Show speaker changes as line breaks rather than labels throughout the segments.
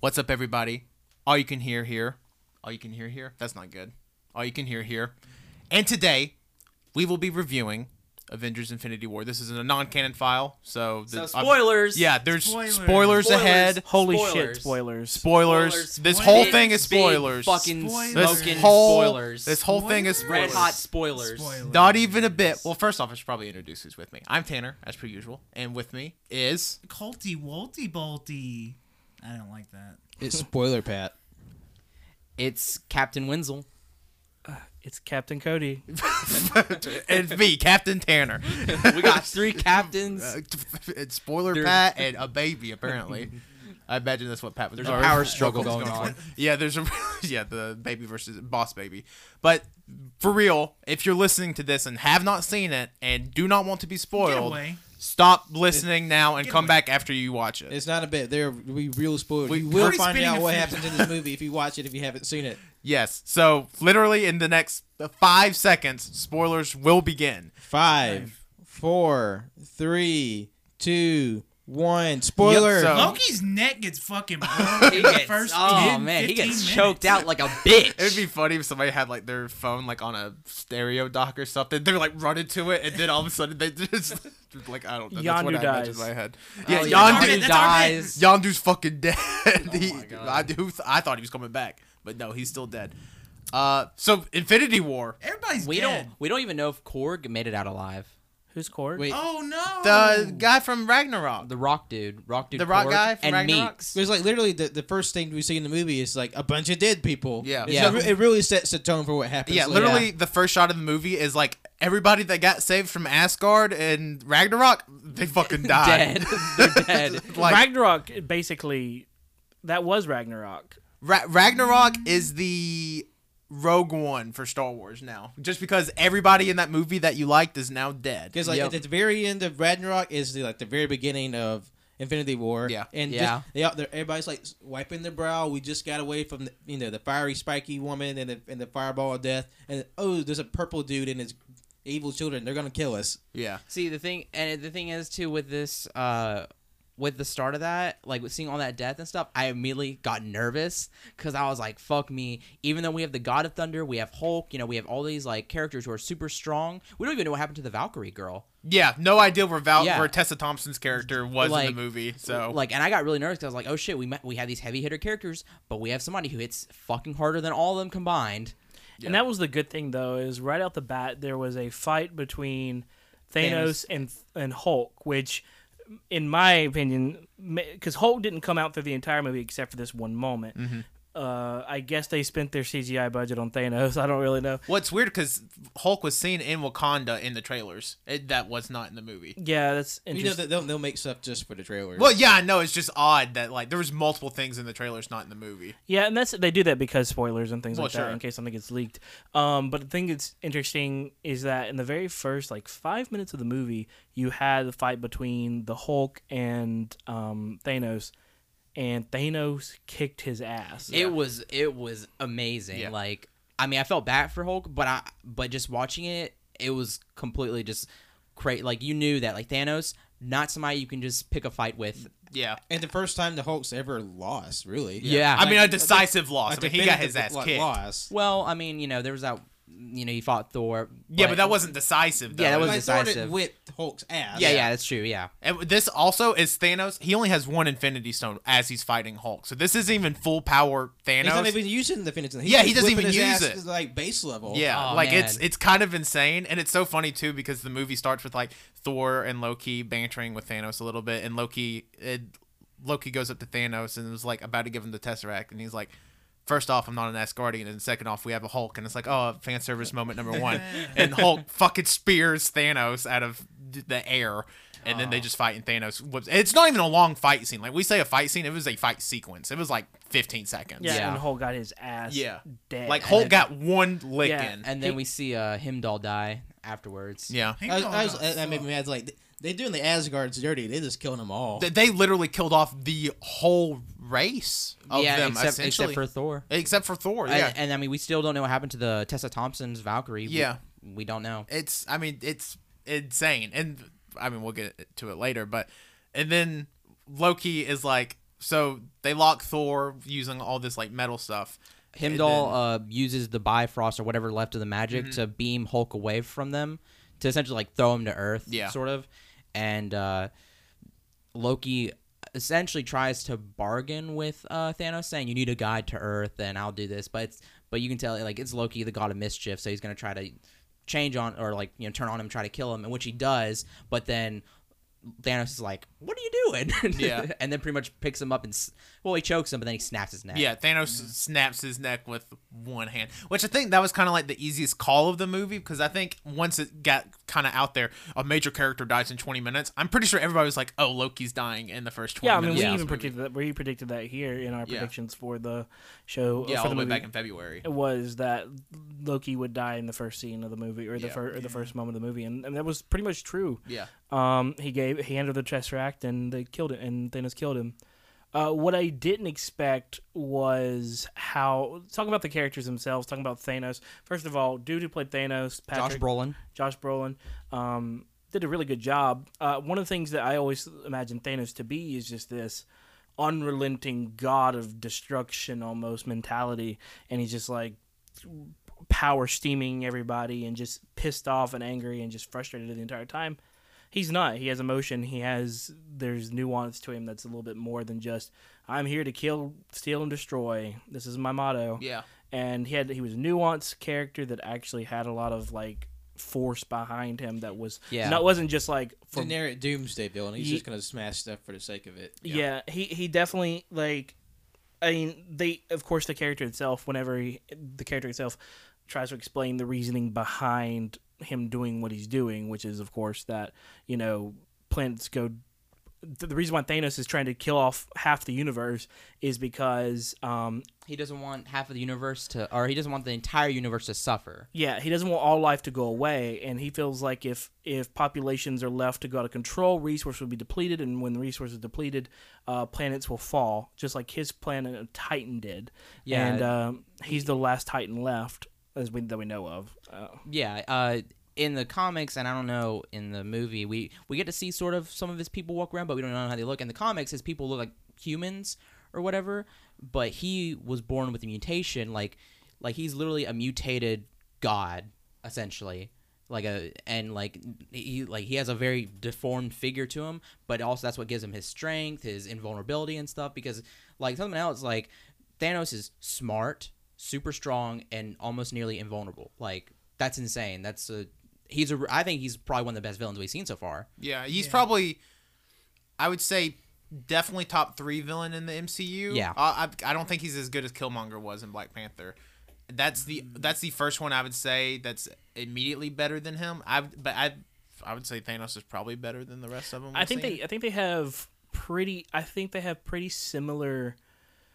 What's up, everybody? All you can hear here. All you can hear here. That's not good. All you can hear here. And today, we will be reviewing Avengers Infinity War. This is a non canon file, so.
So
the- uh,
spoilers.
yeah, there's spoilers,
Spoilers.
Spoilers.
ahead.
Holy
Spoilers.
shit, spoilers.
Spoilers.
Spoilers.
This
Spoilers.
whole
Big,
thing is
big
spoilers.
Fucking
Spoilers.
this
smoking
whole,
spoilers.
This whole thing is
red
spoilers.
hot spoilers.
Spoilers.
Not even a bit. Well, first off, I should probably introduce who's with me. I'm Tanner, as per usual, and with me is
Colty Wolty Bolty. I don't like that.
It's spoiler Pat.
It's Captain Winslow.
It's Captain Cody.
and me, Captain Tanner.
We got three captains.
Uh, it's spoiler
There's-
Pat and a baby apparently. I imagine that's what Pat was.
There's a
or-
power struggle
what's
going on.
Yeah, there's a yeah the baby versus boss baby. But for real, if you're listening to this and have not seen it and do not want to be spoiled,
away.
stop listening now and
Get
come
away.
back after you watch it.
It's not a bit. There we real spoilers.
We-
you will
Cody's
find
spinning
out
a
what
few
happens in this movie if you watch it if you haven't seen it.
Yes. So literally in the next five seconds, spoilers will begin.
Five, four, three, two, one. Spoiler.
so-
Loki's neck gets fucking broken.
He
in the
gets,
first
oh
10,
man, he
15
gets
minutes.
choked out like a bitch.
It'd be funny if somebody had like their phone like on a stereo dock or something. They're like running to it, and then all of a sudden they just like I don't know. That's what
Yondu
I imagine in
dies.
my head.
Oh,
Yeah,
yeah.
Yondu,
Darn it,
Yondu
that's our man.
dies. Oh
Yondu's fucking dead. he,
God.
I do. I thought he was coming back, but no, he's still dead. Uh, so Infinity War.
Everybody's
We
dead.
don't. We don't even know if Korg made it out alive.
Who's Korg?
Wait.
Oh no.
The guy from Ragnarok.
The Rock dude, Rock dude,
The Rock
Korg,
guy from
and
Ragnarok?
Meeks.
It's like literally the, the first thing we see in the movie is like a bunch of dead people.
Yeah.
It's-
Yeah.
It, it really sets the tone for what happens.
Yeah,
later.
literally the first shot of the movie is like everybody that got saved from Asgard and Ragnarok, they fucking died.
Dead. They're dead.
like
Ragnarok, basically, that was Ragnarok.
Ra- Ragnarok is the Rogue One for Star Wars now, just because everybody in that movie that you liked is now dead.
Because like
Yep.
at the very end of Ragnarok is the, like the very beginning of Infinity War.
Yeah.
and
Yeah.
Just, they all, they're- everybody's like wiping their brow. We just got away from the, you know the fiery spiky woman and the and the fireball of death. And oh, there's a purple dude and his evil children. They're gonna kill us.
Yeah,
See the thing, and the thing is too with this, uh, with the start of that, like with seeing all that death and stuff, I immediately got nervous because I was like, "Fuck me!" Even though we have the God of Thunder, we have Hulk, you know, we have all these like characters who are super strong. We don't even know what happened to the Valkyrie girl.
yeah. No idea where Val,
Yeah.
where Tessa Thompson's character was
Like-
in the movie. So
Like, and I got really nervous because I was like, "Oh shit, we met, we have these heavy hitter characters, but we have somebody who hits fucking harder than all of them combined."
And that was the good thing, though, is right out the bat there was a fight between Thanos, and and Hulk, which, in my opinion, because Hulk didn't come out through the entire movie except for this one moment.
Mm-hmm.
Uh, I guess they spent their CGI budget on Thanos. I don't really know.
what's weird because Hulk was seen in Wakanda in the trailers. It, that was not in the movie.
Yeah, that's
You know
interesting.
that they'll, they'll make stuff just for the trailer.
Well, yeah, I know. It's just odd that like there was multiple things in the trailers not in the movie.
Yeah, and that's they do that because spoilers and things
Well,
like
sure.
that in case something gets leaked. Um, but the thing that's interesting is that in the very first like five minutes of the movie, you had the fight between the Hulk and um, Thanos, and Thanos kicked his ass.
It was it was amazing.
Yeah.
Like I mean, I felt bad for Hulk, but I but just watching it, it was completely just crazy. Like you knew that like Thanos, not somebody you can just pick a fight with.
Yeah.
and the first time the Hulk's ever lost, really.
Yeah.
I mean, a decisive loss.
Like,
I mean,
the
he got
benefit
his
of,
ass
like,
kicked.
Lost.
well, I mean, you know, there was that. You know, he fought Thor.
Yeah, but that wasn't decisive. Though.
Yeah, that was
Like,
decisive.
started with Hulk's ass.
Yeah, yeah, that's true. Yeah,
And this also is Thanos. He only has one Infinity Stone as he's fighting Hulk. So this isn't even full power
He's not
Thanos.
even using the Phoenix. He's
Yeah, he
just
doesn't
whipping
even
his
use
ass
it.
to, Like base level.
Yeah,
Aw,
like it's
man.
it's kind of insane, and it's so funny too because the movie starts with like Thor and Loki bantering with Thanos a little bit, and Loki it, Loki goes up to Thanos and was like about to give him the Tesseract, and he's like. First off, I'm not an Asgardian, and second off, we have a Hulk, and it's like, oh, fan service moment number one, and Hulk fucking spears Thanos out of d- the air, and then they just fight, and Thanos whoops. It's not even a long fight scene. Like we say, a fight scene, it was a fight sequence. It was like 15 seconds.
yeah,
Yeah.
and Hulk got his ass.
yeah.
dead.
Like Hulk got one lick
Yeah,
in.
and then we see uh, Himdall die afterwards.
Yeah.
Hang
I was,
on,
I was,
uh,
that made me mad. Like they doing the Asgard's dirty. They just killing them all.
Th- they literally killed off the whole race of
yeah,
them
except
essentially
except for Thor.
Except for thor yeah
And, and I mean, we still don't know what happened to the Tessa Thompson's Valkyrie. We-
Yeah.
we don't know.
it's i mean it's insane and i mean we'll get to it later but and then loki is like so they lock Thor using all this like metal stuff. And
Himdall
then- Mm-hmm.
uh, uses the Bifrost or whatever left of the magic to beam Hulk away from them, to essentially like throw him to Earth,
Yeah.
sort of. And uh, Loki essentially tries to bargain with uh, Thanos, saying, "You need a guide to Earth, and I'll do this." But it's but you can tell like it's Loki, the god of mischief, so he's gonna try to change on or like you know turn on him, try to kill him, and which he does. But then Thanos is like, "What are you doing?"
Yeah.
and then pretty much picks him up and s- well, he chokes him, but then he snaps his neck.
Yeah, Thanos
Mm-hmm.
snaps his neck with one hand, which I think that was kind of like the easiest call of the movie because I think once it got kind of out there, a major character dies in 20 minutes. I'm pretty sure everybody was like, "Oh, Loki's dying in the first 20
Yeah, I mean,
minutes."
we
of this
even
movie.
predicted that. We predicted that here in our
Yeah.
predictions for the show.
yeah,
for
all the
the
way
movie.
back in February.
It was that Loki would die in the first scene of the movie, or the
Yeah.
fir- or the first moment of the movie, and, and that was pretty much true.
Yeah,
Um, he gave he handed the Tesseract, and they killed it, and Thanos killed him. Uh, what I didn't expect was how talking about the characters themselves, talking about Thanos. First of all, dude who played Thanos,
Josh
Patrick
Brolin.
Josh Brolin, um, did a really good job. Uh, one of the things that I always imagine Thanos to be is just this unrelenting god of destruction almost mentality, and he's just like power steaming everybody and just pissed off and angry and just frustrated the entire time. He's not. He has emotion. He has there's nuance to him that's a little bit more than just I'm here to kill, steal, and destroy. This is my motto
yeah,
and he had he was a nuanced character that actually had a lot of like force behind him that was
Yeah.
not wasn't just like for
generic doomsday villain. He's
Ye-
just gonna smash stuff for the sake of it.
yeah. he he definitely like i mean they of course the character itself whenever he, the character itself tries to explain the reasoning behind him doing what he's doing which is of course that you know planets go the the reason why Thanos is trying to kill off half the universe is because um,
He doesn't want half of the universe to, or he doesn't want the entire universe to suffer.
Yeah, he doesn't want all life to go away, and he feels like if if populations are left to go out of control, resources will be depleted, and when the resources are depleted, uh, planets will fall, just like his planet uh, Titan did.
Yeah.
and um, he's the last Titan left as we that we know of. Uh,
Yeah. Uh, in the comics, and I don't know in the movie, we we get to see sort of some of his people walk around, but we don't know how they look. In the comics, his people look like humans or whatever, but he was born with a mutation, like like he's literally a mutated god, essentially. Like a and like he like he has a very deformed figure to him, but also that's what gives him his strength, his invulnerability and stuff. Because like something else, like Thanos is smart, super strong, and almost nearly invulnerable. Like that's insane. That's a he's a I think he's probably one of the best villains we've seen so far.
yeah. He's probably, I would say, definitely top three villain in the MCU.
Yeah.
I, I, I don't think he's as good as Killmonger was in Black Panther. That's the
Mm.
that's the first one I would say that's immediately better than him. I but I I would say Thanos is probably better than the rest of them.
I
we've
think
seen.
they I think they have pretty I think they have pretty similar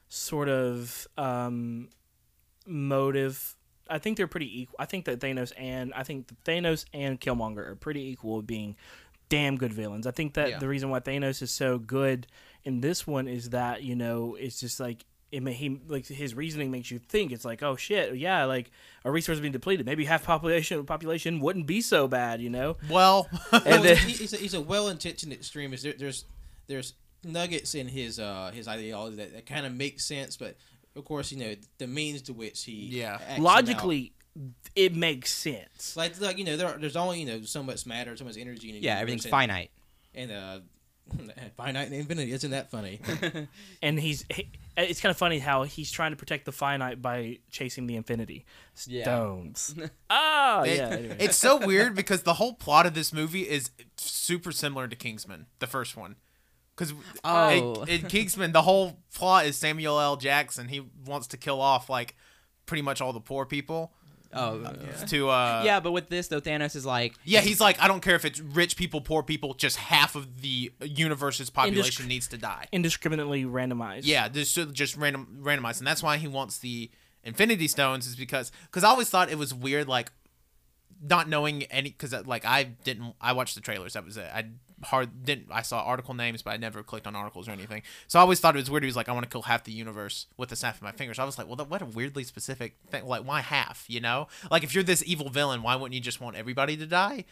sort of um, motive. I think they're pretty equal. I think that Thanos and I think that Thanos and Killmonger are pretty equal of being damn good villains. I think that
Yeah.
the reason why Thanos is so good in this one is that you know it's just like it may, he like his reasoning makes you think it's like oh shit yeah like a resource being depleted maybe half population population wouldn't be so bad you know
Well,
and
Well,
then
he- he's a, he's a well-intentioned extremist. There, there's there's nuggets in his uh his ideology that, that kind of makes sense, but of course you know the means to which he
Yeah.
acts them out.
logically it makes sense
Like, like you know, there are, there's only you know so much matter, so much energy. In a
Yeah, everything's
universe
finite.
And, and uh, finite and infinity. Isn't that funny?
and he's he, it's kind of funny how he's trying to protect the finite by chasing the infinity
Yeah.
stones ah
It-
yeah anyway.
it's so weird because the whole plot of this movie is super similar to Kingsman, the first one. Because
Oh.
in, Kingsman, the whole plot is Samuel L. Jackson. He wants to kill off like pretty much all the poor people
Oh.
to. Uh,
yeah, but with this though, Thanos is like
Yeah, he's like, I don't care if it's rich people, poor people, just half of the universe's population needs to die.
indiscriminately randomized
Yeah, just so- just random randomized, and that's why he wants the Infinity Stones is because because I always thought it was weird, like not knowing any because like I didn't I watched the trailers that was it I hard didn't I saw article names but I never clicked on articles or anything so I always thought it was weird he was like I want to kill half the universe with the snap of my fingers I was like well that, what a weirdly specific thing like why half you know like if you're this evil villain why wouldn't you just want everybody to die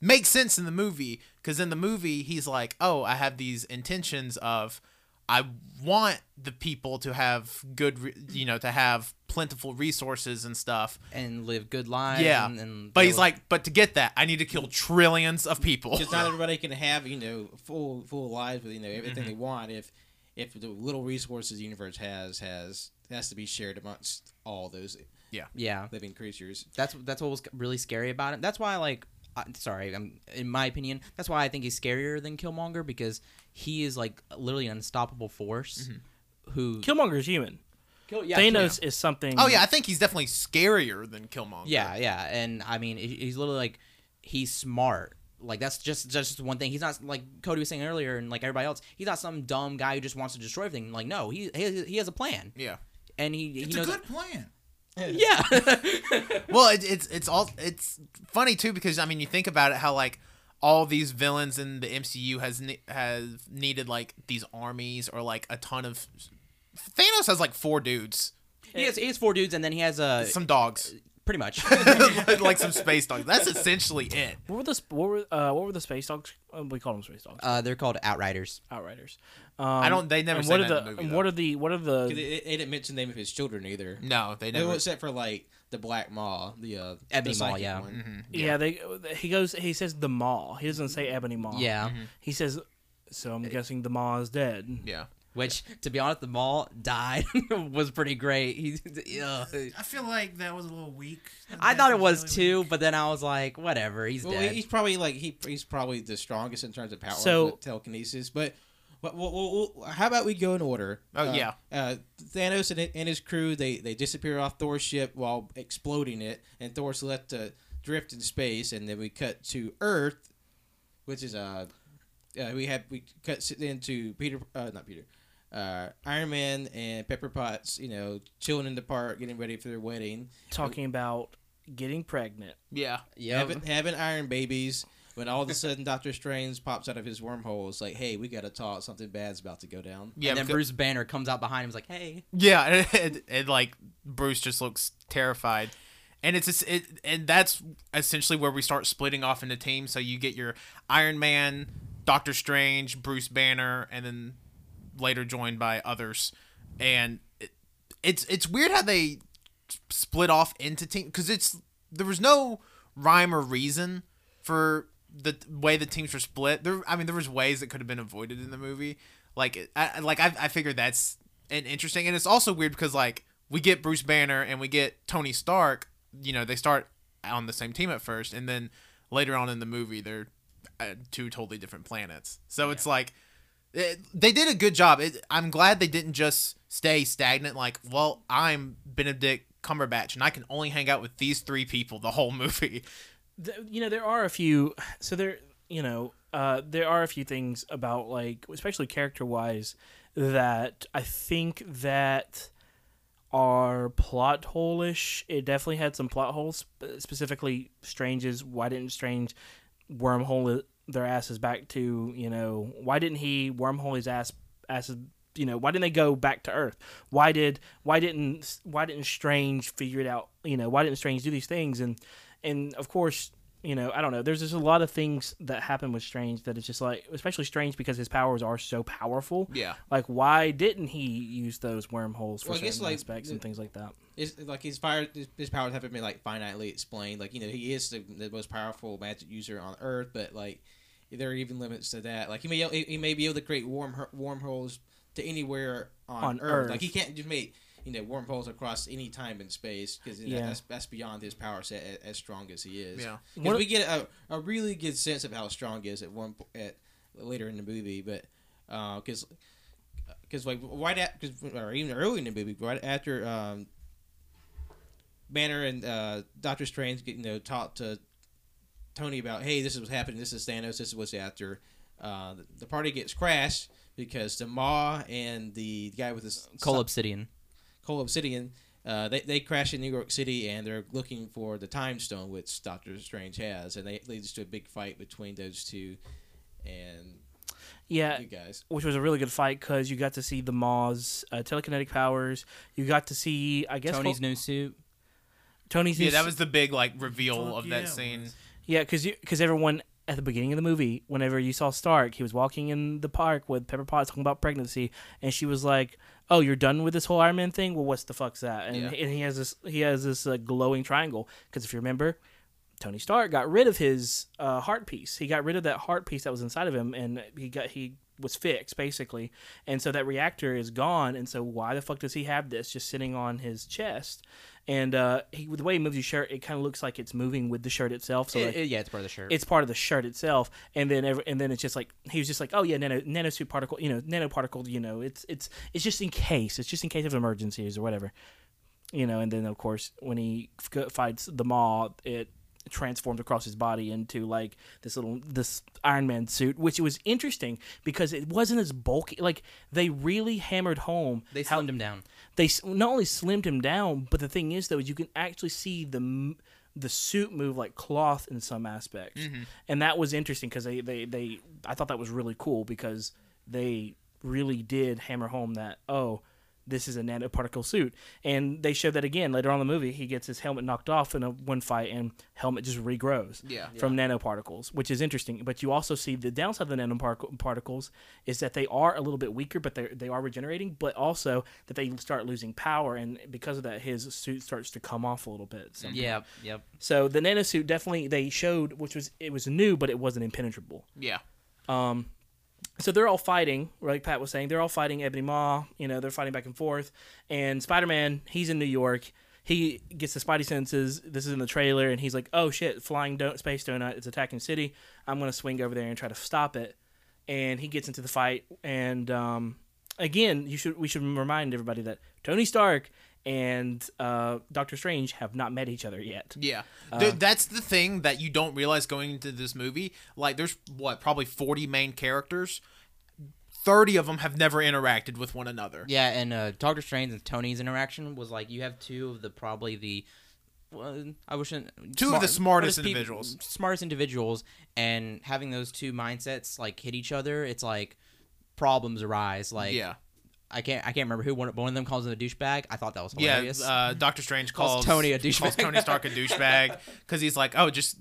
makes sense in the movie because in the movie he's like, oh, I have these intentions of I want the people to have good, re- you know, to have plentiful resources and stuff.
and live good lives.
Yeah,
and, and
but
they
he's
were-
like, but to get that, I need to kill trillions of people.
Because not everybody can have you know full full lives with you know everything
Mm-hmm.
they want. If if the little resources the universe has has has to be shared amongst all those
yeah,
living creatures.
that's that's what was really scary about him. That's why, like, I, sorry, I'm in my opinion, that's why I think he's scarier than Killmonger because he is like literally an unstoppable force.
Mm-hmm.
Who
Killmonger's human.
Kill- yeah,
Thanos is something.
oh yeah, I think he's definitely scarier than Killmonger.
Yeah, yeah, and I mean, he- he's literally like, he's smart. Like that's just that's just one thing. He's not like Cody was saying earlier, and like everybody else, he's not some dumb guy who just wants to destroy everything. Like no, he he, he has a plan,
yeah.
and he he
It's a
knows.
good plan.
yeah,
well it, it's it's all it's funny too because i mean you think about it how like all these villains in the mcu has ne- have needed like these armies or like a ton of thanos has like four dudes
he has he has four dudes, and then he has a
some dogs
pretty much.
like some space dogs that's essentially it
What were the sp- what were uh, what were the space dogs? Uh, we called them space dogs.
uh, they're called Outriders.
Outriders. Um, I
Uh, don't- they never
And
say
what
that
are
in the movie,
and
though.
what are the what are
'Cause
the?
They, they didn't mention the name of his children either.
Mm.
no they
No,
never
except for like the Black Maw, the uh,
Ebony
the
Maw,
psychic
yeah. Mm-hmm.
one.
Mm-hmm,
Yeah, they he goes he says the Maw. He doesn't say Ebony Maw.
Yeah,
He says. So I'm guessing the Maw is dead.
Uh, yeah
which to be honest, the mall died was pretty great. He, ugh.
I feel like that was a little weak.
I thought it
That
was
really
too, but then I was like, whatever, he's
Well,
dead.
he's probably like he, he's probably the strongest in terms of power
So-
with telekinesis. But, but well, well, well, how about we go in order?
Oh,
Uh,
yeah.
uh, Thanos and, and his crew they they disappear off Thor's ship while exploding it, and Thor's left to drift in space. And then we cut to Earth, which is uh, uh we have we cut s- into Peter, uh, not Peter. Uh, Iron Man and Pepper Potts, you know, chilling in the park, getting ready for their wedding,
Talking about getting pregnant.
yeah
Yep.
having, having iron babies when all of a sudden Doctor Strange pops out of his wormhole. It's like, hey, we gotta talk. Something bad's about to go down.
yeah
and then
because-
Bruce Banner comes out behind him, is like, "Hey,
Yeah, and, and, and, like Bruce just looks terrified, and it's just, it, and that's essentially where we start splitting off into teams. So you get your Iron Man, Doctor Strange, Bruce Banner, and then later joined by others. And it, it's it's weird how they split off into teams because it's there was no rhyme or reason for the way the teams were split. There, I mean, there was ways that could have been avoided in the movie. Like, I I- like I, I figured that's an interesting, and it's also weird because like we get Bruce Banner and we get Tony Stark. You know, they start on the same team at first, and then later on in the movie, they're uh, two totally different planets. So it's like it, they did a good job. It, I'm glad they didn't just stay stagnant. Like, well, I'm Benedict Cumberbatch, and I can only hang out with these three people the whole movie.
th- you know there are a few so there you know uh, there are a few things about like especially character wise that i think that are plot hole-ish it definitely had some plot holes sp- specifically strange's why didn't strange wormhole it- their asses back to you know why didn't he wormhole his ass asses you know why didn't they go back to earth why did why didn't why didn't strange figure it out you know why didn't strange do these things and and of course you know i don't know there's just a lot of things that happen with strange that it's just like especially strange because his powers are so powerful
Yeah.
like why didn't he use those wormholes for
Well, I
certain
guess, like,
aspects and
the-
things like that
It's like his fire, his, his powers haven't been like finitely explained. Like you know, he is the, the most powerful magic user on Earth, but like there are even limits to that. Like he may he he may be able to create worm wormholes to anywhere on,
On
Earth.
Earth.
Like he can't just make you know wormholes across any time and space because
Yeah.
that's that's beyond his power set as, as strong as he is.
Yeah.
'Cause
What-
we get a, a really good sense of how strong he is at one po- at later in the movie, but because because like right at because or even early in the movie, right after um, Banner and uh, Doctor Strange get you know talk to Tony about hey this is what's happening, this is Thanos, this is what's after. Uh, the, the party gets crashed because the Maw and the guy with his
Cole Obsidian."
Coal Obsidian. Uh, they, they crash in New York City and they're looking for the time stone, which Doctor Strange has, and they, it leads to a big fight between those two and
yeah
you guys.
which was a really good fight because you got to see the Maw's uh, telekinetic powers. You got to see, I guess,
Tony's
what-
new suit.
Tony's.
Yeah,
new
that
s-
was the big like reveal
Fuck
of that
yeah, it
scene.
was.
yeah, because because everyone at the beginning of the movie, whenever you saw Stark, he was walking in the park with Pepper Potts talking about pregnancy, and she was like, "Oh, you're done with this whole Iron Man thing? Well, what's the fuck's that?" And,
Yeah.
and he has this he has this uh, glowing triangle because if you remember, Tony Stark got rid of his uh, heart piece. He got rid of that heart piece that was inside of him, and he got he was fixed basically. And so that reactor is gone. And so why the fuck does he have this just sitting on his chest? And uh, he the way he moves his shirt, it kind of looks like it's moving with the shirt itself. So
It-
like,
it- yeah, it's part of the shirt.
it's part of the shirt itself and then every, and then it's just like he was just like oh yeah nano nanosuit particle you know nanoparticle you know it's it's it's just in case it's just in case of emergencies or whatever you know and then of course when he f- fights the maw it transforms across his body into like this little this iron man suit which was interesting because it wasn't as bulky like they really hammered home
they
how-
slimmed him down.
they s- not only slimmed him down, but the thing is though, is you can actually see the m- the suit move like cloth in some aspects, and that was interesting because they, they they I thought that was really cool because they really did hammer home that oh this is a nanoparticle suit and they showed that again later on in the movie he gets his helmet knocked off in a one fight and helmet just regrows
Yeah.
from nanoparticles which is interesting but you also see the downside of the nanoparticles is that they are a little bit weaker but they they are regenerating but also that they start losing power and because of that his suit starts to come off a little bit so
Yep, yep.
so the nanosuit definitely they showed which was it was new but it wasn't impenetrable Um,
Yeah.
so they're all fighting, like Pat was saying, they're all fighting Ebony Maw, you know, they're fighting back and forth. And Spider Man, he's in New York. He gets the Spidey senses. This is in the trailer, and he's like, "Oh shit! Flying do- space donut is attacking city. I'm gonna swing over there and try to stop it." And he gets into the fight. And um, again, you should we should remind everybody that Tony Stark and uh, Doctor Strange have not met each other yet.
Yeah. Dude, that's the thing that you don't realize going into this movie. Like, there's what, probably 40 main characters. 30 of them have never interacted with one another.
Yeah, and uh, Doctor Strange and Tony's interaction was like you have two of the probably the well, I wish two
Two of the smartest individuals.
smartest individuals, and having those two mindsets like hit each other, it's like problems arise. Like
yeah.
I can't I can't remember who one, but one of them calls him a douchebag. I thought that was
Yeah,
hilarious.
uh, Doctor Strange calls,
Calls Tony a douchebag.
Calls Tony Stark a douchebag because he's like, "Oh, just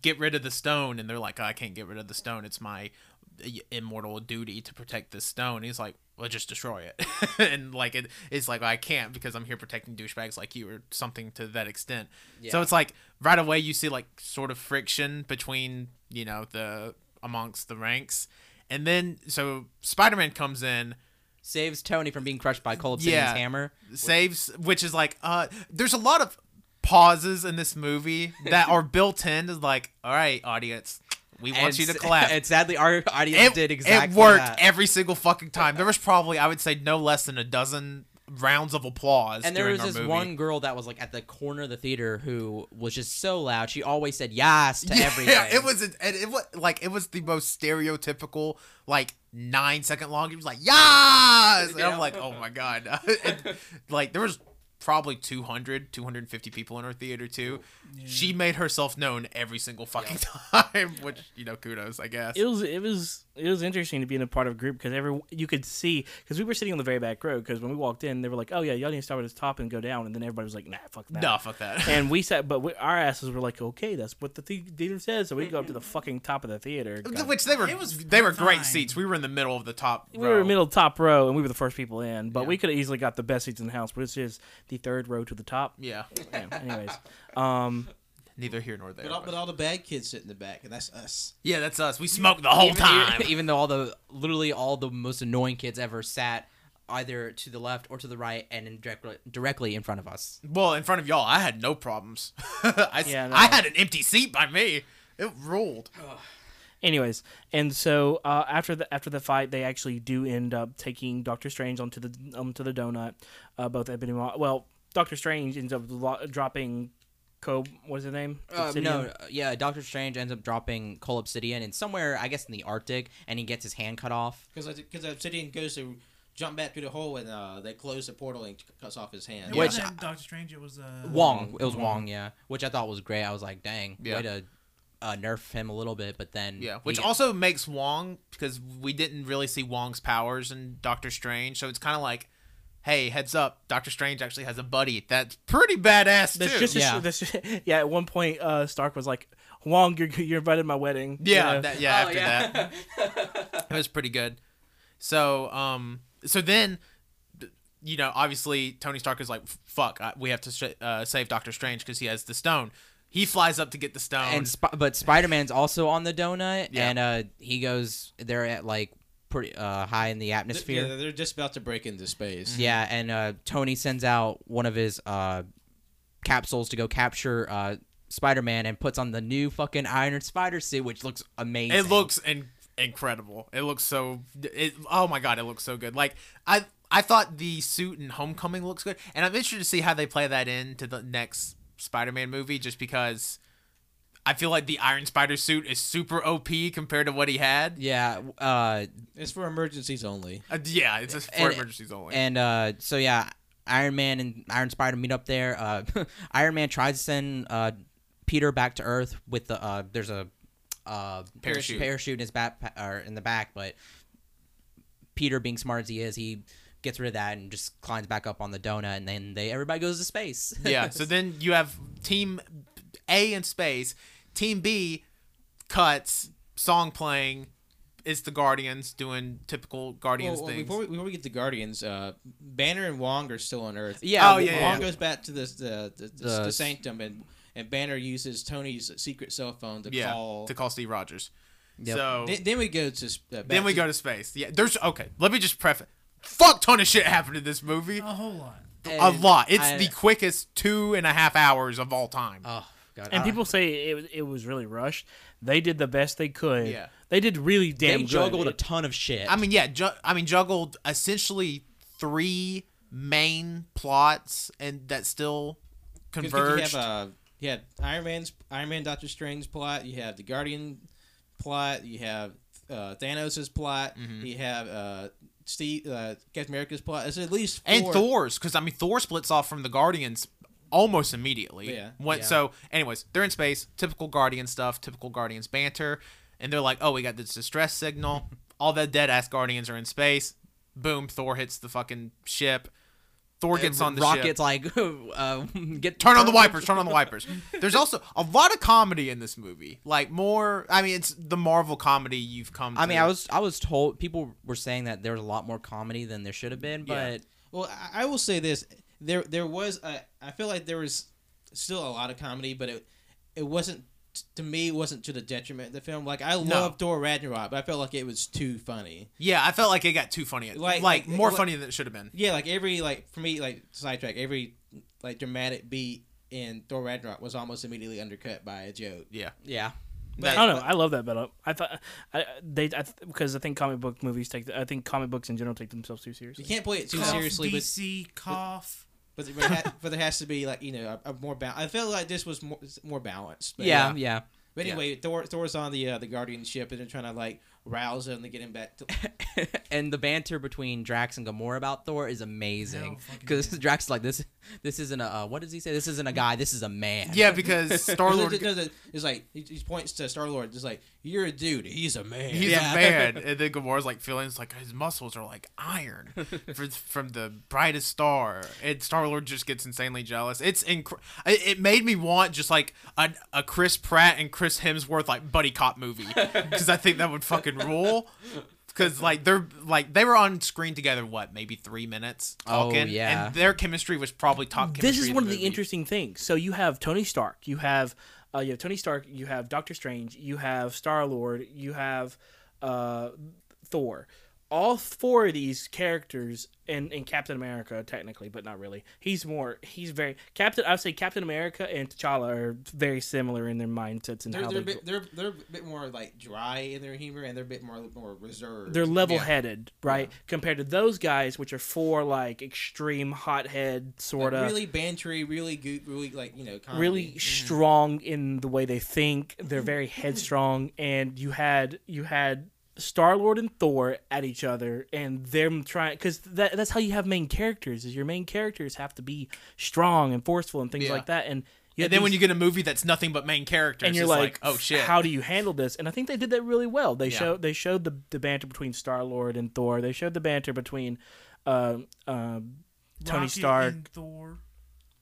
get rid of the stone," and they're like, "Oh, "I can't get rid of the stone. It's my uh, immortal duty to protect this stone." He's like, "Well, just destroy it," and like it, it's like I can't because I'm here protecting douchebags like you or something to that extent. So
Yeah.
it's like right away you see like sort of friction between you know the amongst the ranks, and then so Spider Man comes in.
Saves Tony from being crushed by Cold Obsidian's
Yeah.
hammer.
saves which is like uh there's a lot of pauses in this movie that are built in is like all right audience we want
And
you to
s-
clap
And sadly, our audience
it,
did exactly
it worked
that.
every single fucking time there was probably i would say no less than a dozen rounds of applause
and there
during
was
our
this
movie.
one girl that was like at the corner of the theater who was just so loud. She always said yes to
yeah,
everything.
it was and it was like it was the most stereotypical like nine second long. It was like yes, and
Yeah.
I'm like, oh my god, And, like there was probably 200 250 people in our theater too she made herself known every single fucking time which you know kudos i guess
it was it was it was interesting to be in a part of a group because every you could see because we were sitting on the very back row because when we walked in they were like oh yeah y'all need to start at the top and go down and then everybody was like nah fuck that
no fuck that
and we sat but we, our asses were like okay that's what the the- theater says so we go up to the fucking top of the theater got-
which they were
It was
they were great
fine.
seats we were in the middle of the top
we
row.
were middle top row and we were the first people in but we could have easily got the best seats in the house which is the third row to the top
yeah
yeah, anyways um
neither here nor there
But all,
but-
but all the bad kids sit in the back, and that's us.
yeah that's us we smoked the whole
even,
time
even though all the literally all the most annoying kids ever sat either to the left or to the right and in directly directly in front of us.
Well, in front of y'all, I had no problems. I,
Yeah, no.
I had an empty seat by me. It ruled.
Anyways, and so uh, after the after the fight, they actually do end up taking Doctor Strange onto the onto the donut. Uh, both Ebony Maw. Well, Doctor Strange ends up lo- dropping. Co. What is his name?
Uh,
Obsidian?
no, uh, yeah, Doctor Strange ends up dropping Cole Obsidian and somewhere I guess in the Arctic and he gets his hand cut off.
Because because Obsidian goes to jump back through the hole, and uh, they close the portal and cuts off his hand.
It
Which-
wasn't Doctor Strange. It was uh,
Wong, it was Wong, yeah, which I thought was great. I was like, dang,
Yeah.
way to uh, nerf him a little bit, but then
Yeah,
he
which
gets-
also makes Wong because we didn't really see Wong's powers in Doctor Strange, so it's kind of like hey, heads up, Doctor Strange actually has a buddy. That's pretty badass
That's
too.
just
Yeah.
yeah. That's, yeah. At one point, uh, Stark was like, "Wong, you're, you're invited to my wedding."
yeah,
You know?
that- yeah. after that, it was pretty good. So, um, so then, th- you know, obviously Tony Stark is like, "Fuck, I, we have to sh- uh, save Doctor Strange because he has the stone." He flies up to get the stone.
and Sp- but Spider Man's also on the donut,
Yeah.
and uh, he goes. They're at like pretty uh, high in the atmosphere.
Yeah, they're just about to break into space.
Yeah, and uh, Tony sends out one of his uh, capsules to go capture uh, Spider Man and puts on the new fucking Iron Spider suit, which looks amazing.
It looks in- incredible. It looks so. It, oh my god, it looks so good. Like I, I thought the suit in Homecoming looks good, and I'm interested to see how they play that into the next Spider-Man movie, just because I feel like the Iron Spider suit is super OP compared to what he had.
Yeah, uh,
It's for emergencies only.
Uh, yeah, it's just for
And-
emergencies only.
and uh, so yeah, Iron Man and Iron Spider meet up there. Uh, Iron Man tries to send uh, Peter back to Earth with the uh, there's a uh,
Parachute.
parachute in his back or in the back, but Peter, being smart as he is, he gets rid of that and just climbs back up on the donut, and then they everybody goes to space.
yeah. So then you have Team A in space, Team B cuts song playing. It's the Guardians doing typical
Well,
Guardians
well,
things.
before, we, before we get to Guardians, uh, Banner and Wong are still on Earth.
Yeah,
Oh, yeah, yeah,
Wong
yeah.
goes back to this, the, the, the,
The-
the sanctum, and, and Banner uses Tony's secret cell phone to
yeah,
call.
to call Steve Rogers.
Yep.
So
Then, then we go to. s- Uh, back
then we
to-
go to space. Yeah, there's okay. Let me just preface. Fuck ton of shit happened in this movie.
A
Oh,
whole lot.
a
And
lot. It's
I-
the quickest two and a half hours of all time.
Oh god.
And
I-
people say it, was- it was really rushed. They did the best they could.
Yeah.
They did really
they
damn good.
juggled a
It-
ton of shit.
I mean, yeah. Ju- I mean, juggled essentially three main plots, and that still
'cause You
converged.
have, uh, you have Iron Man's Iron Man Doctor Strange plot. You have the Guardian plot. You have uh, Thanos' plot.
Mm-hmm.
You have uh, Steve uh, Captain America's plot. It's at least
and
four-
Thor's because I mean Thor splits off from the Guardians almost immediately.
Yeah.
What,
Yeah.
So, anyways, they're in space. Typical Guardian stuff. Typical Guardians banter, and they're like, "Oh, we got this distress signal. All the dead ass Guardians are in space. Boom! Thor hits the fucking ship. Thor gets on the
Rocket's
ship.
like uh, get
Turn on the wipers. Turn on the wipers. There's also a lot of comedy in this movie. Like more. I mean, it's the Marvel comedy you've come.
I mean,
to.
I was I was told people were saying that there was a lot more comedy than there should have been,
Yeah.
but
Well, I- I will say this: there, there was. A, I feel like there was still a lot of comedy, but it, it wasn't to me. it wasn't to the detriment of the film. Like I love Thor Ragnarok, but I felt like it was too funny.
Yeah, I felt like it got too funny. Like,
Like-
like
like-
more
like-
funny than it should have been.
Yeah, like every like for me like sidetrack every like dramatic beat in Thor Ragnarok was almost immediately undercut by a joke.
Yeah.
yeah,
I
That-
don't know. I love that better. I thought I, they I, th- because I think comic book movies take. I think comic books in general take themselves too
You
seriously.
can't play it too
Cough,
seriously, but
DC cough.
but there, ha- but there has to be like you know a, a more balance. I feel like this was more more balanced. But,
yeah, yeah,
Yeah.
But anyway, Thor Thor's on the uh, the Guardian ship and they're trying to like rouse him to get him back to
and the banter between Drax and Gamora about Thor is
Hell
amazing
fucking
because Drax is like this this isn't a uh, what does he say? This isn't a guy. This is a man.
Yeah, because Star
No,
Lord.
no, no, no, It's like he, he points to Star Lord. Just like you're a dude. He's a man.
He's
Yeah.
a man, and then Gamora's like feeling it's like his muscles are like iron for, from the brightest star, and Star Lord just gets insanely jealous. It's inc- it, it made me want just like a, a Chris Pratt and Chris Hemsworth like buddy cop movie because I think that would fucking rule. Because like they're like they were on screen together what maybe three minutes
Oh,
talking,
yeah.
and their chemistry was probably top.
this
chemistry
is
in
one of the
movie.
interesting things. So you have Tony Stark, you have uh, you have Tony Stark, you have Doctor Strange, you have Star Lord, you have uh, Thor. All four of these characters and in Captain America, technically, but not really. He's more he's very Captain. I would say Captain America and T'Challa are very similar in their mindsets and
They're,
how
they're, a
they
bit, they're, they're a bit more like dry in their humor and they're a bit more more reserved.
they're level-headed, right? Compared to those guys, which are four like extreme hothead
Like,
sort of
really bantery, really good, really like you know, comedy.
really
Mm-hmm.
strong in the way they think. They're very headstrong, and you had you had Star Lord and Thor at each other, and them trying because that, that's how you have main characters. Is your main characters have to be strong and forceful and things
Yeah.
like that, and you
And then when you get a movie that's nothing but main characters,
and you're
it's
like,
oh shit,
how do you handle this? And I think they did that really well. They
Yeah.
showed they showed the the banter between Star Lord and Thor. They showed the banter between. Uh, uh, Tony
Rocket
Stark.
and Thor.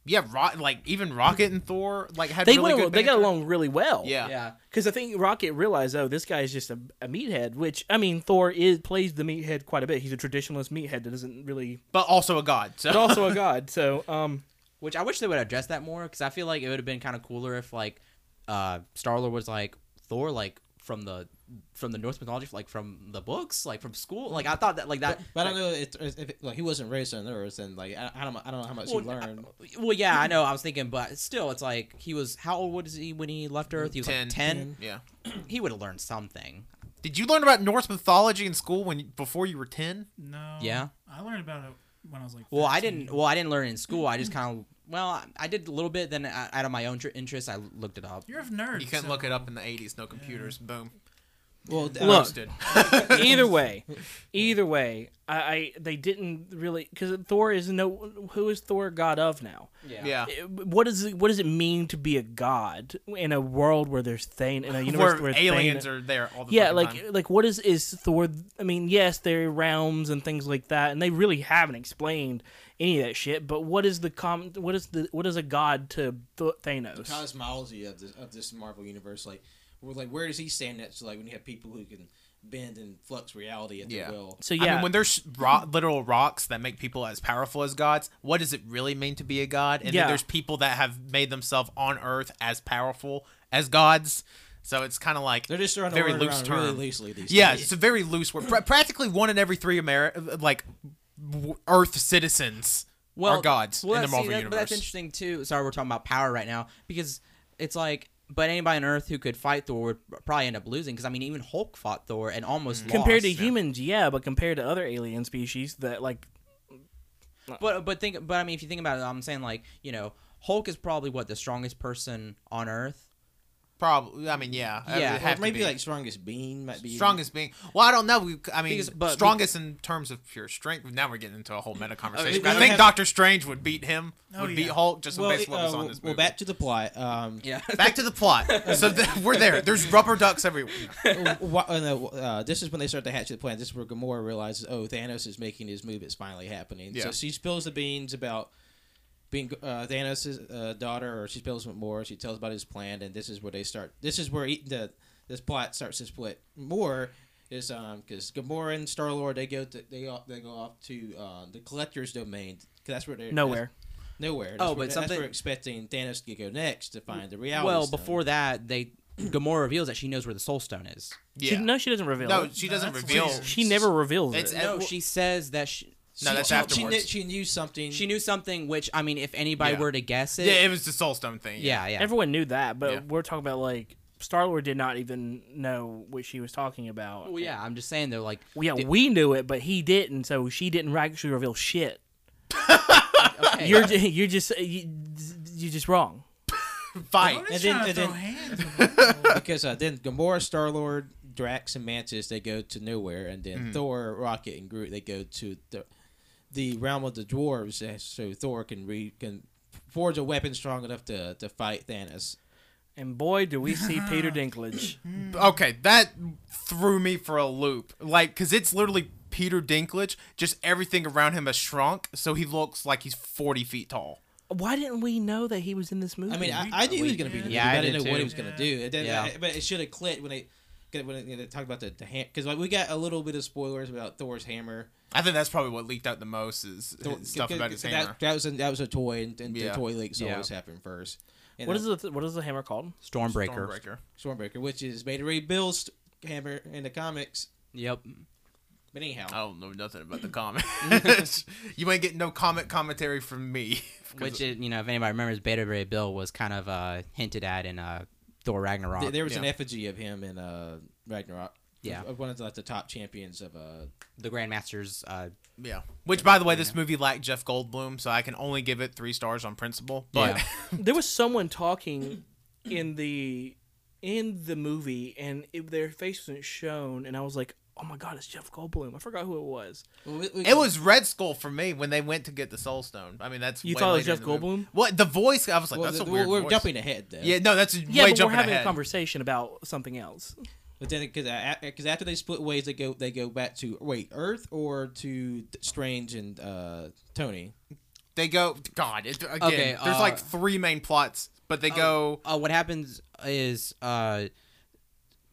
Yeah, Ro- like even Rocket and Thor like had
They
really
went. al-
good
They got
banter.
along really well.
Yeah.
yeah.
Because I think Rocket realized, oh, this guy's just a, a meathead. Which I mean, Thor is plays the meathead quite a bit. He's a traditionalist meathead that doesn't really,
but also a god. So
but also a god. So, um,
Which I wish they would address that more because I feel like it would have been kind of cooler if like uh, Star Lord was like Thor, like from the from the Norse mythology, like from the books, like from school. Like I thought that like that.
But I don't know if, if it, like he wasn't raised on Earth, and like I, I don't I don't know how much
Well,
he learned.
Well, yeah, I know. I was thinking, but still, it's like he was. How old was he when he left Earth? He was
ten.
like ten.
Yeah.
He would have learned something.
Did you learn about Norse mythology in school when before you were ten?
No.
Yeah.
I learned about it when I was like.
Well, I
15.
didn't. Well, I didn't learn it in school. I just kind of. Well, I, I did a little bit. Then I, out of my own tr- interest, I looked it up.
You're a nerd.
You couldn't
so-
look it up in the eighties. No computers. Boom.
Well,
Look.
Understood.
either way, either way, I, I they didn't really because Thor is no. Who is Thor god of now? Eh,
Yeah.
What does it, what does it mean to be a god in a world where there's Thane in a universe
Where
where,
aliens
Thane,
are there all the
yeah,
fucking
like uh,
time.
like what is is Thor? I mean, yes, there are realms and things like that, and they really haven't explained any of that shit. But what is the com? What is the what is a god to Th-
the
Thanos?
cosmology of this of this Marvel universe. Like, we're like, where does he stand next to like when you have people who can bend and flux reality at
Yeah.
their will?
So yeah,
I mean, when there's ro- literal rocks that make people as powerful as gods, what does it really mean to be a god? And
Yeah.
then there's people that have made themselves on Earth as powerful as gods. So it's kind of like
They're just throwing
very
the word
loose
around
term.
really loosely these
yeah,
days.
it's a very loose word. Pra- practically one in every three Ameri- like w- Earth citizens are gods
well,
in the
that's- see,
Marvel
that-
universe.
But that's interesting too. Sorry, we're talking about power right now because it's like, but anybody on Earth who could fight Thor would probably end up losing. Because I mean, even Hulk fought Thor and almost
Mm.
compared to
lost.
humans, yeah, but compared to other alien species that like
But but think, but I mean, if you think about it, I'm saying like, you know, Hulk is probably what the strongest person on Earth.
Probably. I mean, yeah. it would
Yeah. Or
have
Or
to
maybe
be.
like strongest being might be
strongest being. Well, I don't know. We, I mean,
Because- but- Oh,
strongest in terms of pure strength. Now we're getting into a whole meta conversation.
we
I
don't
think
have-
Doctor Strange would beat him.
Oh,
would
yeah.
beat Hulk just
Well,
based on what we
uh,
saw in
well,
this
well,
movie.
back to the plot. Um,
Yeah.
Back to the plot. So th- we're there. There's rubber ducks everywhere.
wh- uh, no, uh, this is when they start to hatch the plan. This is where Gamora realizes, oh, Thanos is making his move. It's finally happening.
Yeah.
So she spills the beans about being uh, Thanos' uh, daughter, or she spills it more. She tells about his plan, and this is where they start. This is where e- the this plot starts to split more. Is um because Gamora and Star Lord they go to, they go- they go off to uh, the Collector's domain. 'Cause that's where they're
nowhere.
that's- nowhere. That's
Oh,
where-
but
that's
something-
where we're expecting Thanos to go next to find the reality.
Well,
stone.
before that, they Gamora reveals that she knows where the Soul Stone is.
She,
Yeah.
no, she doesn't reveal.
No,
it.
she
No,
doesn't
that's
reveal.
weird.
she never reveals
It's-
it.
Uh,
No,
wh-
she says that she,
No,
She-
that's
she, She knew,
afterwards.
she knew something.
she knew something. Which I mean, if anybody
Yeah.
were to guess it,
Yeah, it was the Soulstone thing.
yeah, yeah.
Everyone knew that, but
Yeah.
we're talking about like Star Lord did not even know what she was talking about.
Well, yeah, I'm just saying though, like,
Well, yeah, we knew it, but he didn't, so she didn't actually reveal shit.
okay,
You're ju- you're just uh, you, you're just wrong.
Fight.
Everybody's trying
And then-
to
and
throw hands with Marvel.
because uh, then Gamora, Star Lord, Drax, and Mantis they go to nowhere, and then Thor, Rocket, and Groot they go to the the realm of the dwarves, uh, so Thor can re can forge a weapon strong enough to to fight Thanos.
And boy, do we see Peter Dinklage.
Okay, that threw me for a loop. Like, cause it's literally Peter Dinklage. Just everything around him has shrunk, so he looks like he's 40 feet tall.
Why didn't we know that he was in this movie?
I mean, I, I knew he was going to be. in the
Yeah,
movie,
I
but I didn't
did
know what
too.
he was going to
Yeah.
do. It didn't-
Yeah.
but it should have clicked when they 'cause when they, they talked about the, the hand because like we got a little bit of spoilers about Thor's hammer.
I think that's probably what leaked out the most is
Thor-
stuff about his
that,
hammer.
That was a, that was a toy, and, and
Yeah.
the toy leaks
Yeah.
always happen first. And
what
then-
is the what is the hammer called?
Stormbreaker.
Stormbreaker.
Stormbreaker, which is Beta Ray Bill's hammer in the comics.
Yep.
But anyhow,
I don't know nothing about the comics. you ain't getting no comic commentary from me. 'Cause
Which is, you know, if anybody remembers, Beta Ray Bill was kind of uh, hinted at in uh, Thor Ragnarok.
th- there was an
yeah.
effigy of him in uh, Ragnarok.
Yeah.
Of one of the, like, the top champions of uh,
the Grandmaster's. Uh,
Yeah. Which, by the way, this movie lacked Jeff Goldblum, so I can only give it three stars on principle. But
Yeah.
There was someone talking in the in the movie, and it, their face wasn't shown, and I was like, oh my god, it's Jeff Goldblum. I forgot who it was.
well, we- we-
it was Red Skull for me when they went to get the Soul Stone. I mean, that's
You
way
thought it was
later in
Jeff
the movie.
Goldblum?
What the voice? I was like,
well,
that's
the-
a
we're-
weird.
we're
voice.
jumping ahead though.
Yeah, no, that's
Yeah,
way
but we're
jumping
having
ahead.
a conversation about something else.
But then because because after they split ways, they go they go back to wait Earth or to Strange and uh, Tony.
They go God. It, again,
Okay,
there's
uh,
like three main plots, but they go
Uh, what happens is uh,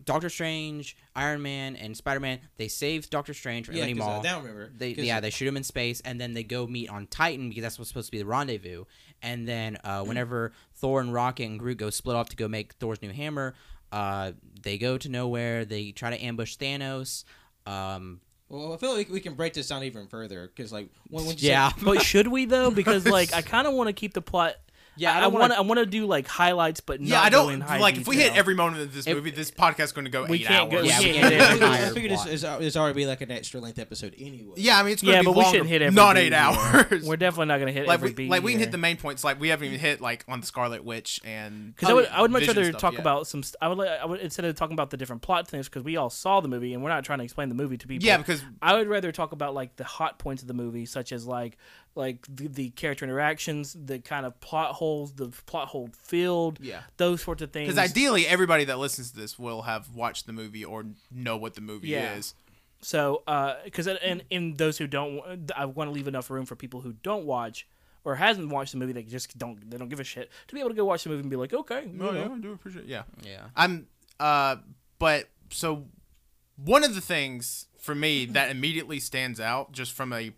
Doctor Strange, Iron Man, and Spider Man they save Doctor Strange from
Yeah,
any
'cause,
mall.
uh, now I remember.
they
'Cause,
yeah they shoot him in space and then they go meet on Titan because that's what's supposed to be the rendezvous. And then uh,
Mm.
whenever Thor and Rocket and Groot go split off to go make Thor's new hammer, uh, they go to nowhere. They try to ambush Thanos. Um,
Well, I feel like we can break this down even further because, like, when, when you
yeah,
But should we though? Because like I kind of want to keep the plot.
Yeah, I
I
don't
want.
wanna-
I want to do like highlights, but
Yeah,
not
I
go in
don't
high
like if we hit
detail.
every moment of this
If-
movie, this podcast's going to go
We
eight
can't go-
hours.
yeah,
yeah.
we
yeah,
can't do
yeah.
an
say, I
entire
figured
plot.
it's, it's, it's already be like an extra length episode anyway.
I mean it's going
Yeah,
to
but
be
we
longer,
shouldn't hit every
not
beat
eight
either.
hours.
We're definitely not gonna hit
like
every
we,
beat
like we can
here.
hit the main points. Like we haven't even hit like on the Scarlet Witch and
Because I would, I would much
Vision
rather
stuff
talk
yet.
about some. St- I would, li- I would instead of talking about the different plot things because we all saw the movie and we're not trying to explain the movie to people.
Yeah, because-
I would rather talk about like the hot points of the movie, such as like like the, the character interactions, the kind of plot holes, the plot hole filled,
Yeah.
those sorts of things.
because ideally everybody that listens to this will have watched the movie or know what the movie
Yeah.
is.
So, because and in those who don't, I want to leave enough room for people who don't watch or hasn't watched the movie. They just don't. They don't give a shit to be able to go watch the movie and be like, okay, you
Oh,
know.
yeah, I do appreciate. Yeah,
yeah.
I'm. Uh, but so one of the things for me that immediately stands out, just from a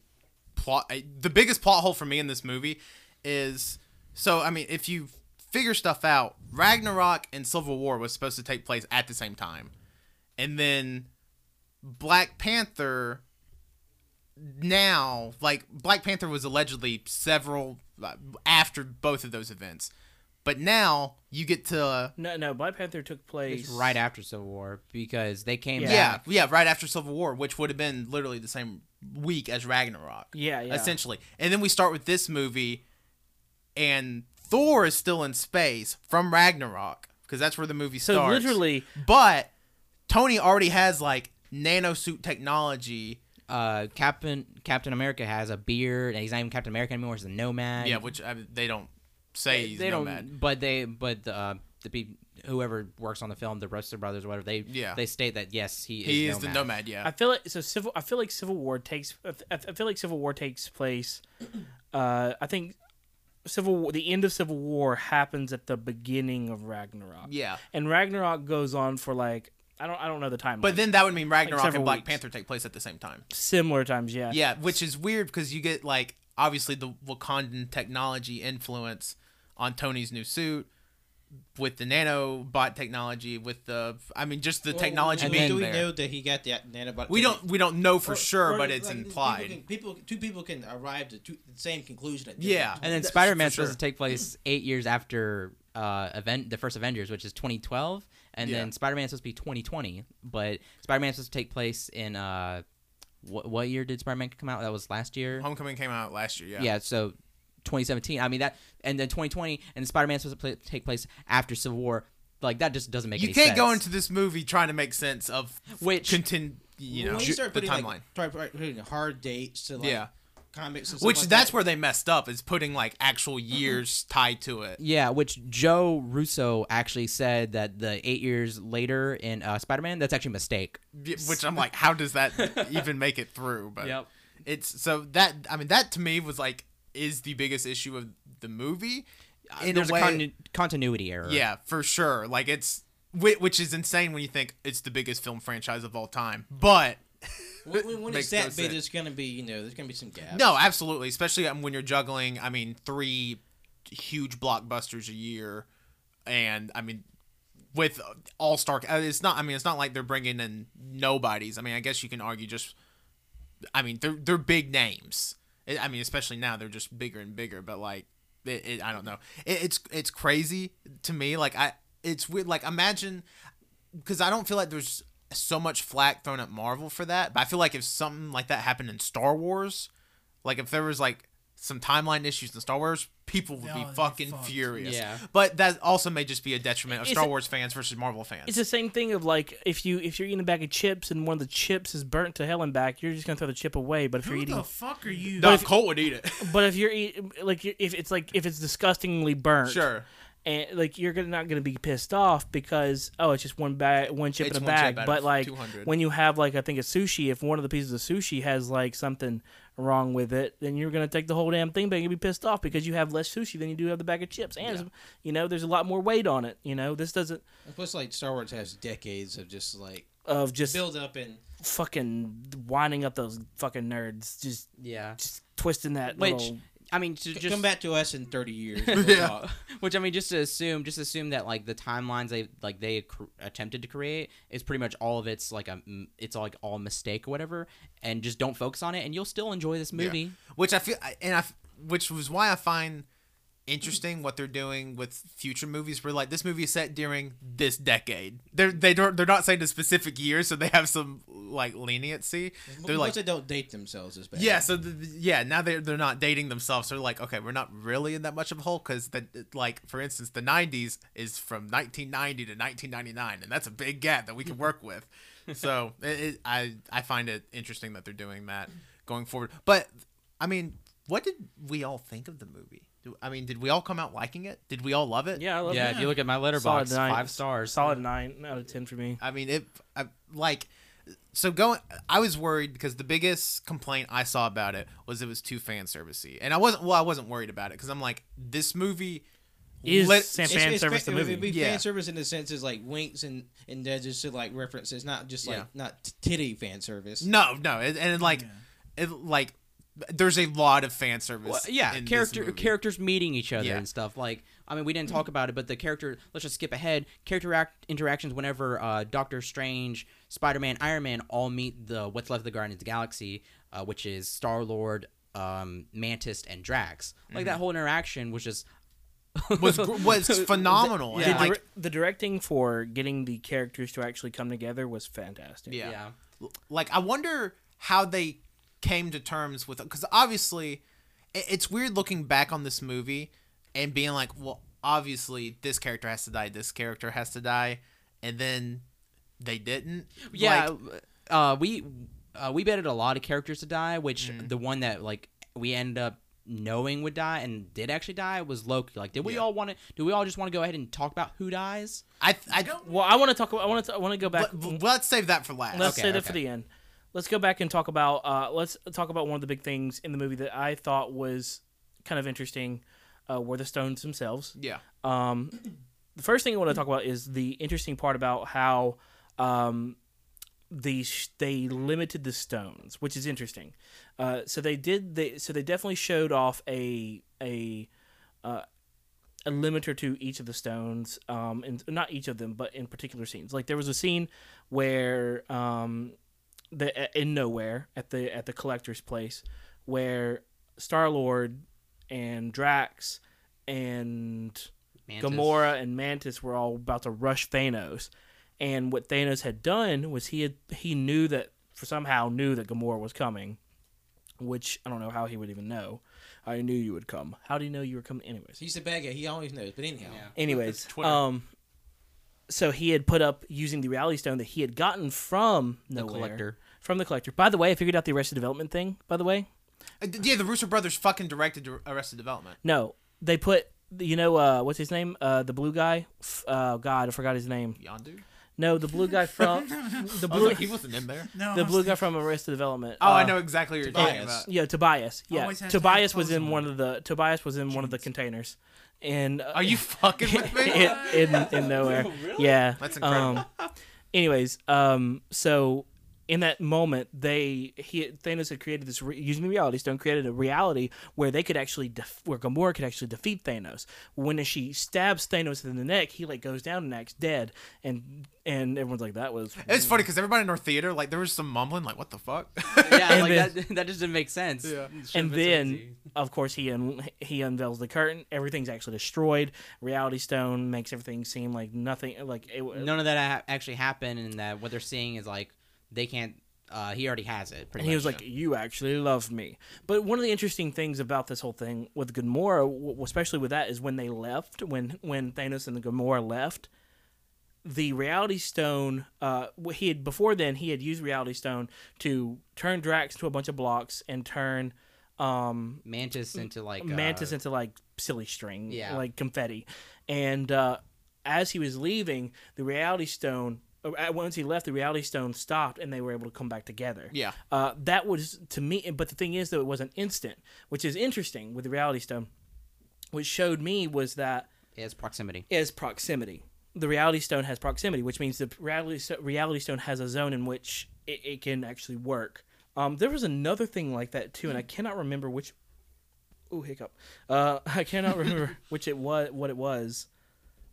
plot, a, the biggest plot hole for me in this movie is so. I mean, if you figure stuff out, Ragnarok and Civil War was supposed to take place at the same time, and then Black Panther now like black panther was allegedly several uh, after both of those events but now you get to
No, no, Black Panther took place
It's right after Civil War because they came
Yeah.
Yeah,
back.
yeah, right after Civil War, which would have been literally the same week as Ragnarok.
Yeah, yeah.
Essentially. And then we start with this movie and Thor is still in space from Ragnarok because that's where the movie
So
starts.
literally,
But Tony already has like nanosuit technology.
Uh, Captain Captain America has a beard and he's not even Captain America anymore. He's a nomad.
Yeah, which I, they don't say he's
they
nomad.
don't. But they but the uh, the people whoever works on the film, the Russo brothers, or whatever they
Yeah.
they state that yes he is.
he is the nomad, yeah.
I feel like so civil. I feel like Civil War takes. I f- I feel like Civil War takes place. Uh, I think Civil War, the end of Civil War happens at the beginning of Ragnarok.
yeah.
and Ragnarok goes on for like I don't I don't know the time.
But then that would mean Ragnarok and
several
Black
weeks.
Panther take place at the same time.
similar times, yeah.
Yeah, which is weird because you get like obviously the Wakandan technology influence on Tony's new suit with the nanobot technology with the I mean just the
Well,
technology
do we-
being
do we
there.
know that he got that nanobot?
we don't we don't know for
Or-
sure,
or,
but it's
like, people
implied.
can- People, two people can arrive to two, the same conclusion. At
Yeah.
different-
And then
That's
Spider Man's
for sure.
supposed to take place eight years after uh event the first Avengers, which is 2012, and
Yeah.
then Spider Man's supposed to be 2020. But Spider Man's supposed to take place in uh, what what year did Spider Man come out? That was last year.
Homecoming came out last year, Oh, yeah.
yeah. so 2017 i mean that and then 2020 and spider-man's supposed to play, take place after civil war like that just doesn't make
You
any
can't
sense.
go into this movie trying to make sense of
Which-
contin- you know
when
ju-
you start
the
putting
timeline.
like, start putting hard dates to like
Yeah.
comics, and stuff
which
like
that's
that. Mm-hmm.
where they messed up is putting like actual years tied to it.
yeah which joe russo actually said that the eight years later in uh, spider-man that's actually a mistake
which I'm like, how does that even make it through? But
Yep.
it's so that I mean that to me was like is the biggest issue of the movie. In
Uh, there's
a
a,
way,
continu- continuity error
yeah, for sure. Like it's whi- which is insane when you think it's the biggest film franchise of all time. But
when, when- when
makes
it's
no
that big,
sense.
there's gonna be you know there's gonna be some gaps.
no, absolutely, especially um, when you're juggling. I mean, three huge blockbusters a year, and I mean. With all star, uh, it's not. I mean, it's not like they're bringing in nobodies. I mean, I guess you can argue just I mean, they're they're big names. I I mean, especially now they're just bigger and bigger. But like, it, it, I don't know. It, it's it's crazy to me. Like I, it's weird. Like imagine, because I don't feel like there's so much flack thrown at Marvel for that. But I feel like if something like that happened in Star Wars, like if there was like some timeline issues in Star Wars, people would
Oh,
be
they'd be
fucking
fucked.
furious.
Yeah.
But that also may just be a detriment of
It's-
Star Wars fans versus Marvel fans.
It's the same thing of like if you if you're eating a bag of chips and one of the chips is burnt to hell and back, you're just gonna throw the chip away. But if you're
Who
eating,
the fuck are you?
Dove Colt would eat it.
but if you're eating like if it's like if it's disgustingly burnt,
sure.
and like you're gonna, not gonna be pissed off because oh it's just one bag one chip
It's
in a
one chip
bag
out
but
of
like
200.
when you have like i think a sushi if one of the pieces of sushi has like something wrong with it, then you're gonna take the whole damn thing back and be pissed off because you have less sushi than you do have the bag of chips, and it's- you know there's a lot more weight on it. You know this doesn't
And plus, like Star Wars has decades of just like
of just
build up and
fucking winding up those fucking nerds, just
Yeah.
just twisting that
Which
little.
I mean, to just
come back to us in thirty years.
Yeah.
yeah.
Which I mean, just to assume, just assume that like the timelines they like they cr- attempted to create is pretty much all of it's like a m- it's like all mistake or whatever, and just don't focus on it, and you'll still enjoy this movie.
which I feel I- and I f- which was why I find interesting what they're doing with future movies where like this movie is set during this decade they're they don't they're not saying the specific year so they have some like leniency they're
Plus,
like
they don't date themselves as bad.
yeah so the, yeah now they're, they're not dating themselves so they're like okay we're not really in that much of a hole because the like for instance the 90s is from 1990 to 1999 and that's a big gap that we can work with so it, it, i i find it interesting that they're doing that going forward but i mean what did we all think of the movie Do- i mean did we all come out liking it did we all love it
Yeah, I love
yeah,
that.
if you look at my letterbox,
Solid nine.
five stars.
Solid nine out of ten for me.
I mean, it I, like so going. I was worried because the biggest complaint I saw about it was it was too fan servicey, and I wasn't. Well, I wasn't worried about it because I'm like, this movie
Is
let-
Sam-
It's-
fan
it's
service
fa-
the
it would-
movie.
It'd be
Yeah.
fan service in the sense is like winks and and just to like references, not just like
Yeah.
not t- titty fan service.
no, no, and, and like, it like there's a lot of fan service.
Well, yeah,
in this
character
movie.
characters meeting each other
Yeah. Mm-hmm.
and stuff. Like, I mean, we didn't talk about it, but the character. Let's just skip ahead. Character act, interactions whenever uh, Doctor Strange, Spider Man, Iron Man all meet the what's left of the Guardians of the Galaxy, uh, which is Star Lord, um, Mantis, and Drax. Like that whole interaction was just
Mm-hmm. was gr- was phenomenal.
Yeah.
and,
The,
like,
dir- the directing for getting the characters to actually come together was fantastic.
Yeah.
yeah.
like I wonder how they came to terms with because obviously i- it's weird looking back on this movie and being like, well, obviously this character has to die, this character has to die, and then they didn't.
Yeah,
Like,
uh, we uh, we betted a lot of characters to die, which
Mm.
the one that like we end up knowing would die and did actually die was Loki. Like, did we
Yeah.
all want to? Do we all just want to go ahead and talk about who dies?
I I don't.
Well, I want to talk. About, I want to. I want to go back.
Let, let's save that for last.
Let's
Okay,
say that for
okay.
the end. Let's go back and talk about. Uh, let's talk about one of the big things in the movie that I thought was kind of interesting. Uh, were the stones themselves.
Yeah.
Um, the first thing I want to talk about is the interesting part about how um, the sh- they limited the stones, which is interesting. Uh, so they did. They so they definitely showed off a a uh, a limiter to each of the stones, um, and not each of them, but in particular scenes. Like there was a scene where um, the in nowhere at the at the collector's place where Star Lord and Drax and
Mantis.
Gamora and Mantis were all about to rush Thanos, and what Thanos had done was he had he knew that somehow knew that Gamora was coming, which I don't know how he would even know. I knew you would come. How do you know you were coming, anyways?
He's the bad guy. He always knows. But anyhow,
Anyways,
Twitter.
um, so he had put up using the reality stone that he had gotten from nowhere,
collector.
from the collector. By the way, I figured out the Arrested Development thing. By the way,
Uh, d- Yeah, the Rooster Brothers fucking directed Dir- Arrested Development.
no, they put you know uh, what's his name, uh, the blue guy. F- uh, God, I forgot his name.
Yondu?
No, the blue guy from the
I was
blue
like, he wasn't in there.
No,
the
I'm
blue
thinking-
guy from Arrested Development.
Oh, I
Uh,
know exactly what you're talking
Tobias.
about.
Yeah, Tobias. Yeah,
Always has to
Tobias
have
was in
clothes
one of the Tobias was in one of the containers, and uh,
Are you fucking with me?
in, in, in nowhere? Yeah,
That's incredible.
Um, anyways, um, so in that moment, they he Thanos had created this re- using the reality stone, created a reality where they could actually def- where Gamora could actually defeat Thanos. When she stabs Thanos in the neck, he like goes down and acts dead, and and everyone's like, that was
It's funny because everybody in our theater, like, there was some mumbling, like, what the fuck?
yeah,
And
like
then-
that, that just didn't make sense.
Yeah.
and
Should've been so easy.
then of course he un- he unveils the curtain everything's actually destroyed reality stone makes everything seem like nothing like it no,
none of that ha- actually happened, and that what they're seeing is like they can't. Uh, he already has it. Pretty
and he
much.
was like you actually love me but one of the interesting things about this whole thing with Gamora w- especially with that is when they left when when Thanos and the Gamora left the reality stone uh wh- he had before then he had used reality stone to turn Drax into a bunch of blocks and turn um
Mantis into like
mantis
uh,
into like silly string,
Yeah.
like confetti. And uh, as he was leaving, the reality stone at- once he left, the Reality Stone stopped, and they were able to come back together.
Yeah.
Uh, that was to me, but the thing is, though, it wasn't instant, which is interesting with the Reality Stone. What showed me was that
Is proximity.
is proximity. The reality stone has proximity, which means the reality sto- reality stone has a zone in which it, it can actually work. Um, there was another thing like that too, and I cannot remember which. Ooh, hiccup. Uh, I cannot remember which it was, what it was.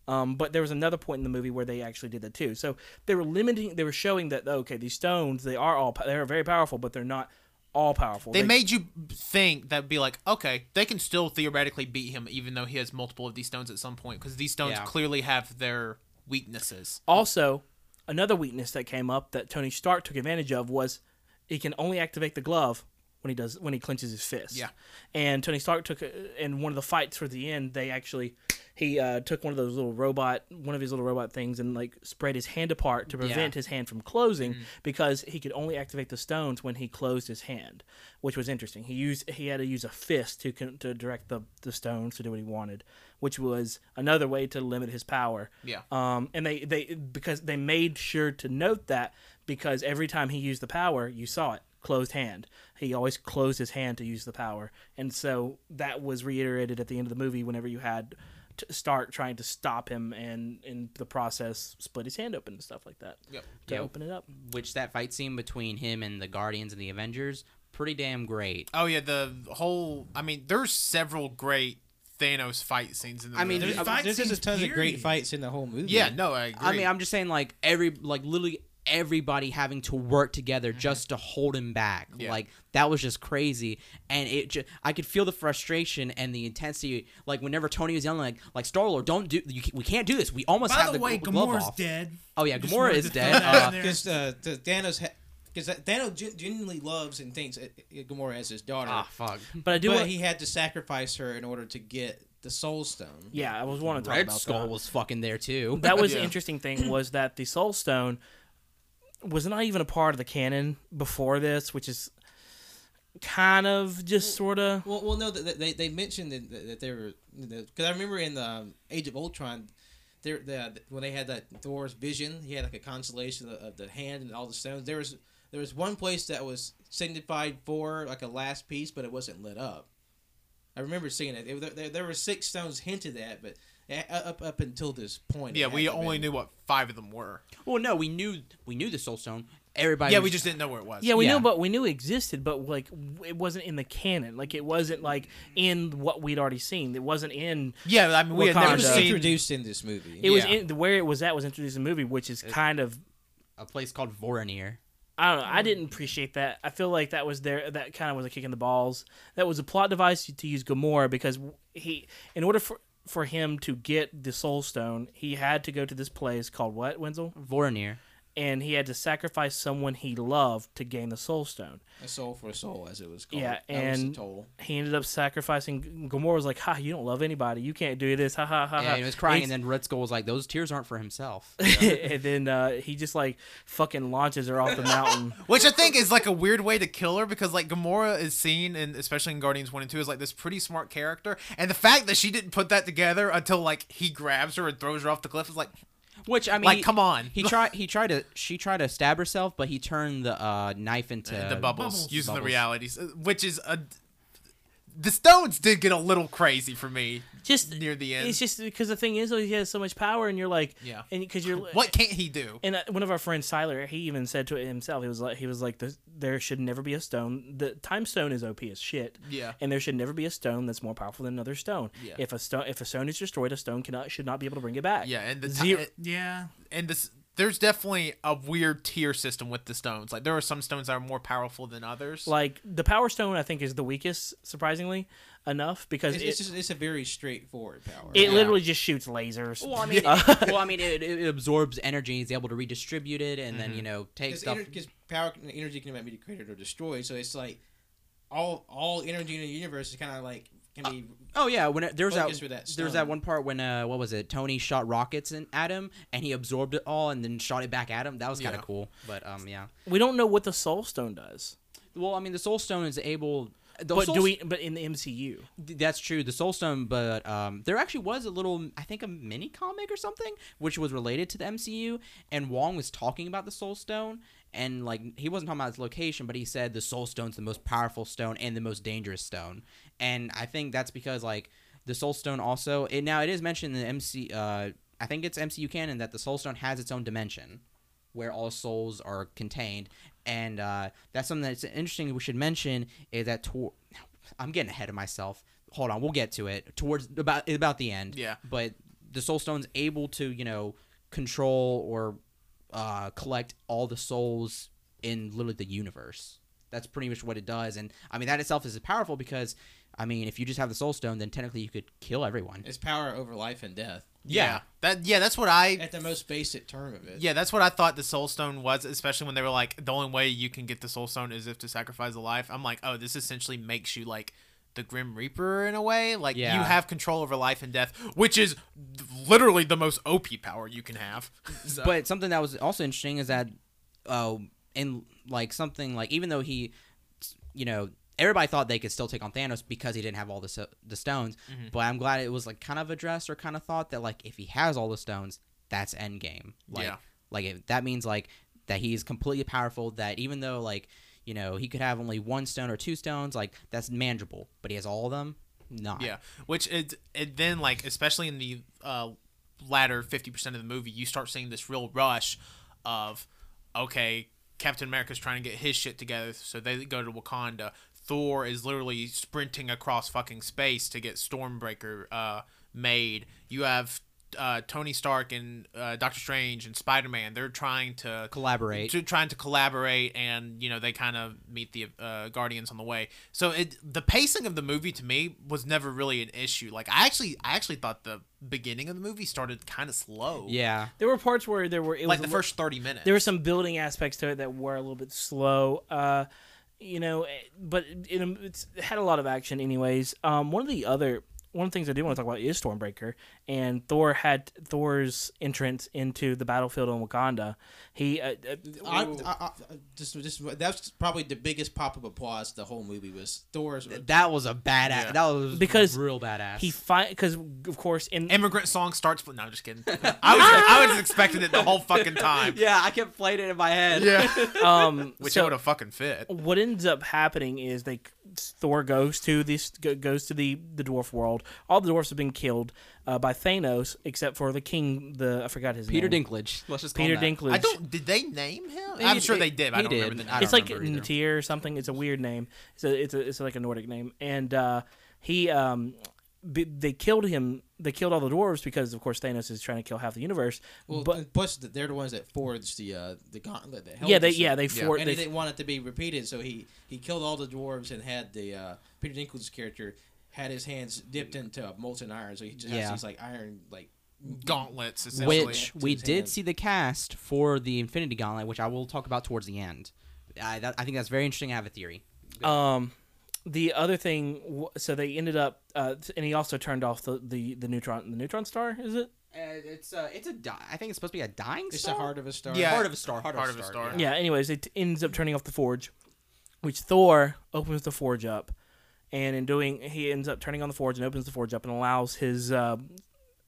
Um, but there was another point in the movie where they actually did that too. So they were limiting, they were showing that okay, these stones they are all po- they are very powerful, but they're not all powerful.
They made you think that be like, okay, they can still theoretically beat him, even though he has multiple of these stones at some point, because these stones
Yeah.
clearly have their weaknesses.
Also, another weakness that came up that Tony Stark took advantage of was he can only activate the glove when he does when he clenches his fist.
Yeah.
And Tony Stark took uh, in one of the fights for the end, they actually he uh, took one of those little robot one of his little robot things and like spread his hand apart to prevent his hand from closing because he could only activate the stones when he closed his hand, which was interesting. He used he had to use a fist to con- to direct the the stones to do what he wanted, which was another way to limit his power.
Yeah.
Um, and they, they because they made sure to note that because every time he used the power, you saw it closed hand. He always closed his hand to use the power, and so that was reiterated at the end of the movie. Whenever you had t- Stark trying to stop him, and in the process, split his hand open and stuff like that.
Yep.
To
Yeah.
open it up.
Which that fight scene between him and the Guardians and the Avengers, pretty damn great.
Oh yeah, the whole. I mean, there's several great Thanos fight scenes in the.
I mean,
movie.
there's-
There's,
fight
there's just a
scenes,
ton of great
period.
fights in the whole movie.
yeah, no, I agree.
I mean, I'm just saying like every like literally everybody having to work together just to hold him back.
Yeah.
Like that was just crazy, and it ju- I could feel the frustration and the intensity. Like whenever Tony was yelling, like like Star Lord, don't do you, ca- we can't do this. We almost
By
have
the, way,
gl- glove
Gamora's
off."
dead.
Oh yeah,
Just
Gamora
wanted
is
to throw
dead.
that
Uh,
in there.
because uh, th- Thanos because Thanos gen- genuinely loves and thinks uh, uh, Gamora as his daughter,
ah fuck.
But I do.
but
want,
he had to sacrifice her in order to get the Soul Stone.
yeah, I was want to talk
Red
about
Skull
that.
was fucking there too.
That was
Yeah.
the interesting thing was that the Soul Stone was not even a part of the canon before this, which is kind of just sort of
Well, well, no, that- that they they mentioned that, that that they were because I remember in the um, Age of Ultron, there the, when they had that Thor's vision, he had like a constellation of, of the hand and all the stones. There was there was one place that was signified for like a last piece, but it wasn't lit up. I remember seeing it. it there- there, there were six stones hinted at, but a- up up until this point, it
yeah, we
hadn't
only
been.
knew what five of them were.
Well, no, we knew we knew the Soul Stone. Everybody.
yeah,
was-
we just didn't know where it was.
yeah we
Yeah.
knew but we knew it existed but like w- it wasn't in the canon like it wasn't like in what we'd already seen it wasn't in
yeah. I mean, we had
Wakanda.
never
It was
Kinda.
seen.
introduced in this movie.
it was
Yeah.
in where it was at was introduced in the movie which is kind of
a place called Voronir.
I don't know.
Hmm.
I didn't appreciate that. I feel like that was there. That kind of was a kick in the balls. That was a plot device to use Gamora because he, in order for for him to get the Soul Stone, he had to go to this place called what Wenzel,
Voronir.
and he had to sacrifice someone he loved to gain the Soul Stone.
a soul for a soul, as it was
Oh,
called.
Yeah,
That was the
and-
toll.
He ended up sacrificing. Gamora was like, "Ha! You don't love anybody. You can't do this. Ha ha ha!" ha."
Yeah, he was crying,
And
and then Red Skull was like, "Those tears aren't for himself."
and then uh, he just like fucking launches her off the mountain.
Which I think is like a weird way to kill her because like Gamora is seen and especially in Guardians One and Two is like this pretty smart character, and the fact that she didn't put that together until like he grabs her and throws her off the cliff is like
Which I mean,
Like, come on.
He tried. He tried to. She tried to stab herself, but he turned the uh, knife into
the bubbles,
bubbles.
using the
Bubbles.
realities, uh, which is a. The stones did get a little crazy for me.
Just
Near the end.
It's just because the thing is, though, he has so much power, and you're like,
Yeah.
and because you're
What can't he do?
And uh, one of our friends, Tyler, he even said to it himself, he was like, he was like, "There- there should never be a stone. The time stone is OP as shit.
Yeah.
And there should never be a stone that's more powerful than another stone.
Yeah.
If a stone, if a stone is destroyed, a stone cannot should not be able to bring it back.
Yeah, and the
Zero-
Yeah.
and this there's definitely a weird tier system with the stones. Like there are some stones that are more powerful than others.
Like the power stone, I think is the weakest, surprisingly enough, because
It's,
it,
it's just it's a very straightforward power.
it
yeah.
literally just shoots lasers.
Well, I mean, it, well, I mean, it, it absorbs energy. He's able to redistribute it, and then you know take
because
stuff.
power and energy can be created or destroyed. So it's like all all energy in the universe is kind of like can be.
oh yeah, when it, there's that,
Focus with that
there's
stone.
that one part when uh, what was it? Tony shot rockets in, at him, and he absorbed it all, and then shot it back at him. That was kind of
Yeah.
cool. But um, yeah.
we don't know what the soul stone does.
Well, I mean, the Soul Stone is able. the
But
Soul
do we? But in the MCU,
That's true, the Soul Stone, but um, there actually was a little, I think, a mini comic or something, which was related to the MCU. And Wong was talking about the Soul Stone, and like he wasn't talking about its location, but he said the Soul Stone's the most powerful stone and the most dangerous stone. And I think that's because like the Soul Stone also, it, now it is mentioned in the MC, uh, I think it's MCU canon that the Soul Stone has its own dimension where all souls are contained. And uh, that's something that's interesting. We should mention is that tor- I'm getting ahead of myself. Hold on, we'll get to it towards about about the end.
Yeah.
But the Soul Stone's able to you know control or uh, collect all the souls in literally the universe. That's pretty much what it does. And I mean that itself is powerful because I mean if you just have the Soul Stone, then technically you could kill everyone.
It's power over life and death
Yeah. That yeah, that's what I
at the most basic term of it.
yeah, that's what I thought the Soul Stone was, especially when they were like, the only way you can get the Soul Stone is if to sacrifice a life. I'm like, oh, this essentially makes you like the Grim Reaper in a way. Like you
Yeah.
have control over life and death, which is literally the most OP power you can have. So-
But something that was also interesting is that, uh, in like something like even though he, you know, everybody thought they could still take on Thanos because he didn't have all the so- the stones.
Mm-hmm.
But I'm glad it was like kind of addressed or kind of thought that like if he has all the stones, that's Endgame. Like,
Yeah.
Like if, that means like that he is completely powerful. That even though like you know he could have only one stone or two stones, like that's manageable. But he has all of them. Not.
Yeah, which it it then like especially in the uh, latter fifty percent of the movie, you start seeing this real rush of okay, Captain America's trying to get his shit together, so they go to Wakanda. Thor is literally sprinting across fucking space to get Stormbreaker uh, made. You have uh, Tony Stark and uh, Doctor Strange and Spider Man. They're trying to
Collaborate.
to trying to collaborate and you know they kind of meet the uh, guardians on the way so it the pacing of the movie to me was never really an issue like i actually i actually thought the beginning of the movie started kind of slow
Yeah.
there were parts where there were it
like
was
the
a li-
first 30 minutes
there were some building aspects to it that were a little bit slow. Uh, you know, eh, but it, it's, it had a lot of action, anyways. Um, one of the other one of the things I do want to talk about is Stormbreaker and Thor had Thor's entrance into the battlefield on Wakanda. He uh, uh,
I, I, I, I- just, just that's probably the biggest pop of applause the whole movie was Thor's.
That was a badass.
Yeah.
That was
Because
real badass.
he fight because of course in
immigrant song starts no i'm just kidding i was i was expecting it the whole fucking time
Yeah, I kept playing it in my head.
yeah
um
which
so-
would have fucking fit
what ends up happening is they Thor goes to this go- goes to the the dwarf world. All the dwarfs have been killed uh, by Thanos except for the king. The I forgot his
Peter
name.
Dinklage. Let's just call
Peter
him that.
Dinklage.
i don't did they name him i'm sure they did but i
he
don't remember
did.
the name
I don't
it's like
remember either.
Natir or something. It's a weird name. It's a, it's a, it's like a Nordic name. And uh, he um, b- they killed him. They killed all the dwarves because of course Thanos is trying to kill half the universe.
well,
but
and plus that they're the ones that forged the uh, the gauntlet. That held
yeah, they
the
yeah
sword.
they
Yeah.
for,
and
they
he didn't want it to be repeated, so he he killed all the dwarves and had the uh, Peter Dinklage's character had his hands dipped into molten iron, so he just
Yeah.
has these like iron like
gauntlets essentially
Which
to
we
his
did
hand.
see the cast for the Infinity Gauntlet, which I will talk about towards the end. I, that, I think that's very interesting. I have a theory.
Um, the other thing, w- so they ended up, uh, th- and he also turned off the, the, the neutron the neutron star. Is it?
Uh, it's uh, it's a di- I think it's supposed to be a dying
it's the
star.
heart of a star.
Yeah.
Heart of a star. Heart,
Heart
of a star.
yeah.
Yeah. Anyways, it ends up turning off the forge, which Thor opens the forge up, and in doing, he ends up turning on the forge and opens the forge up and allows his uh,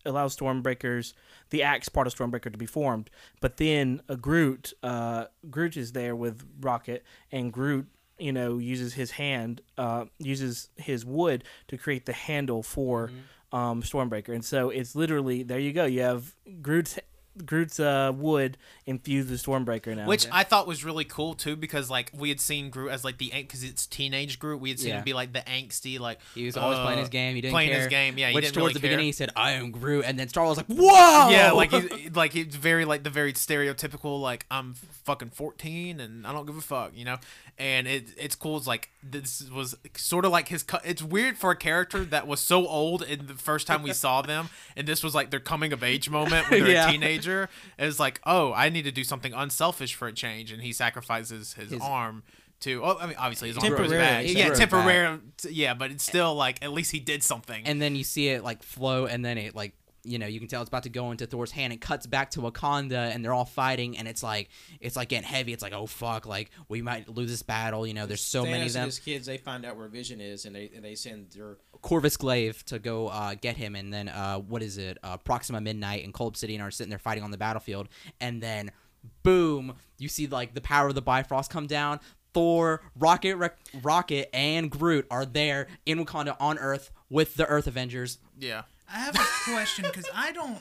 allows Stormbreaker's the axe part of Stormbreaker to be formed. But then a Groot, uh, Groot is there with Rocket, and Groot, you know, uses his hand, uh, uses his wood to create the handle for um, Stormbreaker. And so it's literally there. You go. You have Groot's Groot's uh, wood infused with Stormbreaker now.
Which I thought was really cool too, because like we had seen Groot as like the because it's teenage Groot. We had seen
Yeah.
him be like the angsty, like
He was always
uh,
playing his game. He didn't
playing
care.
his game. Yeah, he
Which
didn't
towards
really
the
care.
beginning he said, "I am Groot," and then Star was like, "Whoa!"
Yeah, like he's like he's very like the very stereotypical like I'm fucking 14 and I don't give a fuck, you know. And it it's cool. It's like this was sort of like his. co- It's weird for a character that was so old in the first time we saw them, and this was like their coming of age moment when they're
Yeah.
a teenager. It's like oh, I need to do something unselfish for a change, and he sacrifices his,
His-
arm. To, oh, I mean, obviously his arm grows
Temporarily,
back.
he
Yeah,
grows back.
temporary. Yeah, but it's still like at least he did something.
and then you see it like flow, and then it like you know, you can tell it's about to go into Thor's hand and cuts back to Wakanda and they're all fighting and it's like it's like getting heavy. It's like, oh fuck, like we might lose this battle, you know, there's so
Thanos
many of
and
them.
his kids, they find out where Vision is, and they and they send their
Corvus Glaive to go uh, get him, and then uh, what is it? Uh, Proxima Midnight and Cold Obsidian are sitting there fighting on the battlefield, and then boom, you see like the power of the Bifrost come down. Thor, Rocket, Rec- Rocket, and Groot are there in Wakanda on Earth with the Earth Avengers.
Yeah.
I have a question because I don't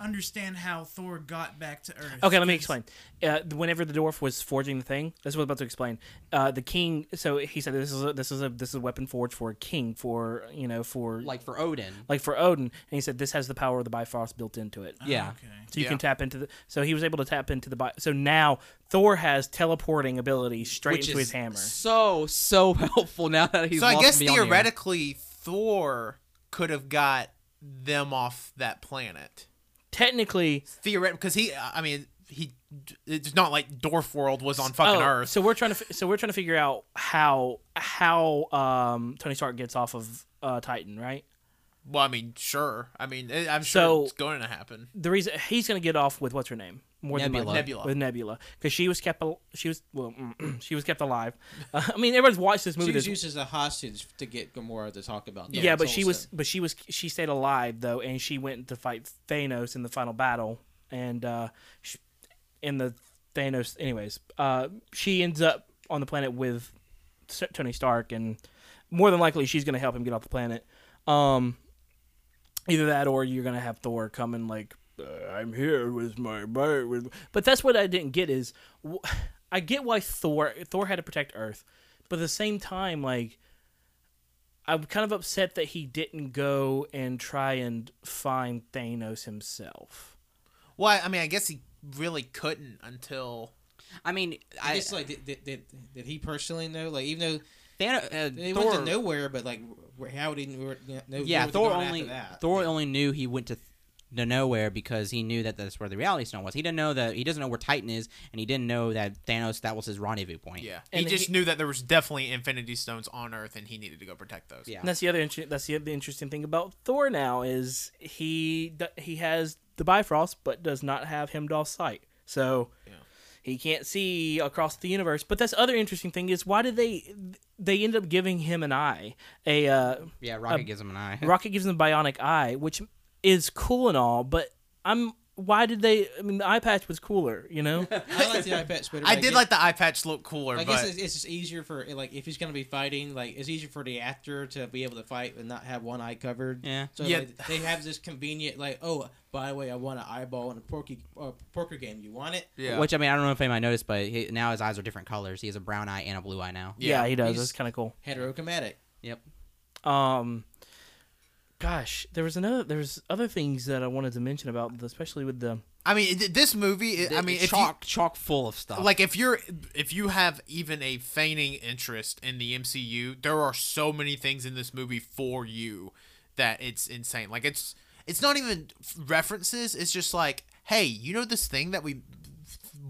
understand how Thor got back to Earth.
Okay, let me explain. Uh, whenever the dwarf was forging the thing, this is what I'm about to explain. Uh, the king, so he said, "This is a, this is a this is a weapon forged for a king, for you know, for like,
Like for Odin,
for Odin." And he said, "This has the power of the Bifrost built into it."
yeah.
Okay.
So you
Yeah.
can tap into the. So he was able to tap into the. Bi- so now Thor has teleporting ability straight
Which
into
is
his hammer.
so so helpful now that he's
so I
lost
guess
Mjolnir.
theoretically, Thor could have got them off that planet.
Technically,
Theoretically, because he, I mean, he, it's not like Dwarf World was on fucking
oh,
Earth.
so we're trying to. fi- So we're trying to figure out how how um, Tony Stark gets off of uh, Titan, right?
well, I mean, sure. I mean, I- I'm sure
So-
it's going to happen.
the reason he's going to get off with what's her name more
Nebula.
than likely.
Nebula.
with Nebula because she was kept al- she was well mm, she was kept alive. Uh, I mean, everyone's watched this movie.
she was
this-
used as a hostage to get Gamora to talk about.
yeah,
Thanos
but she was
also.
but she was she stayed alive though, and she went to fight Thanos in the final battle, and uh, she, in the Thanos. Anyways, uh, she ends up on the planet with S- Tony Stark, and more than likely she's going to help him get off the planet. Um, either that or you're gonna have Thor come and like uh, I'm here with my bird. With... But that's what I didn't get is wh- I get why Thor Thor had to protect Earth, but at the same time like I'm kind of upset that he didn't go and try and find Thanos himself.
Well, I- I mean, I guess he really couldn't until.
I mean,
I
I,
guess like did, did, did, did he personally know? Like even though
Thanos,
they
uh,
went
Thor,
to nowhere, but like wh- how would he kn- know?
yeah,
where was
Thor
he going
only
After that?
Thor only knew he went to, th- to nowhere because he knew that that's where the reality stone was. He didn't know that he doesn't know where Titan is, and he didn't know that Thanos that was his rendezvous point.
Yeah,
And
he just
he-
knew that there was definitely Infinity Stones on Earth, and he needed to go protect those.
yeah.
And that's the other inter- that's the other interesting thing about Thor now is he d- he has the Bifrost but does not have Heimdall's sight, so he can't see across the universe. But that's other interesting thing is why did they they end up giving him an eye? A uh,
Yeah, Rocket gives him an eye.
Rocket gives him a bionic eye, which is cool and all, but I'm why did they? I mean, the eye patch was cooler, you know.
I like the eye patch better.
I
but
did
guess-
like the eye patch look cooler,
I guess
but
it's, it's just easier for like if he's gonna be fighting, like it's easier for the actor to be able to fight and not have one eye covered.
Yeah.
So
Yeah.
like, they have this convenient, like, oh, by the way, I want an eyeball in a porky uh, poker game. You want it?
yeah,
Which I mean, I don't know if anybody noticed, but he, now his eyes are different colors. He has a brown eye and a blue eye now.
yeah,
Yeah,
he does.
he's-
That's kind of cool.
Heterochromatic.
Yep.
Um, gosh, there was another. There was other things that I wanted to mention about, the- especially with the.
I mean, it- this movie. it- I mean, if you,
chalk chalk full of stuff.
like if you're if you have even a feigning interest in the MCU, there are so many things in this movie for you that it's insane. Like it's it's not even references. It's just like, hey, you know this thing that we,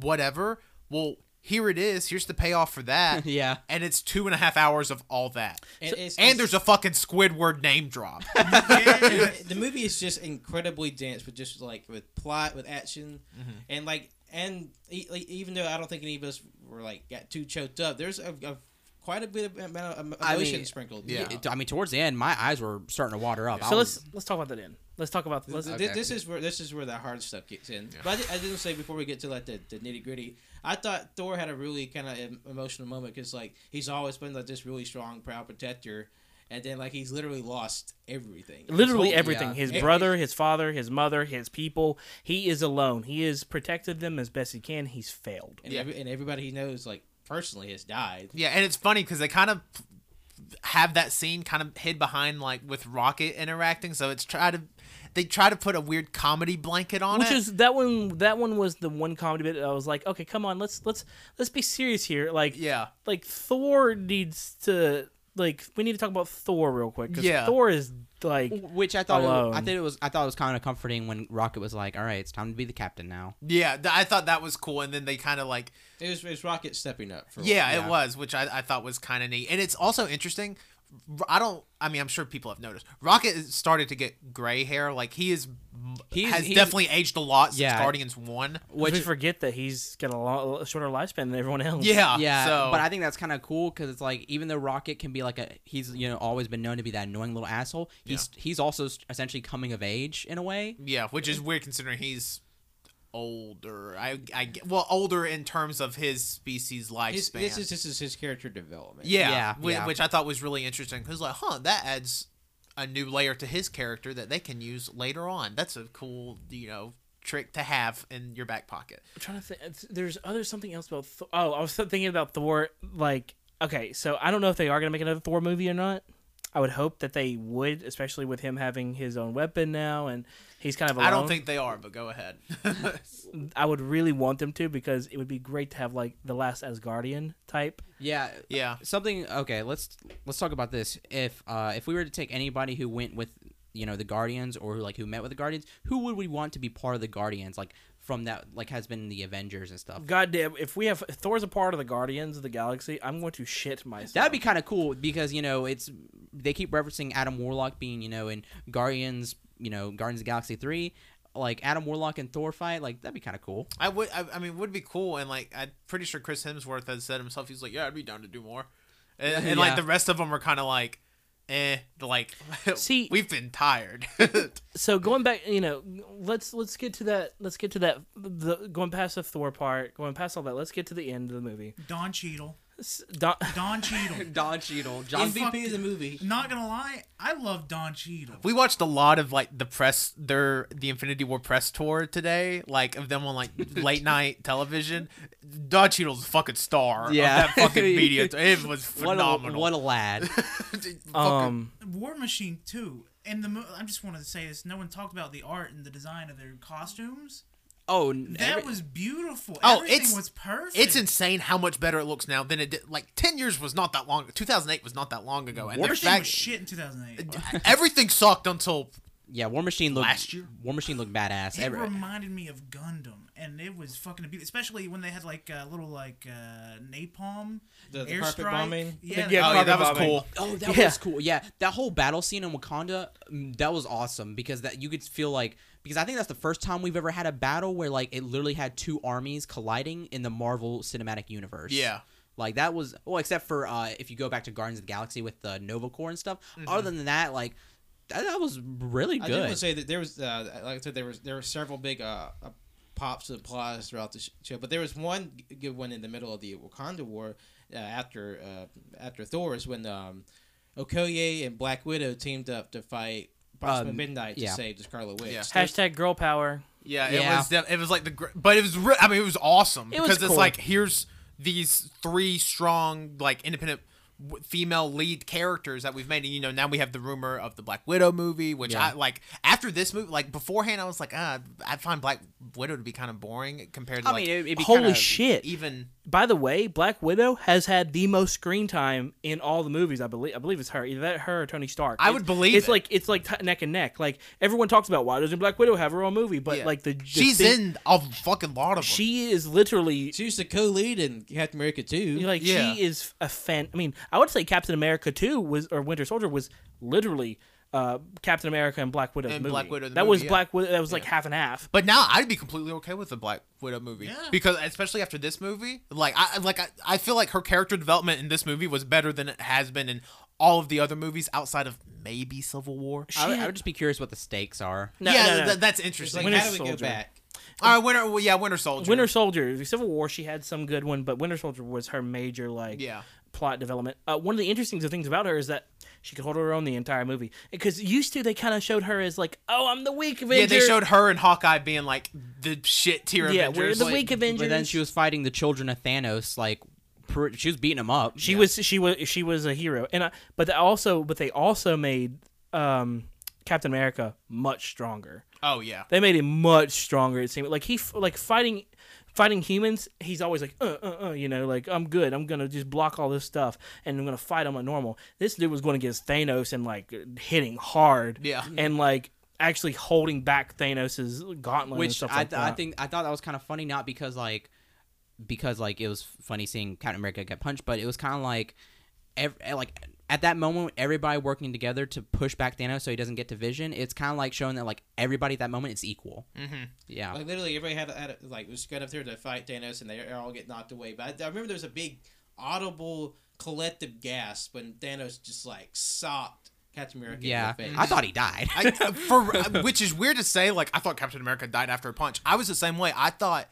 whatever. Well, here it is. Here's the payoff for that.
Yeah.
and it's two and a half hours of all that.
And, it's,
And there's a fucking Squidward name drop.
there's the movie is just incredibly dense with just like with plot, with action,
Mm-hmm.
and like and e- like, even though I don't think any of us were like got too choked up, there's a, a quite a bit of amount of
I
emotion
mean,
sprinkled.
yeah.
throughout.
It- I mean, towards the end, my eyes were starting to water up. I
So
was-
let's let's talk about that end. Let's talk about let's,
Th- th- This is where this is where the hard stuff kicks in. But I, did, I didn't say before we get to like the, the nitty gritty. I thought Thor had a really kind of emotional moment because like he's always been like this really strong, proud protector, and then like he's literally lost everything.
literally
Yeah.
everything. His
It-
brother, his father, his mother, his people. He is alone. He has protected them as best he can. He's failed.
And,
Yeah.
every, and everybody he knows like personally has died.
Yeah, and it's funny because they kind of have that scene kind of hid behind like with Rocket interacting. So it's try to they try to put a weird comedy blanket on
Which
it.
is that one? That one was the one comedy bit. That I was like, okay, come on, let's let's let's be serious here. Like,
yeah,
like Thor needs to like we need to talk about Thor real quick because
Yeah.
Thor is like
which I thought it,
Alone.
I thought it was I thought it was kind of comforting when Rocket was like, "All right, it's time to be the captain now."
yeah. th- I thought that was cool, and then they kind of like
It was, it was Rocket stepping up. For
yeah,
Yeah.
it was, which I, I thought was kind of neat, and it's also interesting. R- I don't. I mean, I'm sure people have noticed. Rocket has started to get gray hair. Like he is
He's-
has
he's-
definitely aged a lot since
Yeah.
Guardians One.
Which we
Which
forget that he's got a, lot, shorter lifespan than everyone else.
Yeah,
yeah,
Ah, So,
but I think that's kind of cool because it's like even though Rocket can be like a he's you know always been known to be that annoying little asshole, he's he's also s- essentially coming of age in a way.
yeah, which is weird considering he's older. I, I get- well, older in terms of his species lifespan.
His- this is this is his character development.
Yeah,
Yeah,
whi-
yeah.
which I thought was really interesting. Because like, huh, that adds a new layer to his character that they can use later on. That's a cool, you know, trick to have in your back pocket.
I'm trying to think. it's- There's other something else about. Thor. Oh, I was thinking about Thor. Like, okay, so I don't know if they are gonna make another Thor movie or not. I would hope that they would, especially with him having his own weapon now, and he's kind of. Alone.
I don't think they are, but go ahead.
I would really want them to because it would be great to have like the last Asgardian type.
Yeah,
yeah,
something okay let's let's talk about this if uh if we were to take anybody who went with you know the guardians or like who met with the guardians who would we want to be part of the guardians like from that like has been the avengers and stuff
Goddamn! If we have if Thor's a part of the Guardians of the Galaxy, I'm going to shit myself.
that'd be kind of cool because you know it's they keep referencing adam warlock being you know in guardians you know guardians of the galaxy 3 like adam warlock and thor fight like that'd be kind of cool
I would. I, I mean, would be cool. And like, I'm pretty sure Chris Hemsworth has said himself, he's like, yeah, I'd be down to do more. And, and
Yeah.
like the rest of them were kind of like, eh, like
See-
we've been tired.
so going back you know let's let's get to that let's get to that the, going past the thor part going past all that let's get to the end of the movie
Don Cheadle.
S- Don,
Don Cheadle.
don Cheadle, john
MVP of the movie.
Not gonna lie, I love Don Cheadle.
we watched a lot of like the press their the Infinity War press tour today, like of them on like late night television. Don Cheadle's a fucking star.
Yeah.
Yeah, of that fucking media. tour. It was
what a,
phenomenal.
what a lad
um
War Machine too. And the mo- I just wanted to say this. No one talked about the art and the design of their costumes.
oh
That
every-
was beautiful.
Oh,
Everything
it's-
was perfect.
it's insane how much better it looks now than it did. Like ten years was not that long. Two thousand eight was not that long ago, and
War
the
Machine
fact-
was shit in 2008.
everything sucked until
yeah war machine looked
Last year?
war machine looked badass
It
Every-
reminded me of Gundam, and it was fucking beautiful. Especially when they had like uh, little like uh, napalm
The- the
airstrike.
carpet bombing?
Yeah,
Yeah,
oh yeah, that was
Carpet bombing.
cool.
Oh, that
Yeah.
was cool. Yeah, that whole battle scene in Wakanda, mm, that was awesome because that you could feel like because I think that's the first time we've ever had a battle where like it literally had two armies colliding in the Marvel Cinematic Universe.
Yeah.
Like that was well, except for uh, if you go back to Guardians of the Galaxy with the Nova Corps and stuff. Other than that, like that, that was really
I did want to
good.
say that there was, uh, like I said, there was there were several big uh, uh, pops and applause throughout the sh- show, but there was one g- good one in the middle of the Wakanda War uh, after uh, after Thor's when um, Okoye and Black Widow teamed up to fight Proxima
Um,
Midnight to
yeah.
save the Scarlet Witch.
Yeah.
So-
hashtag girl power
Yeah, it
Yeah.
was. Def- it was like the, gr- but it was. Re- I mean, it was awesome
It was
because
cool.
it's like here's these three strong, like independent w- female lead characters that we've made, and you know now we have the rumor of the Black Widow movie, which
Yeah.
I like. After this movie, like beforehand, I was like, ah, I find Black Widow to be kind of boring compared to
I
like
mean, it, would be
holy
kinda-
shit
even.
by the way black widow has had the most screen time in all the movies i believe i believe it's her either that or her or tony stark
I
It's-
would believe
it's
it.
like it's like t- neck and neck like everyone talks about why doesn't black widow have her own movie but
yeah.
like the, the
she's
thing-
in a fucking lot of them.
she is literally
She used to co-lead in Captain America 2.
You're Like
Yeah.
she is a fan. I mean, I would say Captain America two was or Winter Soldier was literally uh, Captain America and Black Widow.
And
movie.
Black Widow the
That
movie,
was
yeah.
Black Widow. That was like half and half.
But now I'd be completely okay with the Black Widow movie
Yeah.
because, especially after this movie, like I like I, I feel like her character development in this movie was better than it has been in all of the other movies outside of maybe Civil War.
I would, I would just be curious what the stakes are.
No,
yeah,
no, no.
th- that's
It's
interesting.
like,
Winter
how do we go
Soldier.
back?
all right, Winter, well, yeah, Winter Soldier.
Winter Soldier, the Civil War, she had some good one, but Winter Soldier was her major like
Yeah.
plot development. Uh, one of the interesting things about her is that she could hold her own the entire movie. Because used to they kind of showed her as like, oh, I'm the weak Avenger.
Yeah, they showed her and Hawkeye being like the shit tier
Yeah, we're
Avengers.
the
like-
weak Avengers.
But then she was fighting the children of Thanos. Like pr- she was beating them up.
She was she was she was a hero, and I, but they also but they also made um, Captain America much stronger.
Oh yeah,
They made him much stronger. It seemed like he f- like fighting fighting humans. He's always like uh uh uh, you know, like I'm good. I'm gonna just block all this stuff, and I'm gonna fight him like normal. This dude was going against Thanos and like hitting hard,
Yeah.
and like actually holding back Thanos's gauntlet and
which
stuff
I,
like
th-
that.
I think I thought that was kind of funny, not because like because like it was funny seeing Captain America get punched, but it was kind of like ev- like at that moment, everybody working together to push back Thanos so he doesn't get to Vision. It's kind of like showing that like everybody at that moment is equal.
Mm-hmm.
Yeah.
Like literally, everybody had, had like was going up there to fight Thanos, and they all get knocked away. But I, I remember there was a big audible collective gasp when Thanos just like socked Captain America.
yeah.
in the face.
I thought he died.
I, uh, for which is weird to say. Like I thought Captain America died after a punch. I was the same way. I thought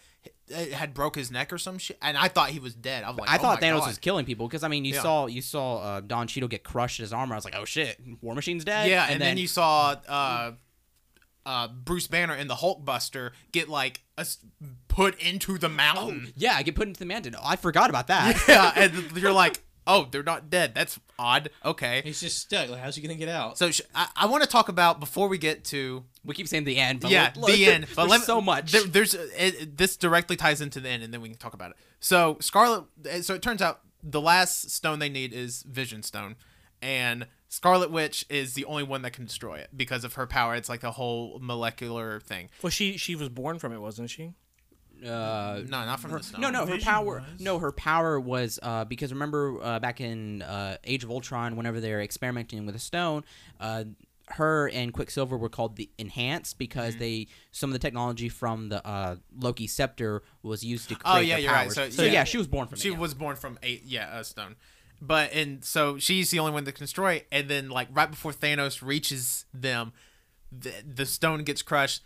it had broke his neck or some shit, and I thought he was dead. I was like,
I thought
oh my
Thanos
God.
was killing people because I mean you
Yeah.
saw you saw uh, Don Cheadle get crushed in his armor. I was like, oh shit, War Machine's dead.
Yeah, and, then, you saw uh, uh, Bruce Banner in the Hulk Buster get like us- put into the mountain.
yeah, I get put into the mountain. Oh, I forgot about that.
yeah, and you're like, oh, they're not dead. That's odd. Okay.
he's just stuck. Like, how's he gonna get out?
So sh- I, I want to talk about before we get to
We keep saying the end. But
yeah
look- look,
the end. But
there's
let me-
so much.
There, there's uh, it, this directly ties into the end, and then we can talk about it. So Scarlet. uh, So it turns out the last stone they need is Vision Stone, and Scarlet Witch is the only one that can destroy it because of her power. It's like the whole molecular thing.
Well, she she was born from it, wasn't she?
uh,
No, not from the stone.
no, no, her
Vision
power.
was.
No, her power was uh, because remember uh, back in uh, Age of Ultron, whenever they're experimenting with a stone, uh, her and Quicksilver were called the Enhanced because they some of the technology from the uh, Loki scepter was used to create
Oh, yeah,
their
you're right.
powers.
So-
So
yeah.
yeah. she was born from.
She
it, yeah.
was born from a yeah a stone, but and so she's the only one that can destroy. it. And then like right before Thanos reaches them, the the stone gets crushed.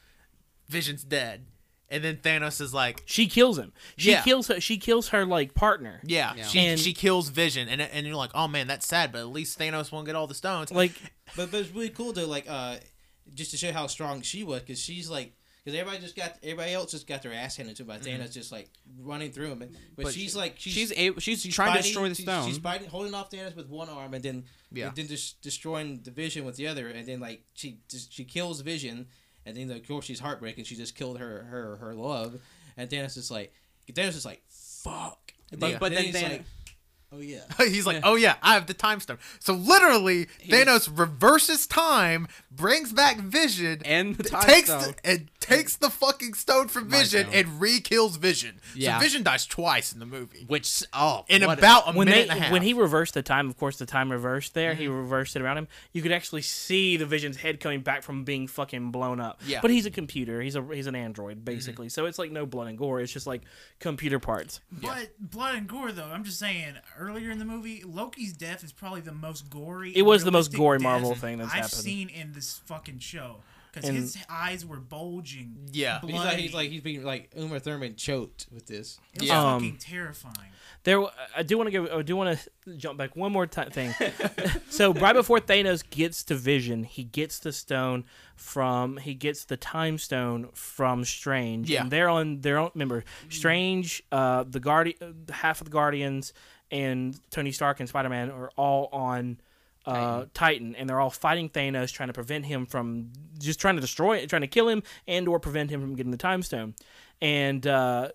Vision's dead, and then Thanos is like,
She kills him. She
Yeah.
kills her. She kills her like partner.
yeah,
Yeah.
she
And-
she kills Vision, and and you're like, oh man, that's sad, but at least Thanos won't get all the stones.
Like
But but it's really cool though. Like uh, just to show how strong she was, because she's like. Because everybody just got, everybody else just got their ass handed to them by Thanos, just like running through him. But, but
Mm-hmm. But
she's
she-
like, she's,
She's able, she's trying to
fighting-
destroy the
she's-
stone.
She's biting, holding off Thanos with one arm, and then
Yeah.
and then just destroying the Vision with the other, and then like she just, she kills Vision, and then of course she's heartbroken. She just killed her her her love, and Thanos is like Thanos is like fuck. And
But- but then
he's
Thanos-
like, oh yeah,
He's like, oh yeah, I have the time stone. So literally, Thanos reverses time, brings back Vision,
And the time
takes
stone.
The, and takes the fucking stone from Vision
stone.
and re-kills Vision.
Yeah.
So Vision dies twice in the movie,
which oh,
in
what a-
about a
when
minute
they
and a half. Mm-hmm.
when he reversed the time, of course the time reversed there. He reversed it around him. You could actually see the Vision's head coming back from being fucking blown up.
Yeah. Mm-hmm.
But he's a computer. He's a he's an android basically. So it's like no blood and gore. It's just like computer parts.
But blood and gore, though, I'm just saying. Earlier in the movie, Loki's death is probably the most gory.
It was the most
realistic
gory
death
Marvel thing that's
I've
happened.
seen in this fucking show because
And-
his eyes were bulging.
Yeah.
bloody.
he's like he's like he's being like Uma Thurman choked with this.
it was
Yeah.
fucking
Um,
terrifying.
There, w- I do want to go. I do want to jump back one more time. Thing. so right before Thanos gets to Vision, he gets the stone from. He gets the time stone from Strange.
Yeah.
And they're on. They're on. Remember, Strange, uh, the guardian, half of the Guardians, and Tony Stark and Spider Man are all on. Uh, Titan. and they're all fighting Thanos, trying to prevent him from just trying to destroy it, trying to kill him, and or prevent him from getting the time stone. And uh,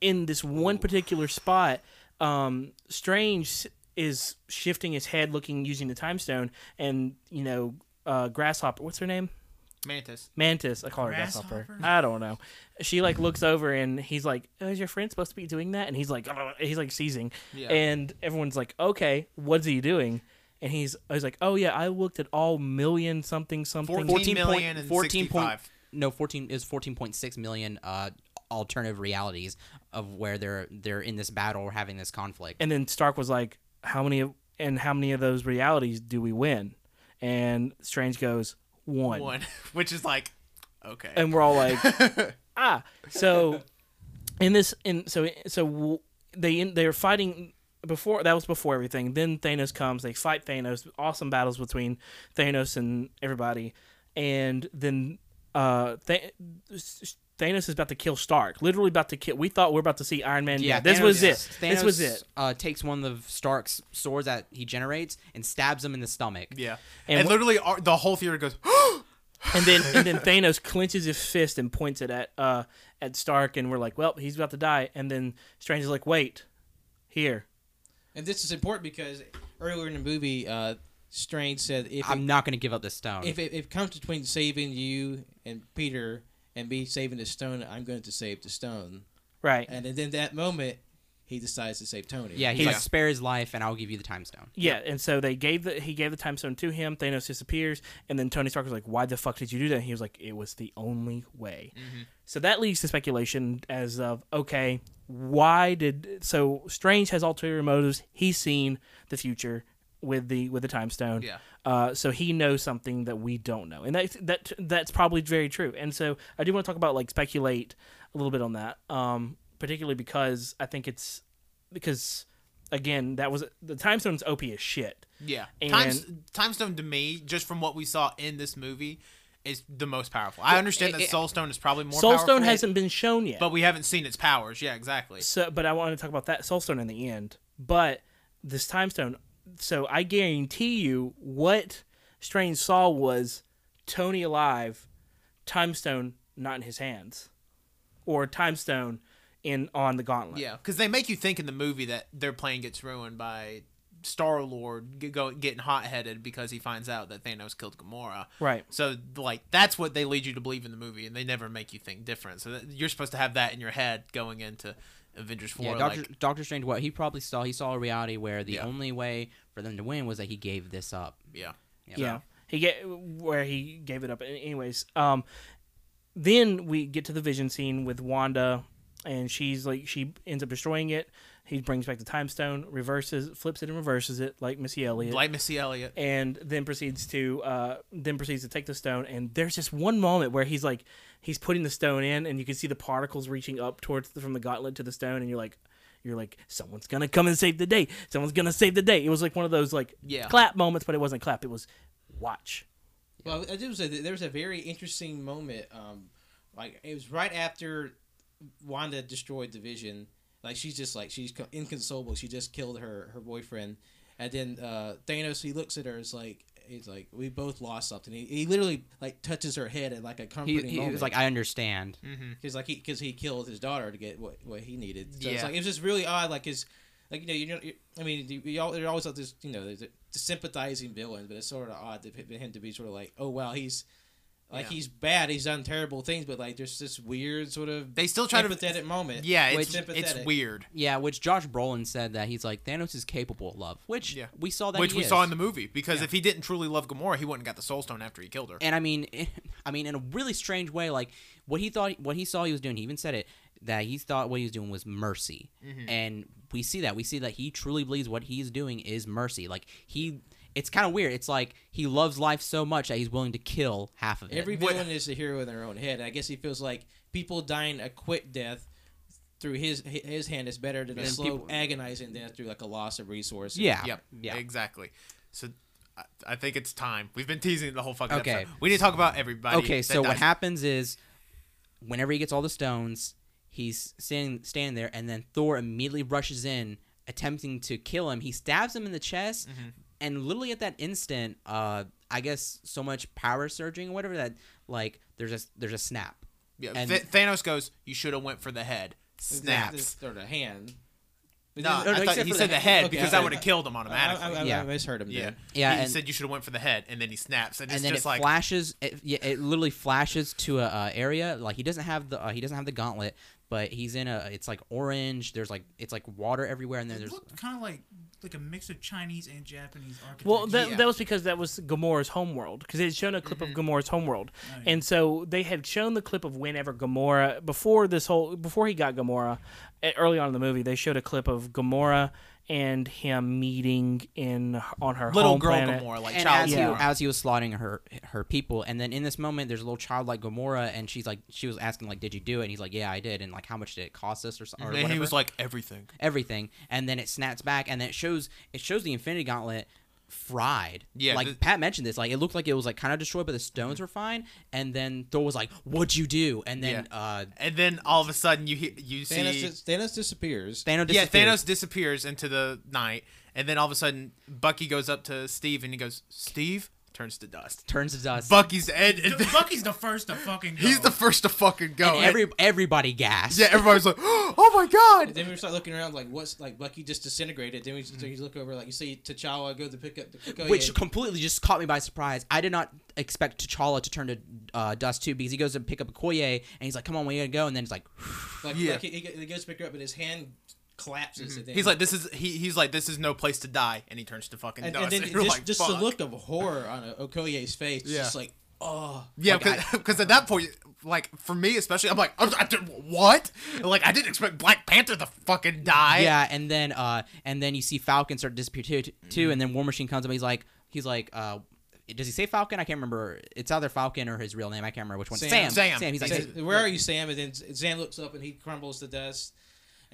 in this one particular spot, um, Strange s- is shifting his head, looking using the time stone, and you know, uh, Grasshopper. What's her name?
Mantis.
Mantis. I call her Grasshopper.
Grasshopper?
I don't know. She like looks over and he's like, oh, "Is your friend supposed to be doing that?" And he's like, he's like seizing,
Yeah.
and everyone's like, "Okay, what's he doing?" And he's, he's like, "Oh yeah, I looked at all million something something
14
14
million and
point, 14 point,
65.
no 14 is 14.6 million uh alternative realities of where they're they're in this battle or having this conflict
And then Stark was like, "How many of, and how many of those realities do we win?" And Strange goes, "One."
One, which is like, okay.
And we're all like, "Ah." So in this in so so w- they in, they're fighting before that was before everything. Then Thanos comes, they fight Thanos, awesome battles between Thanos and everybody. And then uh Th- Thanos is about to kill Stark. Literally about to kill. We thought we are about to see Iron Man. Yeah, this
Thanos-
was it.
Thanos,
this was it.
uh takes one of stark's swords that he generates and stabs him in the stomach
yeah.
and
And,
wh-
literally, our, the whole theater goes,
And then and then Thanos clenches his fist and points it at uh at Stark and we're like, Well, he's about to die and then Strange is like, Wait, here.
And this is important because earlier in the movie, uh, Strange said if it
i'm not gonna give up this stone
if it, if it comes between saving you and Peter and me saving the stone, I'm going to save the stone.
Right.
And then in that moment, he decides to save Tony.
Yeah, he's like,
Yeah.
spare his life, and I'll give you the time stone.
Yeah, and so they gave the he gave the time stone to him. Thanos disappears, and then Tony Stark was like, "Why the fuck did you do that?" And he was like, "It was the only way." So that leads to speculation as of okay, why did so Strange has ulterior motives? He's seen the future with the with the time stone.
Yeah.
Uh, so he knows something that we don't know, and that that that's probably very true. And so I do want to talk about like speculate a little bit on that, um, particularly because I think it's because again that was the time stone's op as shit.
Yeah.
And-
Time, time Stone to me, just from what we saw in this movie, is the most powerful. I understand that
it-
Soul Stone is probably more
Soul
powerful,
Stone hasn't been shown yet,
but we haven't seen its powers. Yeah, exactly.
so but I want to talk about that Soul Stone in the end. But this time stone, so I guarantee you, what Strange saw was Tony alive, time stone not in his hands, or time stone in on the gauntlet.
Yeah, because they make you think in the movie that their plan gets ruined by Star Lord g- go getting hot headed because he finds out that Thanos killed Gamora.
Right.
So like that's what they lead you to believe in the movie, and they never make you think different. So that, you're supposed to have that in your head going into Avengers Four.
Yeah,
like,
Doctor Doctor Strange. What he probably saw, he saw a reality where the
Yeah.
only way for them to win was that he gave this up.
yeah.
Yeah. He get where he gave it up. Anyways, um, then we get to the vision scene with Wanda, and she's like she ends up destroying it. He brings back the time stone, reverses, flips it, and reverses it like Missy Elliott,
Like Missy Elliott.
and then proceeds to uh, then proceeds to take the stone. And there's this one moment where he's like he's putting the stone in, and you can see the particles reaching up towards the, from the gauntlet to the stone, and you're like. You're like someone's gonna come and save the day. Someone's gonna save the day. It was like one of those like
Yeah.
clap moments, but it wasn't clap. It was watch.
Well, I do say that there was a very interesting moment. Um, like it was right after Wanda destroyed the Vision. Like she's just like she's co- inconsolable. She just killed her her boyfriend, and then uh, Thanos he looks at her. It's like he's like we both lost something. He, he literally like touches her head at like a
He,
comforting
he
moment.
was like, I understand.
because like he because he killed his daughter to get what, what he needed. So it's
Yeah.
like it was just really odd. Like his like you know you know you- I mean you, you all, you're always like this you know there's a sympathizing villain, but it's sort of odd to- for him to be sort of like oh wow he's like
Yeah.
he's bad, he's done terrible things, but like there's this weird sort of
They still try to-
empathetic moment.
Yeah, it's
Which-
it's
sympathetic.
weird.
Yeah, which Josh Brolin said that he's like Thanos is capable of love, which
Yeah.
we saw that
Which
he
we
is.
saw in the movie, because if he didn't truly love Gamora, he wouldn't have got the Soul Stone after he killed her.
and I mean, I mean, in a really strange way, like what he thought, what he saw, he was doing. He even said it that he thought what he was doing was mercy, and we see that. We see that he truly believes what he's doing is mercy. Like he, it's kind of weird. It's like he loves life so much that he's willing to kill half of it.
Every
What-
villain is a hero in their own head. I guess he feels like people dying a quick death through his his hand is better than a
Than
slow
people-
agonizing death through like a loss of resources.
yeah,
Yep.
yeah.
Exactly. So I, I think it's time. We've been teasing it the whole fucking
Okay.
episode. We need to talk about everybody.
Okay,
that
so what
dies.
happens is, whenever he gets all the stones, he's standing standing there, and then Thor immediately rushes in, attempting to kill him. He stabs him in the chest,
Mm-hmm.
and literally at that instant, uh, I guess so much power surging or whatever that like there's a there's a snap.
Yeah,
and-
Th- Thanos goes, "You should have went for the head."
It's
Snaps.
just Sort of hand. But
No,
then-
no,
I
he
thought
said
he
for
said
the
the
head.
head
Okay,
because
I-
that would have killed him
I,
automatically.
I, I,
Yeah.
I misheard him.
yeah,
Then.
Yeah,
He
and-
said you should have went for the head, and then he snaps, and,
and
it's
then it
just like
flashes. It, yeah, it literally flashes to a uh, area like he doesn't have the uh, he doesn't have the gauntlet, but he's in a it's like orange. There's like it's like water everywhere, and then
It
there's
looked kind of like like a mix of Chinese and Japanese architecture.
Well, that,
Yeah. Mm-hmm.
that was because that was Gamora's homeworld because they had shown a clip of Gamora's homeworld,
Oh,
and so they had shown the clip of whenever Gamora before this whole before he got Gamora, eh, early on in the movie they showed a clip of Gamora and him meeting in on her
little
home
girl
planet.
Gamora, like
and
child
as,
Yeah.
he, as he was slaughtering her her people and then in this moment there's a little child like Gamora and she's like she was asking like did you do it and he's like yeah I did and like how much did it cost us or something or
And
whatever
he was like everything.
everything and then it snaps back and then it shows it shows the Infinity Gauntlet fried
Yeah,
like
the- Mm-hmm.
Pat mentioned this like it looked like it was like kind of destroyed but the stones were fine and then Thor was like what'd you do and then
Yeah.
uh
And then all of a sudden, you he- you see
Thanos, dis- Thanos disappears.
Thanos
yeah,
disappeared.
Thanos disappears into the night, and then all of a sudden, Bucky goes up to Steve, and he goes, "Steve." Turns to dust.
turns to dust
Bucky's Ed. And
Dude, Bucky's the first to fucking go.
he's the first to fucking go.
and every everybody gasped
Yeah, everybody's like, "Oh my god!"
Then we start looking around like what's like Bucky just disintegrated. Then we so you look over like you see T'Challa go to pick up the Kukoya.
which completely just caught me by surprise. I did not expect T'Challa to turn to uh, dust too because he goes to pick up Okoye and he's like, "Come on, we gotta go," and then it's like,
like,
yeah. Mm-hmm.
like he, he goes to pick her up, but his hand collapses. at the
He's
end.
like, this is he, he's like, this is no place to die, and he turns to fucking
and,
dust.
and then
you're
just,
like,
just the
"Fuck."
look of horror on uh, Okoye's face, yeah.
Yeah.
just like, oh,
Yeah,
Like, I-
because at that point, like for me especially, I'm like, I, was- I did what? Like I didn't expect Black Panther to fucking die.
yeah, and then uh, and then you see Falcon start to disappear too, too and then War Machine comes up. He's like, he's like, uh, does he say Falcon? I can't remember. It's either Falcon or his real name. I can't remember which one.
Sam.
Sam. Sam.
Sam.
He's like,
Sam, where are you, Sam? And then Sam looks up and he crumbles to dust.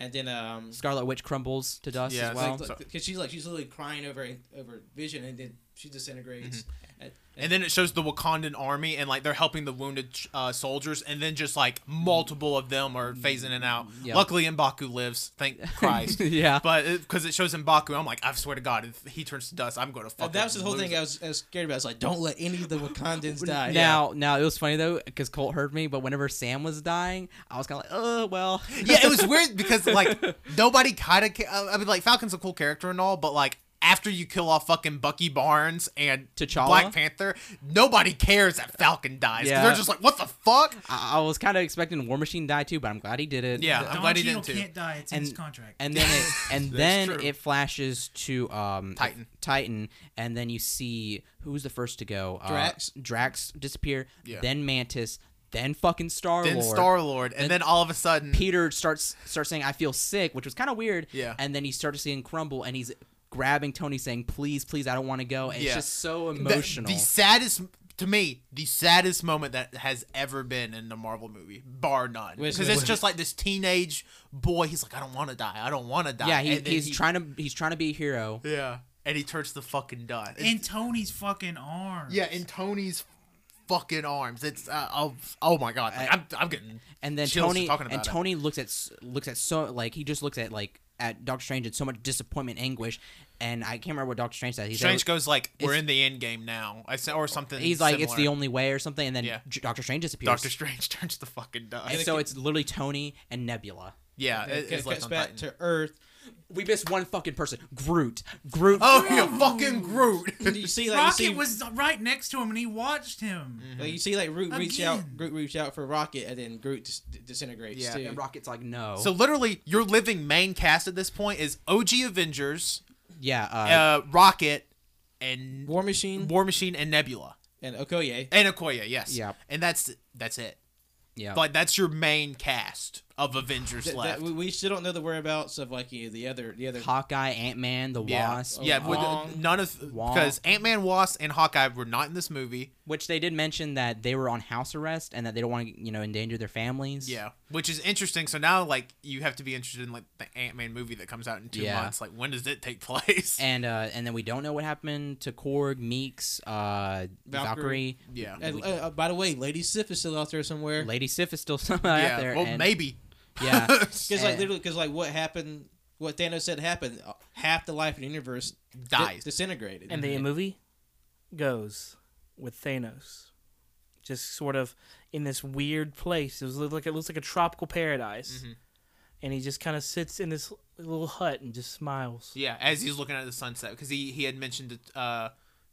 And then, um,
Scarlet Witch crumbles to dust
Yeah,
as
it's
well.
like-
because she's like, she's literally crying over over Vision, and then she disintegrates.
Mm-hmm.
And,
And then it shows the Wakandan army and like they're helping the wounded uh, soldiers, and then just like multiple of them are phasing in and out.
Yeah.
Luckily, Mbaku lives, thank Christ.
Yeah.
But because it, shows Mbaku, I'm like, I swear to God, if he turns to dust, I'm going to fucking.
and that was the whole
lose
thing
it.
I was, I was scared about. I was like, don't let any of the Wakandans die.
Now, now it was funny though because Colt heard me, but whenever Sam was dying, I was kind of like, oh well.
yeah, it was weird because like nobody kind of. I mean, like Falcon's a cool character and all, but like after you kill off fucking Bucky Barnes and
T'Challa?
Black Panther, nobody cares that Falcon dies. 'cause They're
Yeah.
just like, what the fuck?
I, I was kind of expecting War Machine to die too, but I'm glad he did it.
Yeah, I'm
Don
glad he
Cheadle
didn't too.
can't die. It's in his contract.
and then it, and then
true.
it flashes to um
Titan.
Titan, and then you see who's the first to go. Uh,
Drax.
Drax disappear.
Yeah.
Then Mantis. Then fucking Star
Then
Lord.
Star Lord, and then all of a sudden,
Peter starts starts saying I feel sick, which was kind of weird.
Yeah.
And then he starts seeing crumble, and he's grabbing Tony, saying, "Please, please, I don't want to go." And
Yeah.
It's just so
the,
emotional.
the saddest to me, the saddest moment that has ever been in the Marvel movie, bar none,
Wait,
because
wait,
it's
wait.
just like this teenage boy. He's like, I don't want to die. I don't want to die.
yeah, he,
And then
he's
he-
trying to he's trying to be a hero.
Yeah, and he turns the fucking dust. It's-
in Tony's fucking arm.
Yeah, in Tony's fucking arms. It's uh, oh, oh my god, like, I'm, I'm getting
And then
chills
Tony
talking about
and
it.
Tony looks at s- looks at so like he just looks at like at Doctor Strange in so much disappointment, anguish, and I can't remember what Doctor Strange said. He
Strange
said,
goes like, "We're
it's-
in the end game now," I said, or something.
he's like it's the
similar.
only way or something, and then
Yeah.
J- Doctor Strange disappears.
Doctor Strange turns the fucking
and
dust.
so it's literally Tony and Nebula.
Yeah,
And
it,
it
it's
cuts
left on
back
Titan.
to Earth.
We missed one fucking person, Groot. Groot.
oh, you fucking Groot.
And you see, like, you
Rocket
see,
was right next to him, and he watched him.
Mm-hmm.
like, you see, like Groot reach out,
Again.
Groot reach out for Rocket, and then Groot dis- disintegrates
Yeah,
too.
And Rocket's like no.
so literally, your living main cast at this point is OG Avengers,
yeah, uh,
uh, Rocket, and
War Machine
War Machine, and Nebula,
and Okoye.
and Okoye. Yes.
Yeah.
And that's that's it.
yeah.
Like that's your main cast of Avengers
Th-
left.
that- we- we still don't know the whereabouts of like you know, the other the other
Hawkeye, Ant Man, the
Yeah,
Wasp.
yeah.
uh,
with-
Wong.
none of
Wong.
because Ant Man, Wasp, and Hawkeye were not in this movie.
which they did mention that they were on house arrest and that they don't want to, you know, endanger their families.
Yeah, which is interesting. So now, like, you have to be interested in like the Ant Man movie that comes out in two
Yeah.
months. Like, when does it take place?
And uh, and then we don't know what happened to Korg, Meeks, uh, Valkyrie.
Valkyrie.
yeah,
And, uh, uh, by the way, Lady Sif is still out there somewhere.
Lady Sif is still somehow
yeah.
out there.
well,
and-
maybe.
Yeah.
Because like
And-
literally, because like what happened, what Thanos said happened, uh, half the life in the universe di-
Dies.
disintegrated.
And the
mm-hmm.
movie goes with Thanos, just sort of in this weird place. It was like it looks like a tropical paradise,
Mm-hmm.
and he just kind of sits in this little hut and just smiles.
Yeah, as he's looking at the sunset, because he he had mentioned to, uh,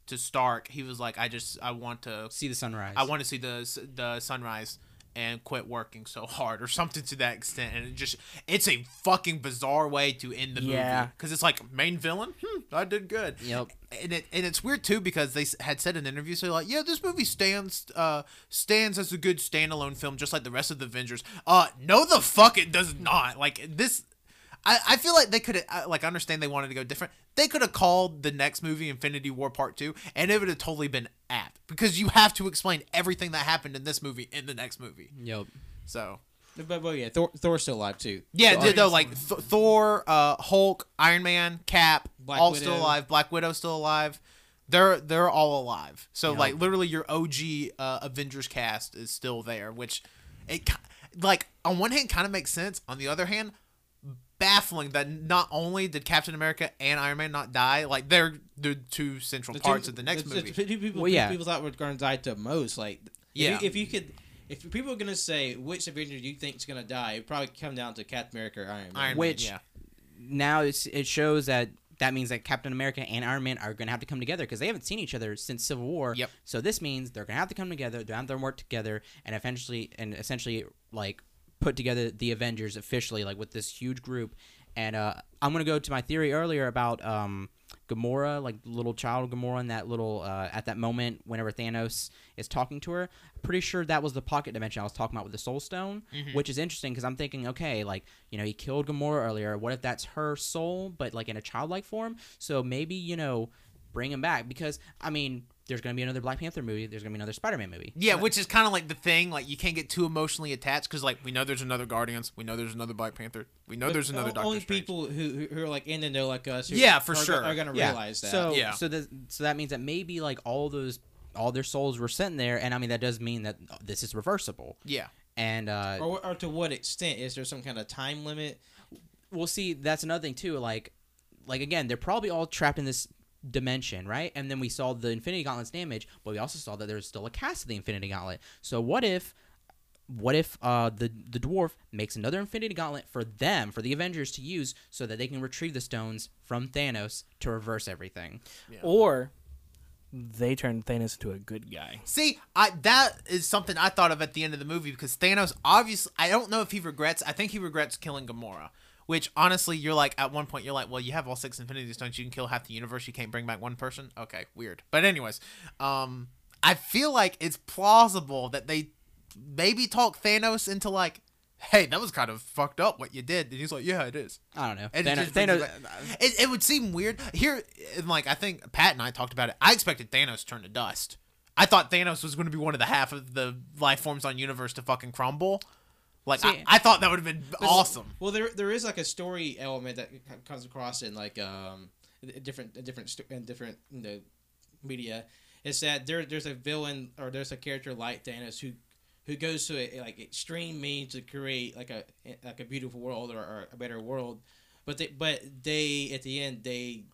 to Stark, he was like, "I just I want to
See the sunrise.
I want to see the s- the sunrise." And quit working so hard, or something to that extent, and it just—it's a fucking bizarre way to end the
Yeah.
movie. Because it's like main villain, hmm, I did good.
Yep.
and it and it's weird too because they s- had said in interviews they're like, yeah, this movie stands uh stands as a good standalone film, just like the rest of the Avengers. Uh, no, the fuck, it does not. Like this, I I feel like they could like I understand they wanted to go different. They could have called the next movie Infinity War Part Two, and it would have totally been apt because you have to explain everything that happened in this movie in the next movie.
Yep.
So
But, but yeah, Thor, Thor's still alive too.
yeah, th- though, like Th- Thor, uh, Hulk, Iron Man, Cap,
Black
all
Widow.
still alive. Black Widow still alive. They're they're all alive. So
Yeah.
like literally your OG uh, Avengers cast is still there, which it ki- like on one hand kind of makes sense. On the other hand, baffling that not only did Captain America and Iron Man not die, like they're the two central
The two-
parts of the next movie.
the two people,
Well, yeah.
people thought were going to die to most. Like,
Yeah.
if you, if you could, if people are going to say which Avenger you think is going to die, it'd probably come down to Captain America or Iron Man.
Iron
Which-
Man,
Now it's, it shows that that means that Captain America and Iron Man are going to have to come together because they haven't seen each other since Civil War.
Yep.
So this means they're going to have to come together, they're going to have to work together, and eventually, and essentially, like, put together the Avengers officially, like, with this huge group. And uh, I'm gonna go to my theory earlier about um, Gamora, like little child Gamora, in that little uh, at that moment whenever Thanos is talking to her. Pretty sure that was the pocket dimension I was talking about with the Soul Stone,
Mm-hmm.
which is interesting because I'm thinking, okay, like you know, he killed Gamora earlier. What if that's her soul, but like in a childlike form? So maybe you know, bring him back because I mean. There's gonna be another Black Panther movie. There's gonna be another Spider-Man movie.
Mm-hmm.
Yeah, which is kind of like the thing. Like you can't get too emotionally attached because, like, we know there's another Guardians, we know there's another Black Panther, we know Oh, there's another
O-
Doctor
Only
Strange.
people who, who who are like in the know like us. Who
Yeah, for
are go-
sure.
Are gonna
Yeah.
realize that.
So
Yeah.
so that so that means that maybe like all those all their souls were sent there, and I mean that does mean that this is reversible.
yeah,
And uh,
or, or to what extent is there some kind of time limit?
we'll see. That's another thing too. Like like again, they're probably all trapped in this dimension, right? And then we saw the Infinity Gauntlet's damage, but we also saw that there's still a cast of the Infinity Gauntlet. So what if what if uh, the the dwarf makes another Infinity Gauntlet for them, for the Avengers to use, so that they can retrieve the stones from Thanos to reverse everything?
Or they turned Thanos into a good guy.
See, I that is something I thought of at the end of the movie because Thanos obviously I don't know if he regrets. I think he regrets killing Gamora. Which honestly, you're like at one point you're like, well, you have all six Infinity Stones, you can kill half the universe, you can't bring back one person. Okay, weird. But anyways, um, I feel like it's plausible that they maybe talk Thanos into like, hey, that was kind of fucked up what you did, and he's like, yeah, it is.
I don't know.
And
Thanos-
it, just brings
Thanos-
it, back- it, it would seem weird here. And like I think Pat and I talked about it. I expected Thanos to turn to dust. I thought Thanos was going to be one of the half of the life forms on universe to fucking crumble. Like
See-
I, I thought that would have been awesome.
Well, there there is like a story element that c- comes across in like um a different a different sto- and different you know media. It's that there there's a villain or there's a character like Thanos who who goes to a, like extreme means to create like a like a beautiful world or, or a better world, but they but they at the end they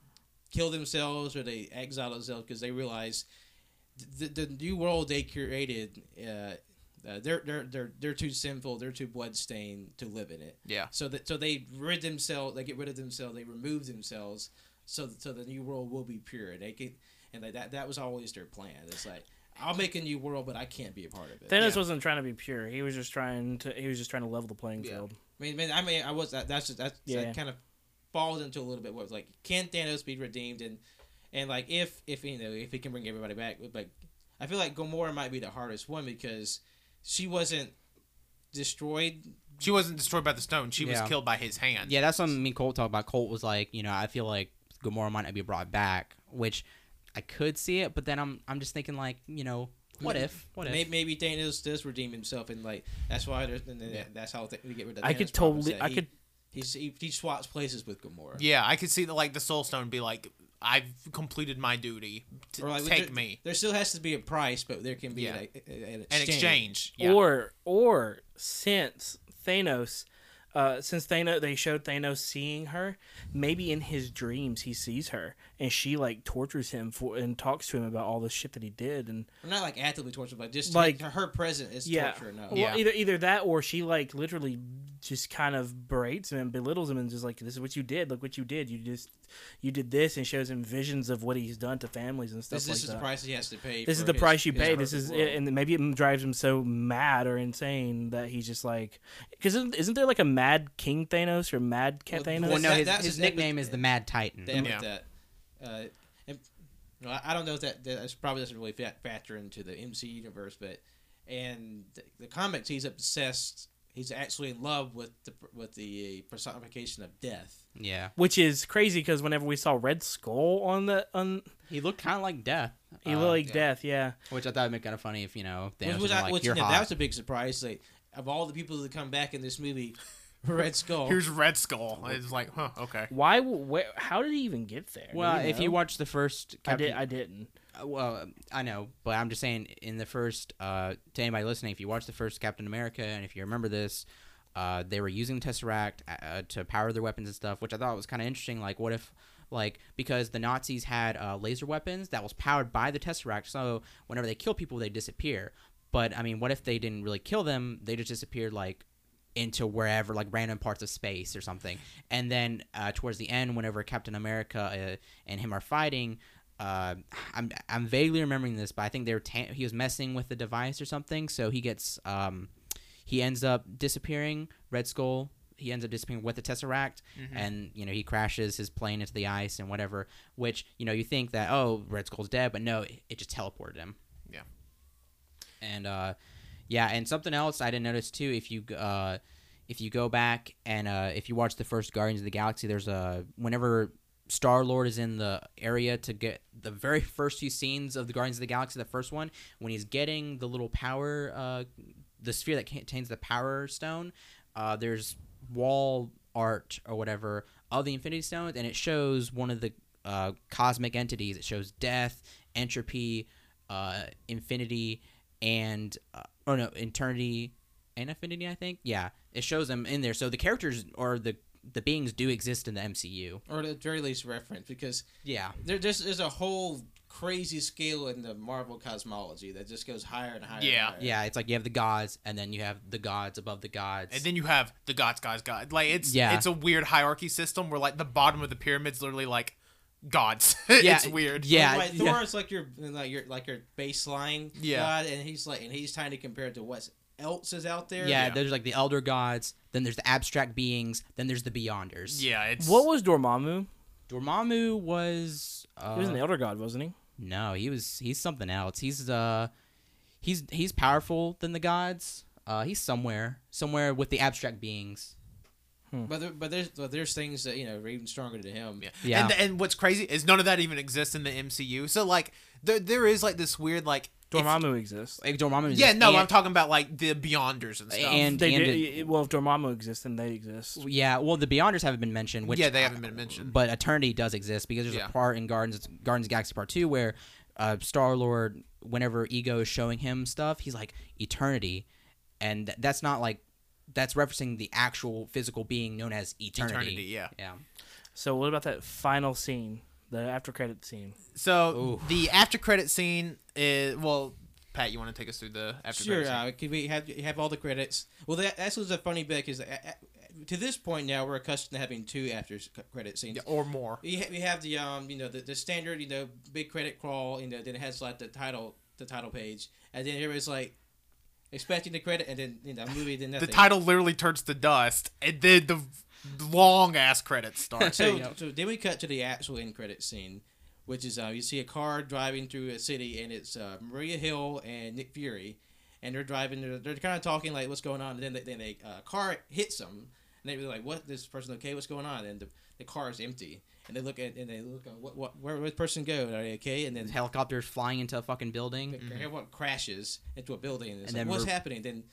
kill themselves or they exile themselves because they realize the, the new world they created uh, uh, they're they're they're they're too sinful they're too bloodstained to live in it
Yeah.
so that so they rid themselves they get rid of themselves they remove themselves so that, so the new world will be pure they can and like that that was always their plan it's like I'll make a new world but I can't be a part of it
Thanos wasn't trying to be pure. He was just trying to. He was just trying to level the playing
Yeah.
field.
I mean, man, I mean, I was that. That's just that's
Yeah.
that kind of falls into a little bit what like can Thanos be redeemed and and like if if you know if he can bring everybody back, like I feel like Gomorrah might be the hardest one because she wasn't destroyed.
She wasn't destroyed by the stone. She
Yeah.
was killed by his hand.
Yeah, that's something me and Colt talked about. Colt was like, you know, I feel like Gamora might not be brought back, which I could see it, but then I'm I'm just thinking like, you know, what if? What if?
Maybe, maybe Thanos does redeem himself and like that's why there's and then
Yeah.
that's how we get rid of.
I could
Thanos' problem is
totally-
that
I
he-
could-
He's, he, he swaps places with Gamora.
Yeah, I could see that like the Soul Stone be like, I've completed my duty. T-
Or like,
take
there,
me.
There still has to be a price, but there can be
Yeah.
an, an exchange.
An exchange. Yeah.
Or or since Thanos, uh, since Thanos they showed Thanos seeing her, maybe in his dreams he sees her and she like tortures him for and talks to him about all the shit that he did and
I'm not like actively tortured, but just
Like-
like her present is
yeah.
torture enough.
Well,
Yeah.
either either that or she like literally just kind of berates him and belittles him and just like this is what you did. Look what you did. You just you did this and shows him visions of what he's done to families and stuff
This,
like
this is
that.
the price he has to pay.
this
for
is the
his-
price you
his
pay. This
perfect
is
world.
and maybe it drives him so mad or insane that he's just like because isn't, isn't there like a Mad King Thanos or Mad Cat
Well,
Thanos?
well, no,
that-
his,
that's
his
his
nickname
epi-
is the Mad Titan.
They have
Yeah.
that. Uh, and, no, I- I don't know if that that probably doesn't really fa- factor into the MC universe, but and the, the comics he's obsessed. He's actually in love with the with the personification of death.
Yeah,
Which is crazy because whenever we saw Red Skull on the on,
he looked kind of like Death.
he
uh,
looked like
Oh, yeah.
Death. Yeah,
which I thought would be kind of funny if you know Thanos
Which
was,
was I-
like,
which,
you're
you know,
hot.
that was a big surprise. Like of all the people that come back in this movie, Red Skull.
Here's Red Skull. It's like, huh, okay.
why? Where, how did he even get there? Do
well,
we
if
know?
you watch the first,
I
Captain-
did. I didn't.
Uh, well i know but i'm just saying in the first uh, to anybody listening if you watch the first captain america and if you remember this uh, they were using tesseract uh, to power their weapons and stuff which i thought was kind of interesting like what if like because the nazis had uh, laser weapons that was powered by the tesseract so whenever they kill people they disappear but i mean what if they didn't really kill them they just disappeared like into wherever like random parts of space or something and then uh, towards the end whenever captain america uh, and him are fighting uh, I'm, I'm vaguely remembering this but i think they were ta- he was messing with the device or something so he gets um, he ends up disappearing red skull he ends up disappearing with the Tesseract, and you know he crashes his plane into the ice and whatever. Which you know you think that oh Red Skull's dead, but no, it, it just teleported him.
Yeah.
And uh, yeah, and something else I didn't notice too. If you uh, if you go back and uh, if you watch the first Guardians of the Galaxy, there's a whenever Star Lord is in the area to get the very first few scenes of the Guardians of the Galaxy, the first one when he's getting the little power, uh, the sphere that contains the power stone. Uh, there's wall art or whatever of the Infinity Stones, and it shows one of the uh, cosmic entities. It shows death, entropy, uh, infinity, and uh, oh no, eternity and infinity. I think yeah, it shows them in there. So the characters or the the beings do exist in the MCU.
or at the very least reference, because
Yeah,
there, there's, there's a whole crazy scale in the Marvel cosmology that just goes higher and higher. and
Yeah.
higher.
yeah. It's like you have the gods, and then you have the gods above the gods.
And then you have the gods, gods, god. Like it's
Yeah.
it's a weird hierarchy system where like the bottom of the pyramid's literally like gods.
yeah,
it's weird.
Yeah,
like,
yeah.
Thor is like your like your like your baseline.
Yeah.
God, and he's like and he's trying to compare it to what else is out there.
yeah,
Yeah.
There's like the elder gods. Then there's the abstract beings. Then there's the Beyonders.
Yeah, it's
What was Dormammu?
Dormammu was. Uh,
He was an elder god, wasn't he?
no, he was. He's something else. He's uh, he's he's powerful than the gods. Uh, he's somewhere, somewhere with the abstract beings.
But there, but there's but there's things that you know are even stronger than him.
Yeah.
Yeah.
And, and what's crazy is none of that even exists in the MCU. So like there there is like this weird like if-
Dormammu exists.
Like Dormammu. Is
yeah,
just
no,
ant-
I'm talking about like the Beyonders and stuff.
And-
They
and
did,
it-
it- well, if Dormammu exists, then they exist.
Yeah, well, the Beyonders haven't been mentioned. Which
yeah, they haven't been mentioned.
but Eternity does exist because there's
Yeah.
a part in Gardens Gardens of the Galaxy Part Two where uh, Star Lord, whenever Ego is showing him stuff, he's like Eternity, and th- that's not like that's referencing the actual physical being known as Eternity.
Eternity, yeah.
yeah.
So what about that final scene, the after credit scene?
So
Ooh.
the after credit scene is well, Pat, you want to take us through the after
Sure,
credit scene?
uh, could we have have all the credits? Well, that that's what's a funny bit is that, uh, uh, to this point now we're accustomed to having two after s- credit scenes.
Yeah, or more.
We ha- we have the um you know the, the standard you know big credit crawl you know then it has like the title the title page and then everybody's like expecting the credit and then you know movie then
The
nothing.
title literally turns to dust, and then the long ass credits start.
So, so then we cut to the actual end credit scene, which is uh, you see a car driving through a city, and it's uh, Maria Hill and Nick Fury, and they're driving. They're, they're kind of talking like, "What's going on?" And then they, then they uh, car hits them, and they're like, "What? This person okay? What's going on?" And the, the car is empty, and they look at and they look at what, what where where did the person go? Are they okay? And then
Helicopters flying into a fucking building.
Mm-hmm.
everyone crashes into a building, and, it's
And
like,
then
"What's
Mar-
happening?" Then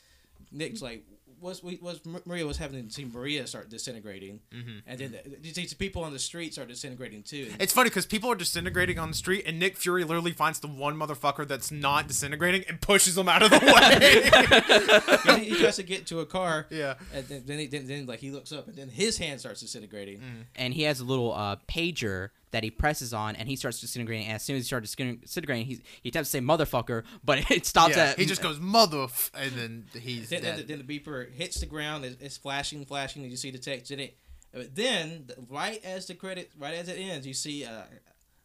Nick's like. What's we was Maria was happening to see Maria start disintegrating, and then the, you see people on the street start disintegrating too. and-
It's funny because people are disintegrating on the street, and Nick Fury literally finds the one motherfucker that's not disintegrating and pushes him out of the way.
And he tries to get to a car.
Yeah.
And then, then, he, then, then like he looks up, and then his hand starts disintegrating.
and he has a little uh, pager that he presses on, and he starts disintegrating. And as soon as he starts disin- disintegrating, he he attempts to say "motherfucker," but it stops
yeah,
at
he
uh,
just goes mother, f-, and then he's
Then, then,
dead.
then the beeper hits the ground. It's, it's flashing, flashing, and you see the text in it. But then, the- right as the credit, right as it ends, you see uh,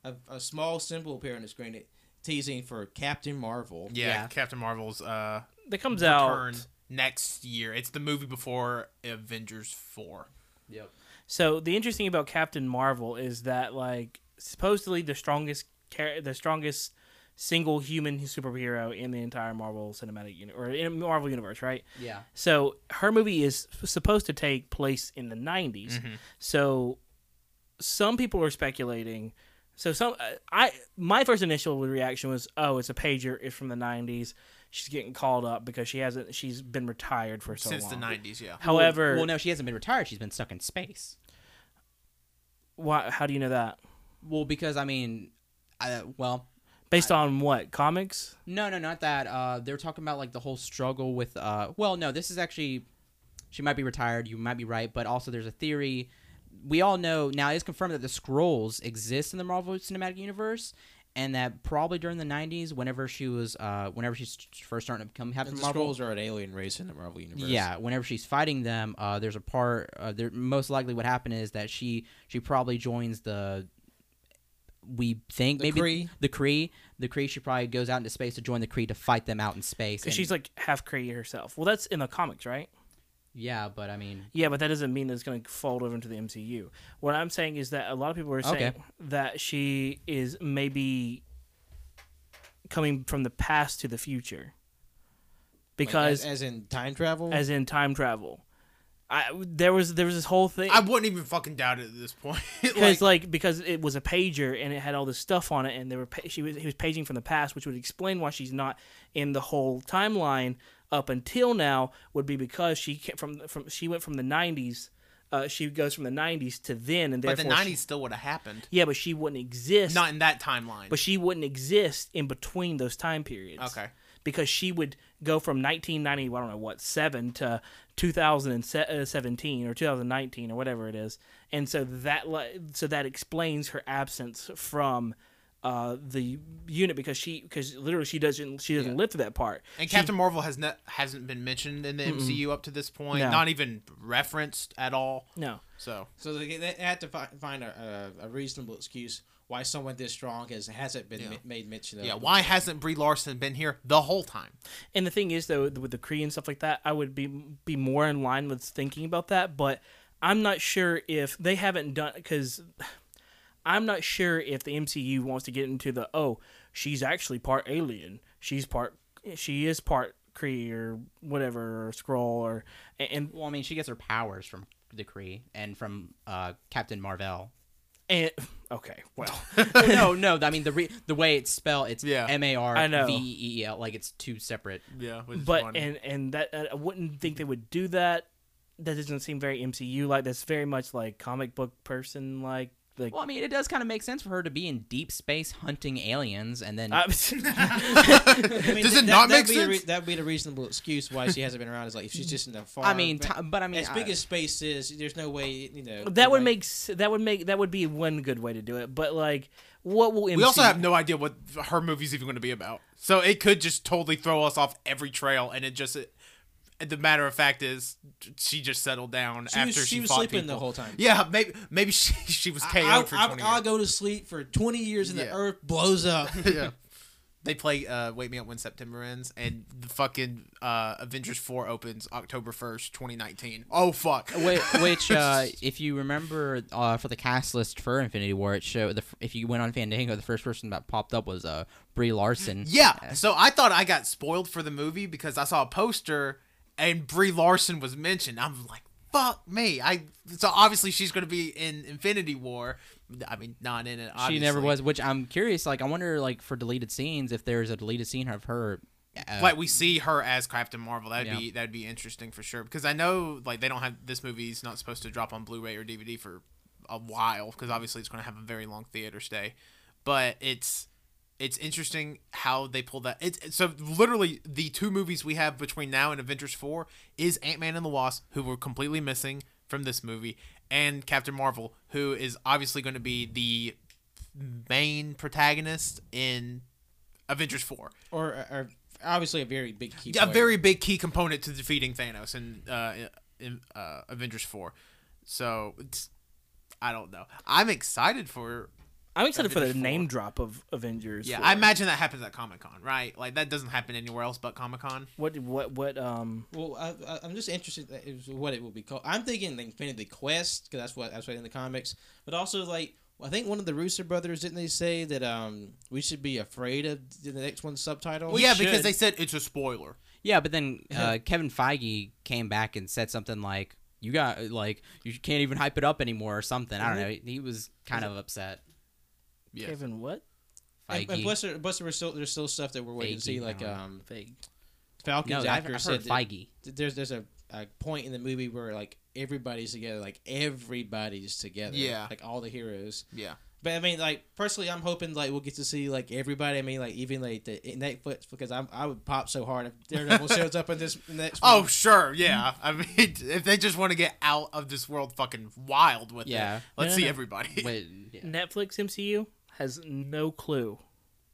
a, a small symbol appear on the screen, it, teasing for Captain Marvel.
yeah,
yeah.
Captain Marvel's uh,
That comes
return
out.
next year. It's the movie before Avengers Four.
Yep.
So the interesting about Captain Marvel is that like supposedly the strongest char- the strongest single human superhero in the entire Marvel cinematic uni- or in Marvel universe, right?
Yeah.
So her movie is supposed to take place in the 90s. So some people are speculating. So some I my first initial reaction was, "Oh, it's a pager. It's from the 90s. She's getting called up because she hasn't she's been retired for so
Since
long."
the nineties, yeah.
However,
well, no, she hasn't been retired. She's been stuck in space.
why, how do you know that?
Well, because I mean, I, well,
Based on what? Comics?
no, no, not that. Uh, they were talking about like the whole struggle with. Uh, well, no, this is actually. She might be retired. You might be right, but also there's a theory. We all know now it's confirmed that the scrolls exist in the Marvel Cinematic Universe, and that probably during the '90s, whenever she was, uh, whenever she's first starting to become Captain
And the
Marvel,
Skrulls are an alien race in the Marvel universe.
Yeah, whenever she's fighting them, uh, there's a part. Uh, there, most likely, what happened is that she she probably joins the. We think
The
maybe
Kree?
the Kree. The Kree. She probably goes out into space to join the Kree to fight them out in space.
Because she's like half Kree herself. Well, that's in the comics, right?
Yeah, but I mean,
Yeah, but that doesn't mean that it's going to fold over into the MCU. What I'm saying is that a lot of people are saying
Okay.
that she is maybe coming from the past to the future because
as, as in time travel.
as, in time travel. I there was there was this whole thing
I wouldn't even fucking doubt it at this point.
because like, because it was a pager and it had all this stuff on it and they were pa- she was he was paging from the past which would explain why she's not in the whole timeline up until now would be because she came from from she went from the 90s uh, she goes from the 90s to then and
but
therefore
the
she-
'90s still would have happened,
yeah but she wouldn't exist
not in that timeline.
but she wouldn't exist in between those time periods
Okay.
because she would go from 1990 well, i don't know what 7 to 2017 or 2019 or whatever it is and so that li- so that explains her absence from uh, the unit because she because literally she doesn't she doesn't live through that part
and
She-
Captain Marvel has not hasn't been mentioned in the MCU up to this point,
No.
not even referenced at all.
no
So
so they, they had to fi- find a, a, a reasonable excuse why someone this strong has hasn't been ma- made mention of.
yeah, why hasn't Brie Larson been here the whole time?
And the thing is, though, with the Kree and stuff like that, I would be be more in line with thinking about that. But I'm not sure if they haven't done because I'm not sure if the MCU wants to get into the oh, she's actually part alien, she's part, she is part Kree or whatever or Scroll or and- and
well, I mean, she gets her powers from the Kree and from uh, Captain Marvel.
and okay, well,
Well, no, no, I mean the re- the way it's spelled, it's
Yeah.
M A R
I know.
V E E L, like it's two separate.
Yeah, which is
but
funny.
and and that I wouldn't think they would do that. That doesn't seem very MCU like. That's very much like comic book person like. Like
Well, I mean, it does kind of make sense for her to be in deep space hunting aliens, and then
Uh, I mean,
Does
th-
it not
that'd
make
be a
sense?
that'd be the reasonable excuse why she hasn't been around. Is like if she's just in the far.
I mean,
ba-
ti- but I mean,
uh, as
I-
big as space is, there's no way you know.
That would
like-
make s- that would make that would be one good way to do it. But like, what will MCU?
we also have no idea what her movie's even going to be about. So it could just totally throw us off every trail, and it just. It, the matter of fact is, she just settled down
She
after
was,
she,
she was
fought
sleeping
people.
the whole time.
Yeah, maybe maybe she she was KO'd
I'll,
for
I'll-
20
I'll
years.
go to sleep for 20 years and the
Yeah.
earth blows up.
yeah. They play uh, "Wake Me Up When September Ends" and the fucking uh, Avengers Four opens October first, twenty nineteen. Oh fuck!
Whi- which uh, if you remember uh, for the cast list for Infinity War, it showed the f- if you went on Fandango, the first person that popped up was uh, Brie Larson.
Yeah. So I thought I got spoiled for the movie because I saw a poster and Brie Larson was mentioned. I'm like, fuck me. I so obviously she's gonna be in Infinity War. I mean, not in it. Obviously.
she never was. Which I'm curious. Like, I wonder, like for deleted scenes, if there's a deleted scene of her. Uh,
Like we see her as Captain Marvel. That'd
Yeah.
be that'd be interesting for sure. Because I know like they don't have this movie's not supposed to drop on Blu-ray or DVD for a while because obviously it's gonna have a very long theater stay. But it's it's interesting how they pull that. It's it's- so literally the two movies we have between now and Avengers four is Ant Man and the Wasp, who were completely missing from this movie, and Captain Marvel, who is obviously going to be the main protagonist in Avengers four
or, or obviously a very big key.
a
player.
very big key component to defeating Thanos in, uh, in uh, Avengers four. So it's, I don't know. I'm excited for.
I'm excited for the
Avengers
name
four.
drop of Avengers.
Yeah,
four.
I imagine that happens at Comic Con, right? Like that doesn't happen anywhere else but Comic Con.
What what what um
Well, I, I, I'm just interested that is what it will be called. I'm thinking the Infinity Quest because that's what that's what in the comics. But also, like I think one of the Rooster brothers didn't they say that um we should be afraid of the next one's subtitle?
yeah, because
should.
they said it's a spoiler.
yeah, but then
Uh-huh.
uh, Kevin Feige came back and said something like, "You got like you can't even hype it up anymore" or something. I don't know. He, he was kind of upset.
Yes.
Kevin what
and,
Feige.
and plus, there, plus there was still there's still stuff that we're waiting to see,
Feige,
like
I don't
um
Fig?
Falcon's
no, I've,
actor
I've
said
heard
that
Feige.
th- there's there's a, a point in the movie where like everybody's together, like everybody's together,
Yeah.
like all the heroes.
Yeah.
But I mean, like personally, I'm hoping like we'll get to see like everybody. I mean, like even like the Netflix because I'm I would pop so hard if Daredevil shows up in this next.
Oh
one.
sure, yeah. I mean, if they just want to get out of this world, fucking wild with
Yeah.
it. Let's
No, no,
see
no.
everybody.
Wait, yeah.
Netflix MCU has no clue.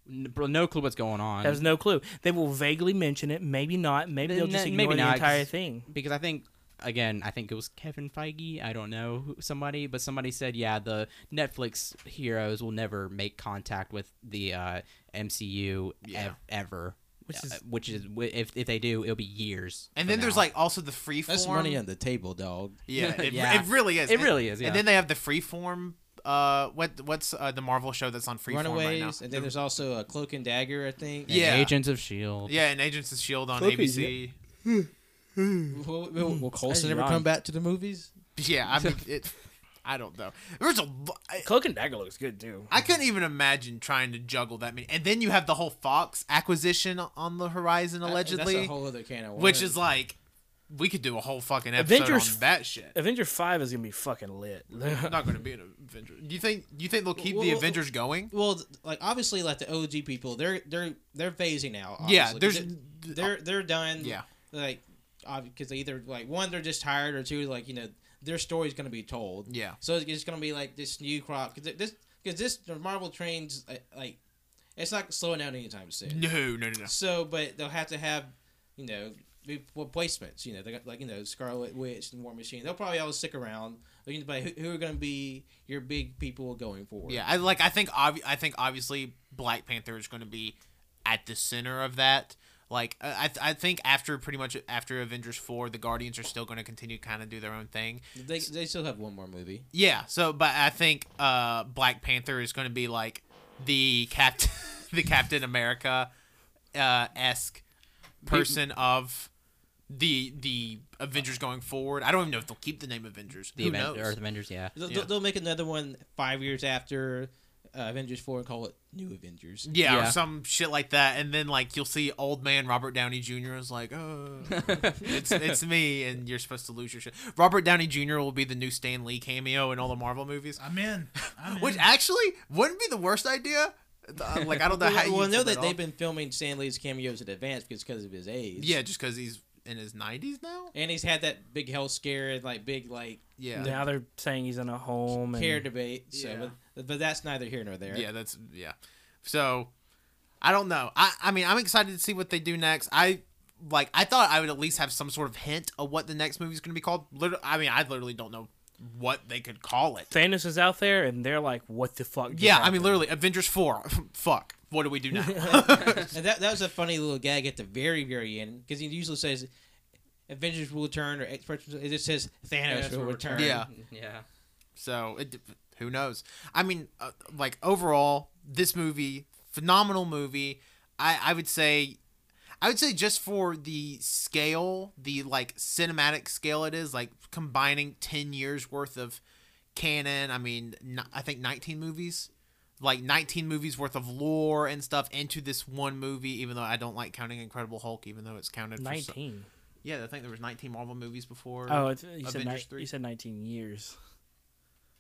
N- bro, no clue what's going on.
Has no clue. They will vaguely mention it. Maybe not. Maybe they'll
N-
just
maybe
ignore the
not,
entire
'cause-
thing.
because I think again, I think it was Kevin Feige. I don't know who, somebody, but somebody said, yeah, the Netflix heroes will never make contact with the uh, MCU ev-
Yeah.
ever.
Which is-
uh, which is wi- if if they do, it'll be years.
And
from
then there's
now.
like also the free form.
That's money on the table, dog.
Yeah, it,
Yeah.
it really is.
It
And-
really is, yeah.
And then they have the Freeform. Uh, what what's uh, the Marvel show that's on Freeform
Runaways,
right now?
and then there's also a Cloak and Dagger, I think.
Yeah.
Agents of Shield.
yeah, and Agents of Shield E on
Okay,
ABC.
Will, will, will Coulson
That's
ever
wrong.
come back to the movies?
Yeah, I mean, it, I don't know. There's a lo- I,
Cloak and Dagger looks good too.
I couldn't even imagine trying to juggle that many. And then you have the whole Fox acquisition on the horizon allegedly,
That's a whole other can of worms.
which is like we could do a whole fucking episode
Avengers-
on that shit.
Avenger Five is gonna be fucking lit.
I'm not going to be an Avenger. Do you think you think they'll keep
Well,
the
well,
Avengers going?
well, th- like obviously, like the OG people, they're they're they're phasing out.
Yeah,
obviously, 'cause
there's
they- they're they're done.
Oh. Yeah.
like because they either like one they're just tired or two like you know their story's gonna be told.
Yeah.
So it's just gonna be like this new crop because this because this the Marvel trains like, like it's not slowing down anytime soon.
no no no no.
So, but they'll have to have you know re- replacements. You know, they got like you know Scarlet Witch and War Machine. They'll probably all stick around. But who, who are gonna be your big people going forward?
Yeah, I like. I think. Obvi- I think obviously Black Panther is going to be at the center of that. Like, I, I- I think after pretty much after Avengers four, the Guardians are still going to continue kind of do their own thing.
They, they still have one more movie.
Yeah. So, but I think uh, Black Panther is going to be like the cap, the Captain America, uh, esque person of the the Avengers going forward. I don't even know if they'll keep the name Avengers.
The
Who
Aven-
knows?
Earth Avengers. Yeah.
They'll,
Yeah.
they'll- they'll make another one five years after uh, Avengers four and call it New Avengers.
Yeah,
Yeah.
or some shit like that. And then like you'll see old man Robert Downey Jr. is like, oh, it's it's me, and you're supposed to lose your shit. Robert Downey Jr. will be the new Stan Lee cameo in all the Marvel movies,
I'm in. I'm in.
which actually wouldn't be the worst idea. Uh, Like I don't know how
Well,
you
well, I know
pull
that they've
off.
been filming Stan Lee's cameos in advance because because of his age.
yeah, just because he's in his 90s now.
and he's had that big health scare and like big like
Yeah, yeah,
Now they're saying he's in a home. And
care debate. So,
Yeah.
but, but that's neither here nor there.
that's yeah. So I don't know. I I mean I'm excited to see what they do next. I. Like I thought, I would at least have some sort of hint of what the next movie is going to be called. Literally, I mean, I literally don't know what they could call it.
Thanos is out there, and they're like, "What the fuck?" just
Yeah, I mean,
happened?"
literally, Avengers 4. Fuck. What do we do now?
And that, that was a funny little gag at the very very end because he usually says Avengers will return or X person. It just says Thanos, will return.
yeah.
Yeah.
So, it, who knows? I mean, uh, like, overall, this movie, phenomenal movie. I, I would say. I would say just for the scale, the like cinematic scale it is, like combining 10 years worth of canon, I mean, n- I think 19 movies, like 19 movies worth of lore and stuff into this one movie, even though I don't like counting Incredible Hulk, even though it's counted for so-
nineteen.
Yeah, I think there was 19 Marvel movies before.
Oh, it's, you said
Avengers
ni-
three.
you said nineteen years.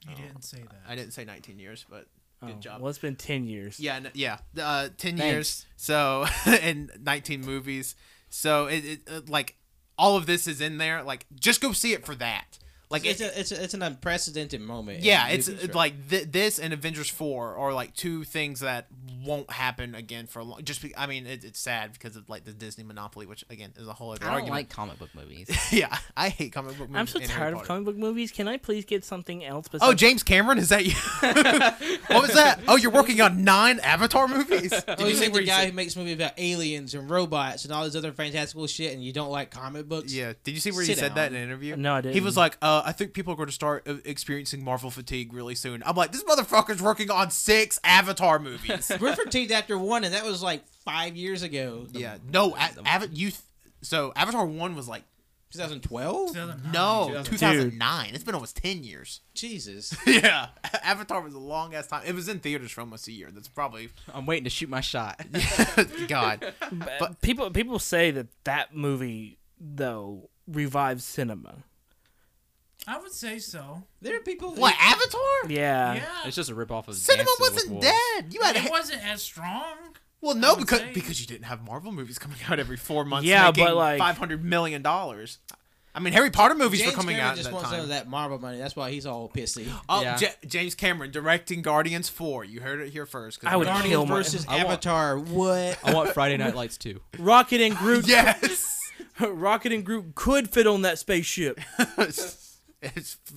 You didn't say that.
I didn't say 19 years, but good
Oh,
job.
Well, it's been ten years.
yeah, no, yeah, uh, 10
Thanks.
years. So and 19 movies. So it, it uh, like all of this is in there. Like just go see it for that. Like
It's
it,
a, it's, a, it's an unprecedented moment. in
yeah,
movie
it's
history.
it's like th- this and Avengers 4 are like two things that won't happen again for a long just be, I mean it, it's sad because of like the Disney monopoly which again is a whole other
I don't
argument.
like comic book movies.
yeah, I hate comic book movies.
I'm so
and Harry
tired of
Potter.
comic book movies. Can I please get something else besides?
Oh, James Cameron, is that you? what was that? Oh, you're working on nine Avatar movies.
Oh, you think the guy who makes movies about aliens and robots and all this other fantastical shit, and you don't like comic books?
Yeah. Did you see where he
Sit
said that
down.
in an interview?
No, I
He was
didn't.
like, uh, I think people are going to start uh, experiencing Marvel fatigue really soon. I'm like, this motherfucker's working on six Avatar movies.
we're fatigued after one, and that was like five years ago.
yeah. No, a- Ava- you. Th- so Avatar 1 was like,
2012.
no,
2009.
2009. It's been almost 10 years.
Jesus.
Yeah. Avatar was a long ass time. It was in theaters for almost a year. That's probably,
I'm waiting to shoot my shot.
God.
but people people say that that movie though revives cinema.
I would say so.
There are people.
What, Avatar?
Yeah.
Yeah.
it's just a ripoff of
Cinema
Dances with
wasn't
Wolves.
dead. You had
It wasn't as strong.
Well, no,
would
because
say.
because you didn't have Marvel movies coming out every four months.
Yeah,
making
but, like-
five hundred million dollars. I mean, Harry Potter movies
James
were coming
Cameron
out at
just
that
wants some
time.
of that Marvel money. That's why he's all pissy.
Oh,
Yeah.
Ja- James Cameron directing Guardians Four. You heard it here first. 'cause-
I would kill
Guardians
my
versus
I want-
Avatar. What?
I want Friday Night Lights too.
Rocket and Groot.
Yes.
Rocket and Groot could fit on that spaceship.
it's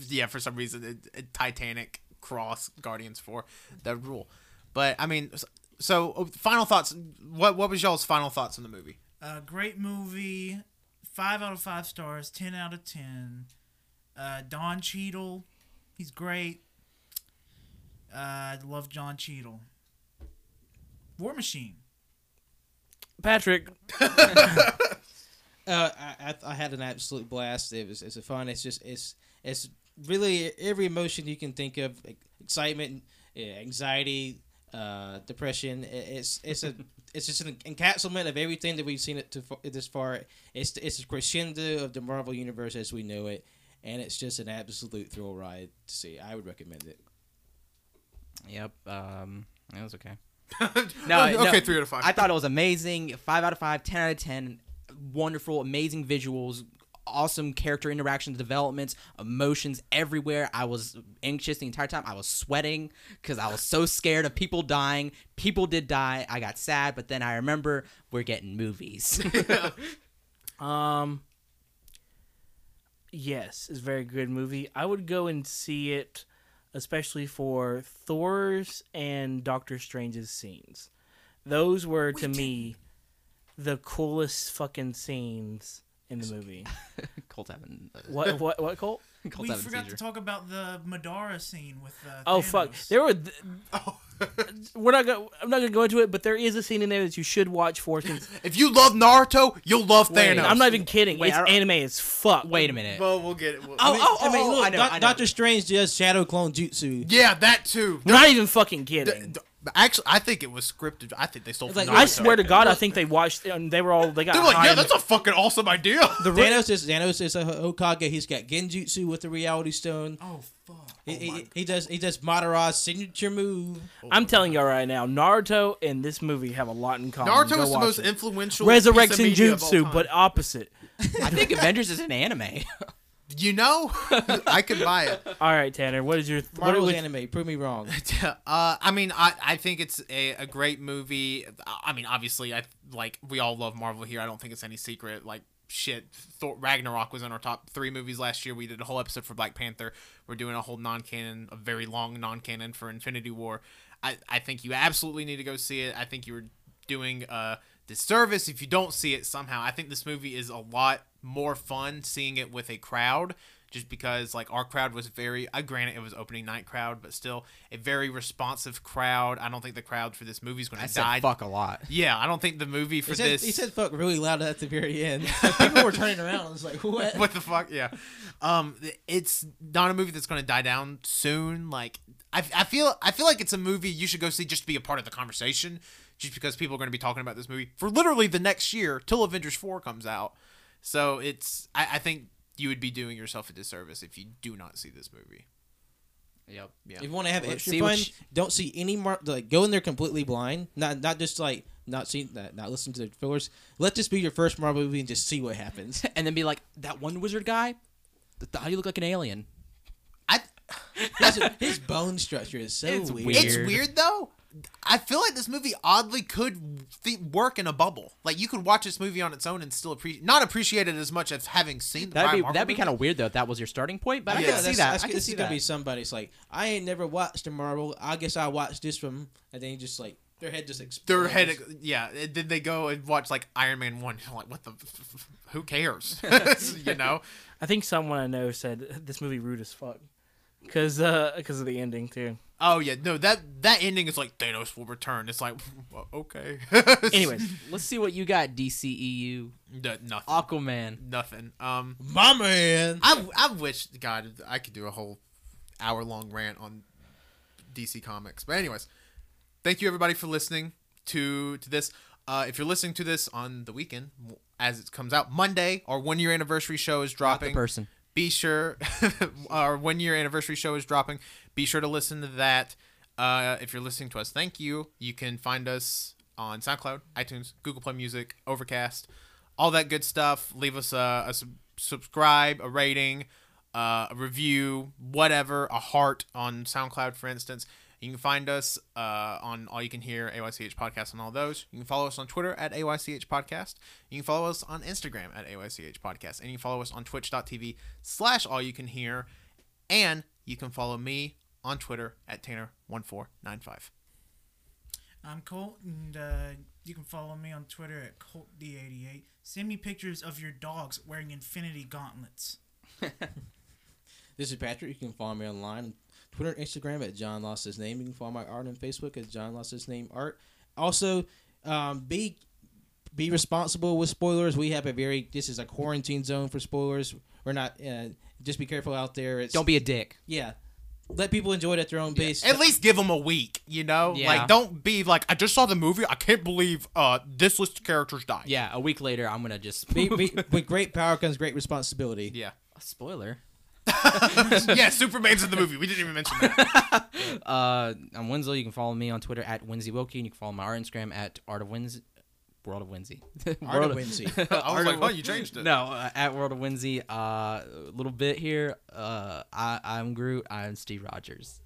yeah. For some reason, it, it- Titanic cross Guardians Four that rule. But I mean, s- So, uh, final thoughts. What what was y'all's final thoughts on the movie?
Uh, great movie. Five out of five stars. Ten out of ten. Uh, Don Cheadle, he's great. Uh, I love John Cheadle. War Machine.
Patrick,
Uh, I, I, I had an absolute blast. It was it's fun. It's just it's it's really every emotion you can think of: like, excitement, eh, anxiety, uh, depression. I- It's it's a it's just an encapsulation of everything that we've seen it to fa- this far. It's it's a crescendo of the Marvel universe as we know it, and it's just an absolute thrill ride to see. I would recommend it.
Yep. Um, it was okay.
Oh, okay, three out of five.
I thought it was amazing. Five out of five, ten out of ten. Wonderful, amazing visuals, awesome character interactions, developments, emotions everywhere. I was anxious the entire time. I was sweating because I was so scared of people dying. People did die. I got sad, but then I remember we're getting movies.
Um. Yes, it's a very good movie. I would go and see it, especially for Thor's and Doctor Strange's scenes. Those were to me the coolest fucking scenes in the movie.
Colt having uh,
What? What? What? Colt?
Colt's
We
having a
forgot
seizure.
to talk about the Madara scene with. Uh,
Oh fuck!
Thanos.
There were. Th- we're not gonna. I'm not gonna go into it, but there is a scene in there that you should watch for. Since
if you love Naruto, you'll love
Wait,
Thanos.
I'm not even kidding.
Wait, I
it's
don't-
anime as fuck.
Wait a minute.
Well, we'll get it. We'll-
Oh, oh, oh,
I mean,
oh,
look,
I know,
Doc-
I know.
Doctor Strange does Shadow Clone Jutsu.
yeah, that too.
We're not even fucking
D-
kidding.
d- Actually, I think it was scripted. I think they stole from
like-
Naruto.
I swear to God, I think they watched. And they were all. They got.
They're like,
high
yeah,
on
that's a fucking awesome idea.
Thanos is Thanos is a Hokage. He's got Genjutsu with the Reality Stone.
Oh fuck.
He, he, he does he does Madara's signature move.
I'm telling y'all right now, Naruto and this movie have a lot in common.
Naruto
Go
is the
watch
most
it.
influential.
Resurrection
piece of media of all
Jutsu,
time.
but opposite.
I think Avengers is an anime.
you know, I could buy it.
All right, Tanner, what is your what
Marvel's
would-
anime. Prove me wrong.
uh, I mean, I, I think it's a, a great movie. I I mean, obviously, I like we all love Marvel here. I don't think it's any secret. Like shit, Thor, Ragnarok was in our top three movies last year. We did a whole episode for Black Panther. We're doing a whole non-canon, a very long non-canon for Infinity War. I, I think you absolutely need to go see it. I think you were doing a disservice if you don't see it somehow. I think this movie is a lot more fun seeing it with a crowd just because like our crowd was very I granted it was opening night crowd, but still a very responsive crowd. I don't think the crowd for this movie is going
I
to
said
die.
fuck a lot.
Yeah, I don't think the movie for
He said,
this
he said fuck really loud at the very end. Like, people were turning around. I was like, what?
what the fuck? Yeah. Um, it's not a movie that's going to die down soon. Like, I, I feel I feel like it's a movie you should go see just to be a part of the conversation, just because people are going to be talking about this movie for literally the next year till Avengers four comes out. So it's I, I think you would be doing yourself a disservice if you do not see this movie.
Yep.
Yeah.
If you want to have
Let's
extra
see
fun,
which-
don't see any mar- like go in there completely blind. Not not just like not see not, not listen to the fillers. Let this be your first Marvel movie and just see what happens.
And then be like, that one wizard guy? Th- th- How do you look like an alien?
I
His, his bone structure is so
It's
weird.
weird.
it's weird though. I feel like this movie oddly could th- work in a bubble. Like you could watch this movie on its own and still appreciate not appreciate it as much as having seen. The prior
That'd be
Marvel
that'd be
movies.
kind of weird though. If that was your starting point, but I
Yeah,
can see
that's-
that.
that's-
I can
this
see
is gonna
that.
be somebody's like, I ain't never watched a Marvel. I guess I watched this from, and then you just like their head just
their
explodes.
head yeah did they go and watch like iron man 1 You're like what the who cares you know
I think someone I know said this movie rude as fuck because because of the ending too.
oh yeah no that that ending is like thanos will return it's like well, okay
Anyways,
Let's see what you got, DCEU.
No- nothing
Aquaman.
nothing um
My man.
i i wish god i could do a whole hour long rant on dc comics but anyways thank you everybody for listening to to this uh, if you're listening to this on the weekend as it comes out monday our one year anniversary show is dropping
person.
be sure our one year anniversary show is dropping be sure to listen to that uh, if you're listening to us thank you you can find us on soundcloud itunes google play music overcast all that good stuff leave us a, a sub- subscribe a rating uh, a review whatever a heart on soundcloud for instance you can find us uh, on All You Can Hear, AYCH Podcast, and all those. You can follow us on Twitter at AYCH Podcast. You can follow us on Instagram at AYCH Podcast. And you can follow us on twitch.tv slash All You Can Hear. And you can follow me on Twitter at Tanner1495.
I'm Colt, and uh, you can follow me on Twitter at ColtD88. Send me pictures of your dogs wearing Infinity Gauntlets.
This is Patrick. You can follow me online, on Twitter, and Instagram at John Lost His Name. You can follow my art on Facebook at John Lost His Name Art. Also, um, be be responsible with spoilers. We have a very this is a quarantine zone for spoilers. We're not uh, just be careful out there. It's,
Don't be a dick.
yeah. Let people enjoy it at their own pace.
At least give them a week, you know?
Yeah.
Like, don't be like, I just saw the movie. I can't believe uh, this list of characters died.
Yeah, a week later, I'm gonna just
Be- be- with great power comes great responsibility.
Yeah.
spoiler.
yeah, Superman's in the movie. We didn't even mention that.
Uh, I'm Winslow. You can follow me on Twitter at Winsy Wilkie, and you can follow my art Instagram at Art of Wins, World of Winsy.
Art of Whimsy.
I was like, oh, you changed it.
No, uh, at World of Winsy. Uh, little bit here. Uh, I I'm Groot. I'm Steve Rogers.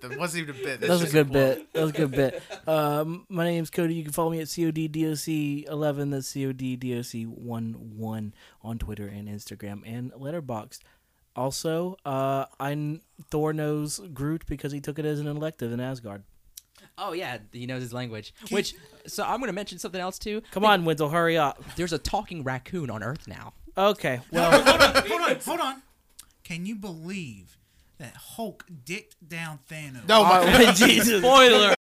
That wasn't even a bit.
That was a good bit. That was a good bit. Um, my name's Cody. You can follow me at CODDOC11. That's CODDOC11 on Twitter and Instagram and Letterboxd. Also, uh, I Thor knows Groot because he took it as an elective in Asgard.
Oh yeah, he knows his language. Which so I'm gonna mention something else too.
Come on, Wendell, hurry up.
There's a talking raccoon on Earth now.
Okay, well,
Hold on, hold on. Can you believe that Hulk dicked down Thanos?
No, Oh my,
Jesus.
Spoiler.